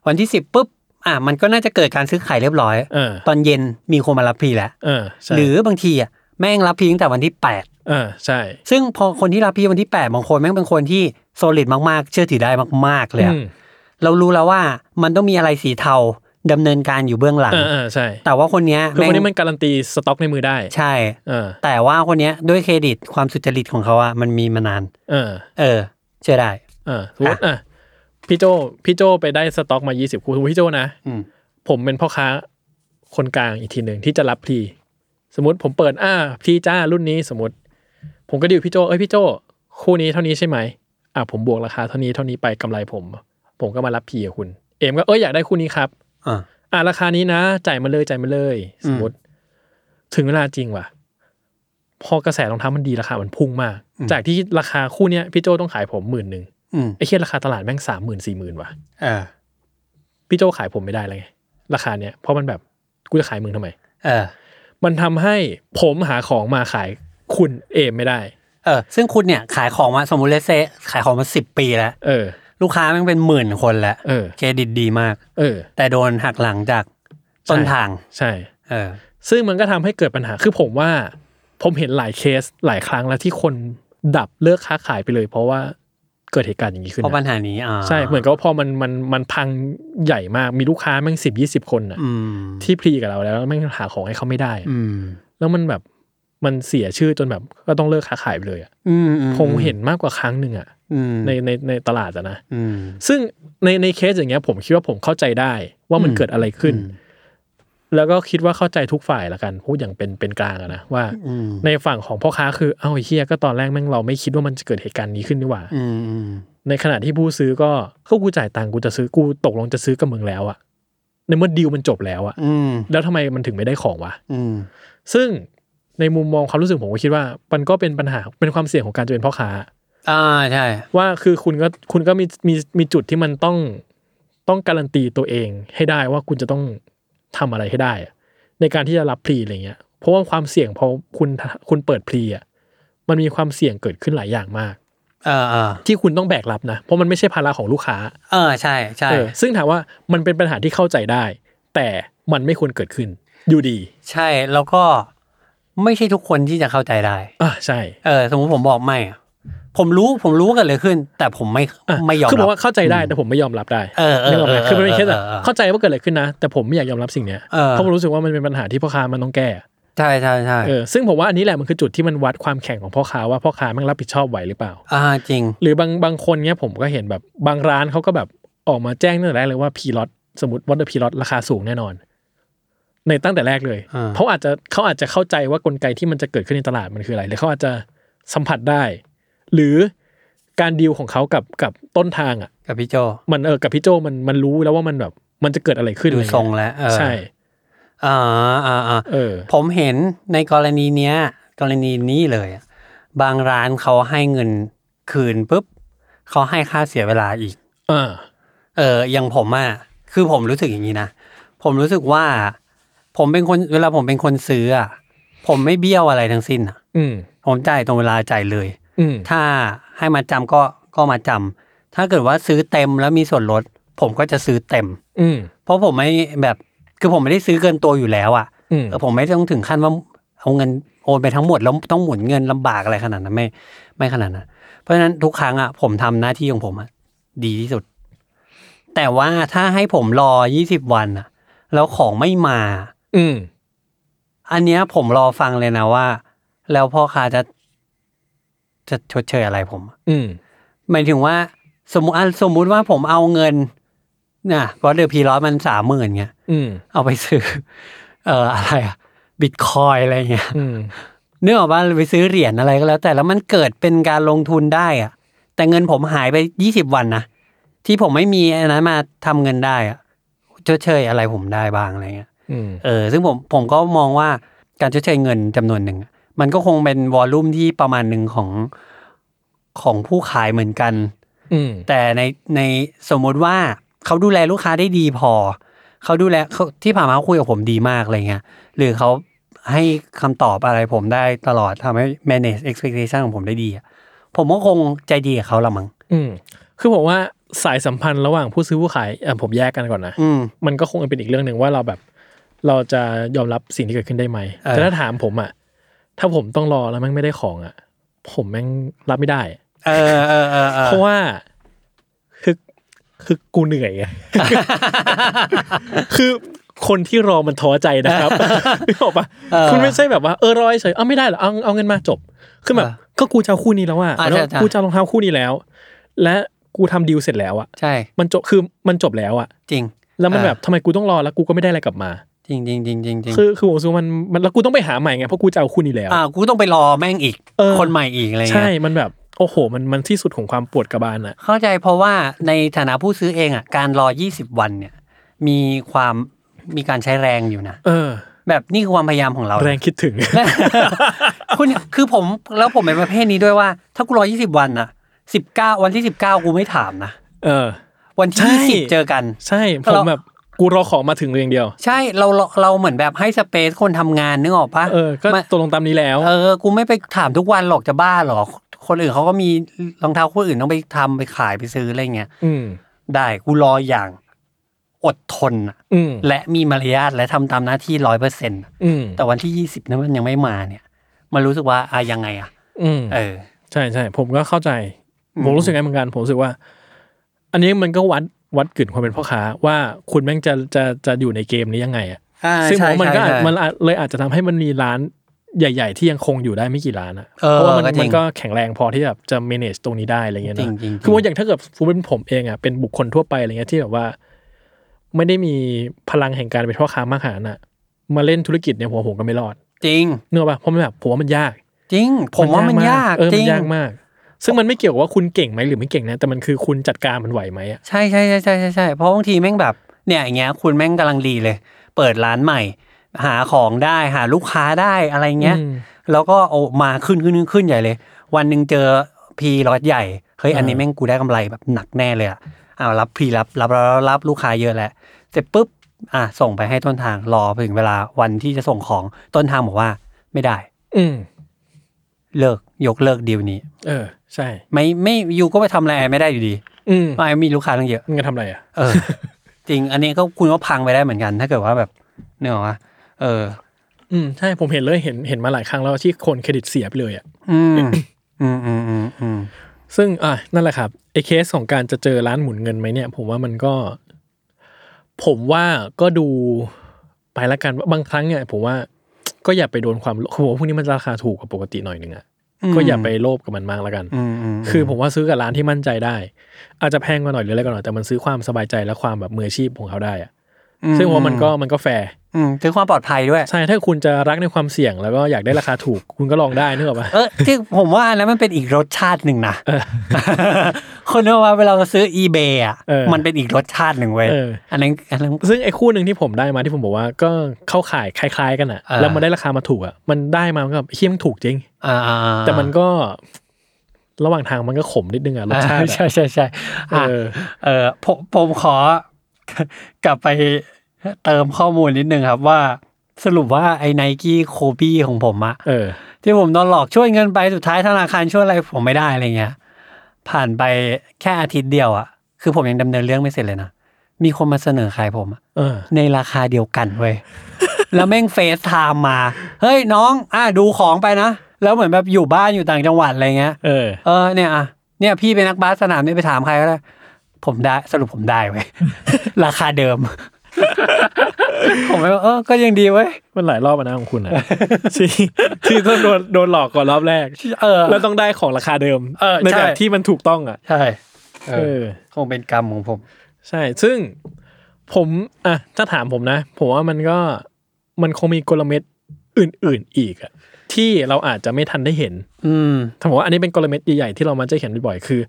วันที่สิบปุ๊บ อ่า มันก็น่าจะเกิดการซื้อขายเรียบร้อย
เออ
ตอนเย็นมีคนมารับพรีแล้ว
เออใช่
หรือบางทีอ่ะแม่งรับพรีตั้งแต่วันที่แปด
เออใช่
ซึ่งพอคนที่รับพรีวันที่แปดบางคนแม่งเป็นคนที่ solid มากๆ เชื่อถือได้มาก ๆ เลยอะ
อืม
เรารู้แล้วว่ามันต้องมีอะไรสีเทาดำเนินการอยู่เบื้องหลัง
เออเออใช่
แต่ว่าคนเนี้ย
คือ
แม่ง
วันนี้มันการันตีสต็อกในมือได้
ใช่
เออ
แต่ว่าคนเนี้ยด้วยเครดิตความสุจริตของเขาอะมันมีมานาน
เออ
เออ เชื่อได้
อ่าสมมติอ่ะพี่โจพี่โจไปได้สต็อกมา 20 คู่สมมติพี่โจนะ
อืม
ผมเป็นพ่อค้าคนกลางอีกทีหนึ่งที่จะรับพรีสมมติผมเปิดอ่าพรีจ้ารุ่นนี้สมมติ ผมก็ดิวพี่โจเอ้ยพี่โจคู่นี้เท่านี้ใช่ไหมอ่ะผมบวกราคาเท่านี้เท่านี้ไปกำไรผม ผมก็มารับพรีกับคุณ เอ็มก็เอ้ยอยากได้คู่นี้ครับ
อ่า
อ่ะราคานี้นะจ่ายมาเลยจ่ายมาเลย สมมติ ถึงเวลาจริงว่ะ พอกระแสรองเท้ามันดีราคามันพุ่งมาก
อืม
จากที่ราคาคู่เนี้ยพี่โจต้องขายผมหมื่นหนึ่ง
อืม
ไอ้เคียราคาตลาดแม่งสามหมื่นสี่หมื่นว่ะ
เออ
พี่โจขายผมไม่ได้แล้วไง ราคาเนี้ยเพราะมันแบบกูจะขายมึงทำไม
เออ
มันทำให้ผมหาของมาขายคุณเอมไม่ได้
เออ ซึ่งคุณเนี่ยขายของมาสมมุติเลเซขายของมาสิบปีแล้ว
เออ
ลูกค้าแม่งเป็นหมื่นคนแล้ว
เออ
เครดิตดีมาก
เออ
แต่โดนหักหลังจากต้นทาง
ใช่
เออ
ซึ่งมันก็ทำให้เกิดปัญหา คือผมว่า ผมเห็นหลายเคสหลายครั้งแล้วที่คนดับเลิกค้าขายไปเลย เพราะว่าเกิดเหตุการณ์อย่างนี้ขึ้น
เพราะปัญ
นะ
หานี้อ่า
ใช่ เหมือนกับว่าพอมันมันมันพังใหญ่มาก มีลูกค้าแม่งสิบยี่สิบคนน่ะ
อืม
ที่พรีกับเราแล้วแล้วแม่งหาของให้เขาไม่ได้อะ
อืม
แล้วมันแบบมันเสียชื่อจนแบบก็ต้องเลิกค้าขายไปเลยอะ
อืมอื
ผมเห็นมากกว่าครั้งหนึ่งอะ
อืม
ในในในตลาดอะนะ
อืม
ซึ่งในในเคสอย่างเงี้ยผมคิดว่าผมเข้าใจได้ว่ามัน
อืม
เกิดอะไรขึ้น
อืม
แล้วก็คิดว่าเข้าใจทุกฝ่ายละกัน พูดอย่างเป็นเป็นกลางอะนะว่า
อืม
ในฝั่งของพ่อค้าคือเอ้าไอ้เฮียก็ตอนแรกแม่งเราไม่คิดว่ามันจะเกิดเหตุการณ์นี้ขึ้นนี่หว่า
อืมอืม
ในขณะที่ผู้ซื้อก็ก็กูจ่ายตังค์กูจะซื้อกูตกลงจะซื้อกับมึงแล้วอะในเมื่อดีลมันจบแล้วอะ
อืม
แล้วทำไมมันถึงไม่ได้ของวะ
อืม
ซึ่งในมุมมองความรู้สึกผมก็คิดว่า มันก็เป็นปัญหาเป็นความเสี่ยงของการจะเป็นพ่อค้า
อ่าใช่
ว่าคือคุณก็คุณก็มีมีมีจุดที่มันต้องต้องการันตีตัวเองให้ได้ว่าคุณจะต้องทำอะไรให้ได้อะในการที่จะรับพลีอะไรเงี้ยเพราะว่าความเสี่ยงพอคุณคุณเปิดพลีอ่ะมันมีความเสี่ยงเกิดขึ้นหลายอย่างมาก
เออเออ
ที่คุณต้องแบกรับนะเพราะมันไม่ใช่ภาระของลูกค้า
เออใช่ใช่
เออซึ่งถามว่ามันเป็นปัญหาที่เข้าใจได้ แต่มันไม่ควรเกิดขึ้น อยู่ดี
ใช่แล้วก็ไม่ใช่ทุกคนที่จะเข้าใจได้
อ่ะใช่
เออ สมมติผมบอกไม่อะผมรู้ผมรู้กันเลยขึ้น แต่ผมไม่
อ่ะ
ไม่ยอม
คือผ
รั
ม
บ
ว่าเข้าใจได้แต่ผมไม่ยอมรับได้
เออเออ
นึกกไหม
เออ
คือมันเป็นแค่แบบ
เออเออ
เข้าใจว่าเกิดอะไรขึ้นนะ แต่ผมไม่อยากยอมรับสิ่งเนี้ย
เออ
เพราะผมรู้สึกว่ามันเป็นปัญหาที่พ่อค้ามันต้องแก้
ใช่ใช่ใช่
เออซึ่งผมว่าอันนี้แหละมันคือจุดที่มันวัดความแข็งของพ่อค้าว่าพ่อค้าแมันรับผิดชอบไหวหรือเปล่า
อ่าจริง
หรือบางบางคนเนี้ยผมก็เห็นแบบบางร้านเขาก็แบบออกมาแจ้งตั้งแต่แรกเลยว่าพีลอตสมมติวัตถุพีลอตราคาสูงแน่นอน ในตั้งแต่แรกเลย
อ่า
เพราะอาจจะเขาอาจจะเข้าใจว่ากลไกที่มันจะเกิดขึ้นในตลาดมันคืออะไรหรือเขาอาจจะสัมผัสได้ หรือการดีลของเขากับกับต้นทางอ่ะ
กับพี่โจ
มันเออกับพี่โจมันมันรู้แล้วว่ามันแบบมันจะเกิดอะไรขึ้น
ดู
อะไรเย
ทรงแล้วเออ
ใช่
อ่าอ่าอ่า
เออ
ผมเห็นในกรณีเนี้ย กรณีนี้เลยอะบางร้านเขาให้เงินคืนปุ๊บเขาให้ค่าเสียเวลาอีก
อ่า
เอออย่างผมอะคือผมรู้สึกอย่างนี้นะผมรู้สึกว่า ผมเป็นคนเวลาผมเป็นคนซื้ออะผมไม่เบี้ยวอะไรทั้งสิ้นอะ
อืม
ผมจ่ายตรงเวลาจ่ายเลย
อืม
ถ้าให้มาจำก็ก็มาจำถ้าเกิดว่าซื้อเต็มแล้วมีส่วนลด ผมก็จะซื้อเต็ม
อืม
เพราะผมไม่แบบคือผมไม่ได้ซื้อเกินตัวอยู่แล้วอะ
อืม
เออผมไม่ต้องถึงขั้นว่าเอาเงินโอนไปทั้งหมดแล้วต้องหมุนเงินลำบากอะไรขนาดนั้นไม่ไม่ขนาดนั้นเพราะฉะนั้นทุกครั้งอะผมทำหน้าที่ของผมอะดีที่สุด แต่ว่าถ้าให้ผมรอยี่สิบวันอะแล้วของไม่มา
อืม
อันเนี้ยผมรอฟังเลยนะว่า แล้วพ่อค้าจะจะชดเชยอะไรผม
อืม
หมายถึงว่าสมมติอ่ะสมมุติว่าผมเอาเงินนะก็เดือพีร้อยมันสามหมื่นไง
อืม
เอาไปซื้อ เอ่ออะไรอะบิตคอยอะไรเงี้ย
อืม
เนื่องจากว่าไปซื้อเหรียญอะไรก็แล้ว แต่แล้วมันเกิดเป็นการลงทุนได้อะแต่เงินผมหายไปยี่สิบวันนะที่ผมไม่มีอันนั้นมาทำเงินได้อะชดเชยอะไรผมได้บ้างอะไรเงี้ย
อืม
เออซึ่งผมผมก็มองว่าการชดเชยเงินจำนวนหนึ่งอะมันก็คงเป็นวอลลุ่มที่ประมาณหนึ่งของของผู้ขายเหมือนกัน
อืม
แต่ในในสมมุติว่าเขาดูแลลูกค้าได้ดีพอ เขาดูแลเขาที่ผ่านมาเขาคุยกับผมดีมากอะไรเงี้ยหรือเขาให้คำตอบอะไรผมได้ตลอดทำให้ manage expectation ของผมได้ดีอะผมก็คงใจดีกับเขาละมั้ง
อืม คือผมว่าสายสัมพันธ์ระหว่างผู้ซื้อผู้ขายอ่ะผมแยกกันก่อนนะ
อืม
มันก็คงเป็นอีกเรื่องหนึ่งว่าเราแบบ เราจะยอมรับสิ่งที่เกิดขึ้นได้ไหม
เออ
แต่ถ้าถามผมอ่ะ ถ้าผมต้องรอแล้วแม่งไม่ได้ของอ่ะ ผมแม่งรับไม่ได้
เออเออเออเออ
เพราะว่า คือ คือกูเหนื่ อยไง คือคนที่รอมันท้อใจนะครับ นึกออกปะคุณไม่ใช่แบบว่าเออรอเฉยเอาไม่ได้เหรอเอาเอาเงินมาจบ คือแบบ ก็กูจะเอาคู่นี้แล้วอ่ะ
อ่า
แล้ว
ใช่ใช่
กูจะเอารองเท้าคู่นี้แล้ว และกูทำดีลเสร็จแล้วอ่ะ
ใช่
มันจบคือมันจบแล้วอ่ะ
จริง
แล้วมัน
เออ
แบบทำไมกูต้องรอแล้วกูก็ไม่ได้อะไรกลับมา
จริงจริงจริงจริงจริง
คือคือผมรู้สูมันมันแล้วกูต้องไปหาใหม่ไงเพราะกูจะเอาคู่นี้แล้ว
อ่ากูต้องไปรอแม่งอีก
เออ
คนใหม่อีกอะไร
ใช่
เงี้ย
มันแบบโอ้โห มันมันที่สุดของความปวดกระบาลอ่ะ
เข้าใจเพราะว่าในฐานะผู้ซื้อเองอ่ะการรอ 20 วันเนี่ย มีความมีการใช้แรงอยู่นะ
เออ
แบบนี่คือความพยายามของเรา
แรงคิดถึง
คุณคือผมแล้วผมเป็นประเภทนี้ด้วยว่า ถ้ากูรอยี่สิบวันอะสิบเก้าวันที่สิบเก้ากูไม่ถามนะ
เออ
วันที่
ใช่
ยี่สิบเจอกัน
ใช่ผมแบบกูรอของมาถึงเลยอย่างเดียว
ใช่เราเราเราเหมือนแบบให้สเปซคนทำงานนึกออกปะ
เออ ก็
มัน
ตกลงตามนี้แล้ว
เออ กูไม่ไปถามทุกวันหรอกจะบ้าหรอ คนอื่นเขาก็มีรองเท้าคนอื่นต้องไปทำไปขายไปซื้ออะไรเงี้ย
อืม
ได้กูรออย่างอดทนอะ
อืม
และมีมารยาทและทำตามหน้าที่ร้อยเปอร์เซ็นต์
อืม
แต่วันที่ยี่สิบนั้นมันยังไม่มาเนี่ย มันรู้สึกว่าอะยังไงอะ
อืม
เออ
ใช่ใช่ผมก็เข้าใจ
อืม
ผมรู้สึกไงเหมือนกัน ผมรู้สึกว่า อันนี้มันก็วัดวัดกึ่นความเป็นพ่อค้า ว่าคุณแม่งจะจะจะอยู่ในเกมนี้ยังไงอ่ะ
อ่า
ซึ่งผมว่ามันก็อาจ
ใช่ใช่
มันอาจเลยอาจจะทำให้มันมีร้านใหญ่ ๆ ที่ยังคงอยู่ได้ไม่กี่ร้านอ่ะ
เออ
ราะว่ามัน
ก็จริง
มันก็แข็งแรงพอที่แบบจะ manage ตรงนี้ได้อะไรเงี้ย
จริ
นะ
งจริงจริง
คือว่าอย่างถ้าเกิดผมเป็นผมเองอ่ะเป็นบุคคลทั่วไปอะไรเงี้ยที่แบบว่า ไม่ได้มีพลังแห่งการเป็นพ่อค้ามากขนาดนั้นอะ มาเล่นธุรกิจเนี่ยหัวผมก็ไม่รอด
จริง
เนื้ออกปะเพราะมันแบบผมว่ามันยาก
จริง ผมว่ามันยาก
เออ
จ
มั
ริ
น
ง
ยากมาก ซึ่งมันไม่เกี่ยวกับว่าคุณเก่งไหมหรือไม่เก่งนะ แต่มันคือคุณจัดการมันไหวไหมอะ
ใช่ใช่ใช่ใช่ใช่ใช่เพราะบางทีแม่งแบบเนี่ยอย่างเงี้ยคุณแม่งกำลังดีเลย เปิดร้านใหม่ หาของได้หาลูกค้าได้อะไรเงี้ย
อืม
แล้วก็เอามาขึ้นขึ้นขึ้นขึ้นใหญ่เลย วันหนึ่งเจอพีร้อยใหญ่เฮ้ยอันนี้
อ่า
แม่งกูได้กำไรแบบหนักแน่เลยอ่ะอ้าวรับพีรับรับรับรับรับลูกค้าเยอะแล้วเสร็จปุ๊บอ่ะส่งไปให้ต้นทางรอถึงเวลาวันที่จะส่งของต้นทางบอกว่าไม่ได้
อืม
เลิกยกเลิกดีลนี้
เออ ใช่
ไม่ไม่ยูก็ไปทำอะไรไม่ได้อยู่ดี
อืม
ไม่มีลูกค้าตั้งเยอะ
มันจะทำอะไรอ่ะ
เออ จริง อันนี้ก็คุณก็พังไปได้เหมือนกัน ถ้าเกิดว่าแบบเนี่ยว่าเออ
อืมใช่ผมเห็นเลยเห็นเห็นมาหลายครั้งแล้วที่คนเครดิตเสียไปเลยอ่ะ
อืม อืมอืมอืมอืม
ซึ่งอ่ะนั่นแหละครับไอเคสของการจะเจอร้านหมุนเงินไหมเนี่ย ผมว่ามันก็ ผมว่าก็ดูไปละกันว่าบางครั้งเนี่ยผมว่า ก็อย่าไปโดนความคือผมว่าพวกนี้มันราคาถูกกว่าปกติหน่อยหนึงอ่ะก็อย่าไปโลภกับมันมากละกัน
อืมอืม
คือผมว่าซื้อกับร้านที่มั่นใจได้ อาจจะแพงกว่าหน่อยหรืออะไรกว่าหน่อยแต่มันซื้อความสบายใจและความแบบมืออาชีพของเขาได้อะ
อื
ซึ่งผมว่ามันก็มันก็แฟร์
อืมถึงความปลอดภัยด้วย
ใช่ถ้าคุณจะรักในความเสี่ยง แล้วก็อยากได้ราคาถูก คุณก็ลองได้นึกออกปะ
เออที่ผมว่าอันนั้นมันเป็นอีกรสชาติหนึ่งนะคนเรียกว่าเวลาเราซื้อ eBay อ่ะ
เออ
มันเป็นอีกรสชาติหนึ่งเว้ย
เออ
อันนั้นอันนั้น
ซึ่งไอ้คู่หนึ่งที่ผมได้มาที่ผมบอกว่าก็เข้าขายคล้ายๆกันอะ
อ่า
แล้วมันได้ราคามาถูกอะมันได้มามันก็แบบเฮี้ยมนถูกจริง
อ่าอ่าอ่า
แต่มันก็ ระหว่างทางมันก็ขมนิดนึงอะรสชาติ
อ่
อะ
ใช่ใช่ใช่อ่ะ
เออ
เออผมผมขอ กลับไปเติมข้อมูลนิดนึงครับว่าสรุปว่าไอ้ไนกี้โคบี้ของผมอะ
เออ
ที่ผมโดนหลอกช่วยเงินไปสุดท้ายธนาคารช่วยอะไรผมไม่ได้อะไรเงี้ย ผ่านไปแค่อาทิตย์เดียวอะคือผมยังดำเนินเรื่องไม่เสร็จเลยนะ มีคนมาเสนอขายผมอะ
เออ
ในราคาเดียวกันเว้ย แล้วแม่งเฟซไทม์มา เฮ้ยน้องอ่ะดูของไปนะ แล้วเหมือนแบบอยู่บ้านอยู่ต่างจังหวัดอะไรเงี้ย
เออ
เออเนี่ยอ่ะเนี่ยพี่เป็นนักบาสสนามไม่ไปถามใครก็ได้ผมได้สรุปผมได้เว้ย ราคาเดิม ผมแบบเออก็ยังดีเว้ย
มันหลายรอบอะนะของคุณอะ ที่ที่ต้องโดนโดนหลอกก่อนรอบแรก
เออ
แล้วต้องได้ของราคาเดิม
เออ
ใน
ใช่
แบบที่มันถูกต้องอะ
ใช่เอ
เอ
อ
อ
คงเป็นกรรมของผม
ใช่ ซึ่งผมอ่ะถ้าถามผมนะ ผมว่ามันก็มันคงมีกลเม็ดอื่น ๆ อีกอะที่เราอาจจะไม่ทันได้เห็น
อืม
ถ้าผมว่าอันนี้เป็นกลเม็ดใหญ่ๆที่เรามักจะเห็นบ่อยๆคือ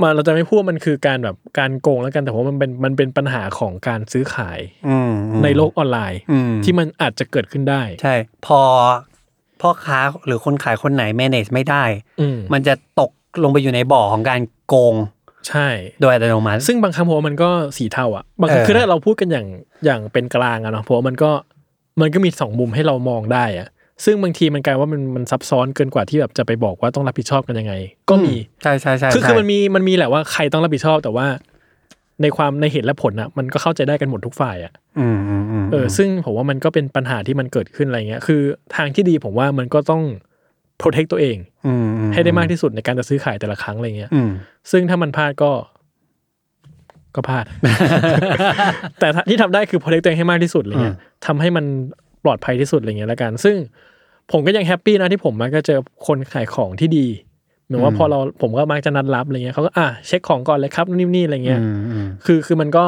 มาเราจะไม่พูดว่ามันคือการแบบการโกงแล้วกันแต่ผมว่ามันเป็นมันเป็นปัญหาของการซื้อขาย
อืม
ในโลกออนไลน์
อืม
ที่มันอาจจะเกิดขึ้นได้
ใช่ พอพ่อค้าหรือคนขายคนไหน manage ไม่ได้
อืม
มันจะตกลงไปอยู่ในบ่อของการโกง
ใช่
โดยอัตโนมัติ
ซึ่งบางครั้งผมว่ามันก็สีเทาอ่ะบางครั้ง
เออ
คือถ้าเราพูดกันอย่างอย่างเป็นกลางอะเนาะผมว่ามันก็มันก็มีสองมุมให้เรามองได้อะซึ่งบางทีมันกลายว่ามันมันซับซ้อนเกินกว่าที่แบบจะไปบอกว่าต้องรับผิดชอบกันยังไง ก็มี
ใช่ใช่ใช่
คือ
ใช่
คือมันมีมันมีแหละว่าใครต้องรับผิดชอบแต่ว่า ในความในเหตุและผลอ่ะมันก็เข้าใจได้กันหมดทุกฝ่ายอ่ะ
อืมอืมอืม
เออซึ่งผมว่ามันก็เป็นปัญหาที่มันเกิดขึ้นอะไรเงี้ยคือทางที่ดีผมว่ามันก็ต้องโปรเทคตัวเอง
อืมอื
ให้ได้มากที่สุดในการจะซื้อขายแต่ละครั้งอะไรเงี้ย
อืม
ซึ่งถ้ามันพลาดก็ ก็พลา ด แต่ที่ทำได้คือโปรเทคตัวเองให้มากที่สุดอะไรเงี้ยทำให้มันปลอดภัยที่สุดอะไรเงี้ยละกัน ซึ่งผมก็ยังแฮปปี้นะที่ผมมักจะเจอคนขายของที่ดีเหมือนว่า
อืม
พอเราผมก็มักจะนัดรับอะไรเงี้ยเขาก็อ่ะเช็คของก่อนเลยครับนู่นนี่อะไรเงี้ย
อืมอืม
คือคือมันก็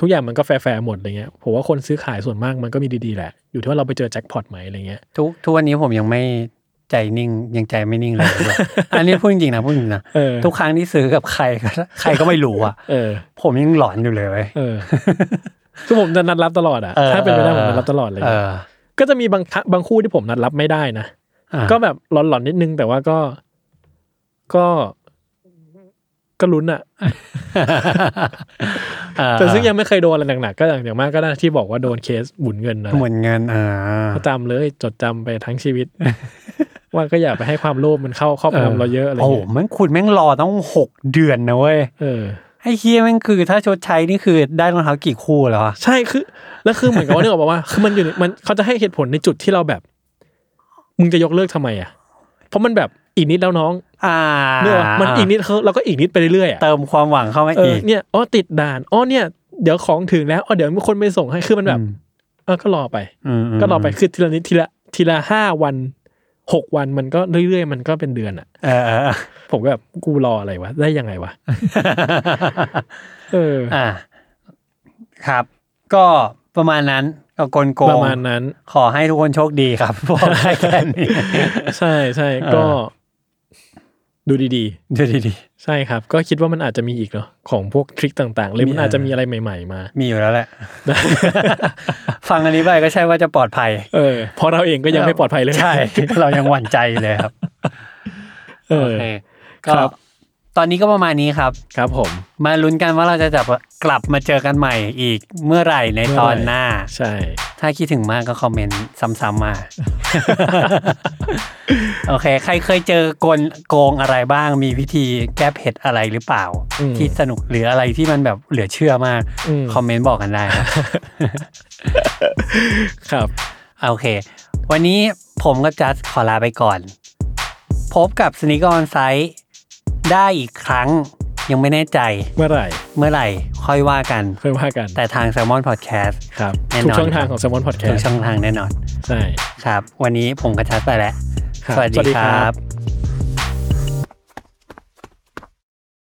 ทุกอย่างมันก็แฟร์ๆหมดอะไรเงี้ยผมว่าคนซื้อขายส่วนมากมันก็มีดีๆแหละ อยู่ที่ว่าเราไปเจอแจ็คพอตไหมอะไรเงี้ย
ทุกทุกวันนี้ผมยังไม่ใจนิ่งยังใจไม่นิ่งเลย อันนี้พูดจริงๆนะพูดจริงๆนะ
เออ
ทุกครั้งที่ซื้อกับใครก็ใครก็ไม่รู้ อ่ะ
เออ
ผมยังหลอนอยู่เลยเว้ย
เออ คือผมจะนัดรับตลอดอ่ะ
เออ
ถ้าเป็นไปได้
เอ
ผ
อ
มนัดรับตลอดเลย
เออ
ก็จะมีบางครั้งบางคู่ที่ผมนัดรับไม่ได้นะ
อ่ะ
ก็แบบหลอนๆนิดนึงแต่ว่าก็ ก็ก็ลุ้นอ่ะ
เออ
แต่ซึ่งยังไม่เคยโดนอะไรหนักๆก็อย่างอย่างมากก็ได้ที่บอกว่าโดนเคสบุญเงินนะ
เหมือนเงินอ่า
ก็จำเลยจดจำไปทั้งชีวิต ว่าก็อย่าไปให้ความโลภมันเข้าครอบงำเราเยอะอะไร
โอ้โห
เงี้ย
แม่งคุณแม่งรอต้องหกเดือนนะเว้ย
เออ
ไอ้เฮียแม่งคือถ้าชดใช้นี่คือได้รองเท้ากี่คู่แล้วอะ
ใช่คือแล้วคือเหมือนกับว่า เนี่ยบอกว่าคือมันอยู่ในมันเขาจะให้เหตุผลในจุดที่เราแบบ มึงจะยกเลิกทำไมอ่ะ เพราะมันแบบอีกนิดแล้วน้อง
อ่า
เนี่ยมันอีกนิดเขาเราก็อีกนิดไปเรื่อยๆอ่ะ
เติมความหวังเข้ามา
เอ
อี
อก เนี่ยอ๋อติดด่านอ๋อเนี่ย เดี๋ยวของถึงแล้วอ๋อเดี๋ยวมีคนไปส่งให้คือมันแบบเออก็รอไป
อืมม
ก็รอไปคือทีละนิดทีละทีละห้าวันหกวันมันก็เรื่อยๆ มันก็เป็นเดือนอ่ะ
เออเออเออ
ผมก็แบบกูรออะไรวะได้ยังไงวะเออ
อ่าครับ ก็ ประมาณนั้นก็กลโกง
ประมาณนั้น
ขอให้ทุกคนโชคดีครับ บอกได้แค่นี้
ใช่ใช่
เออ
ก็ ดูดี
ดูดี
ๆ ใช่ครับ ก็คิดว่ามันอาจจะมีอีกเนาะของพวกทริคต่างๆ เลย
มี
มันอาจจะ
เออ
มีอะไรใหม่ ๆ มา
ๆมีอยู่ แล้วแหละ ฟังอันนี้ไปก็ใช่ว่าจะปลอดภัย
เออเพราะเราเองก็ยังไม่ปลอดภัยเลย
ใช่ เรายังหวั่นใจอยู่เลยครับ
เอ
โอ
อ
เคก็
ครับ
ตอนนี้ก็ประมาณนี้ครับ
ครับผม
มาลุ้นกันว่าเราจะจับกลับมาเจอกันใหม่อีกเมื่อไหร่ในตอนหน้า
ใช่
ถ้าคิดถึงมากก็คอมเมนต์ซ้ ำๆมา โอเค ใครเคยเจอโกนโกงอะไรบ้าง มีวิธีแก้เผ็ดอะไรหรือเปล่า
อืม
ที่สนุกหรืออะไรที่มันแบบเหลือเชื่อมาก
อืม
คอมเมนต์บอกกันได้ ครับ
ครับ
โอเค วันนี้ผมกับจัสขอลาไปก่อน พบกับสนิกอนไซต์ได้อีกครั้ง ยังไม่แน่ใจ
เมื่อไหร่
เมื่อไหร่ค่อยว่ากัน
ค่อยว่ากัน
แต่ทาง s ซ l m o n Podcast
ครับ
แน่นอน
ทุกช่องทางของแซมมอนพอดแค
ทุ
ส
ก
ต์
ช่องทางแน่นอน
ใช่
ครับ วันนี้ผมกับจัสไปแล้ว
ครับ
สวัสดีครับ
บ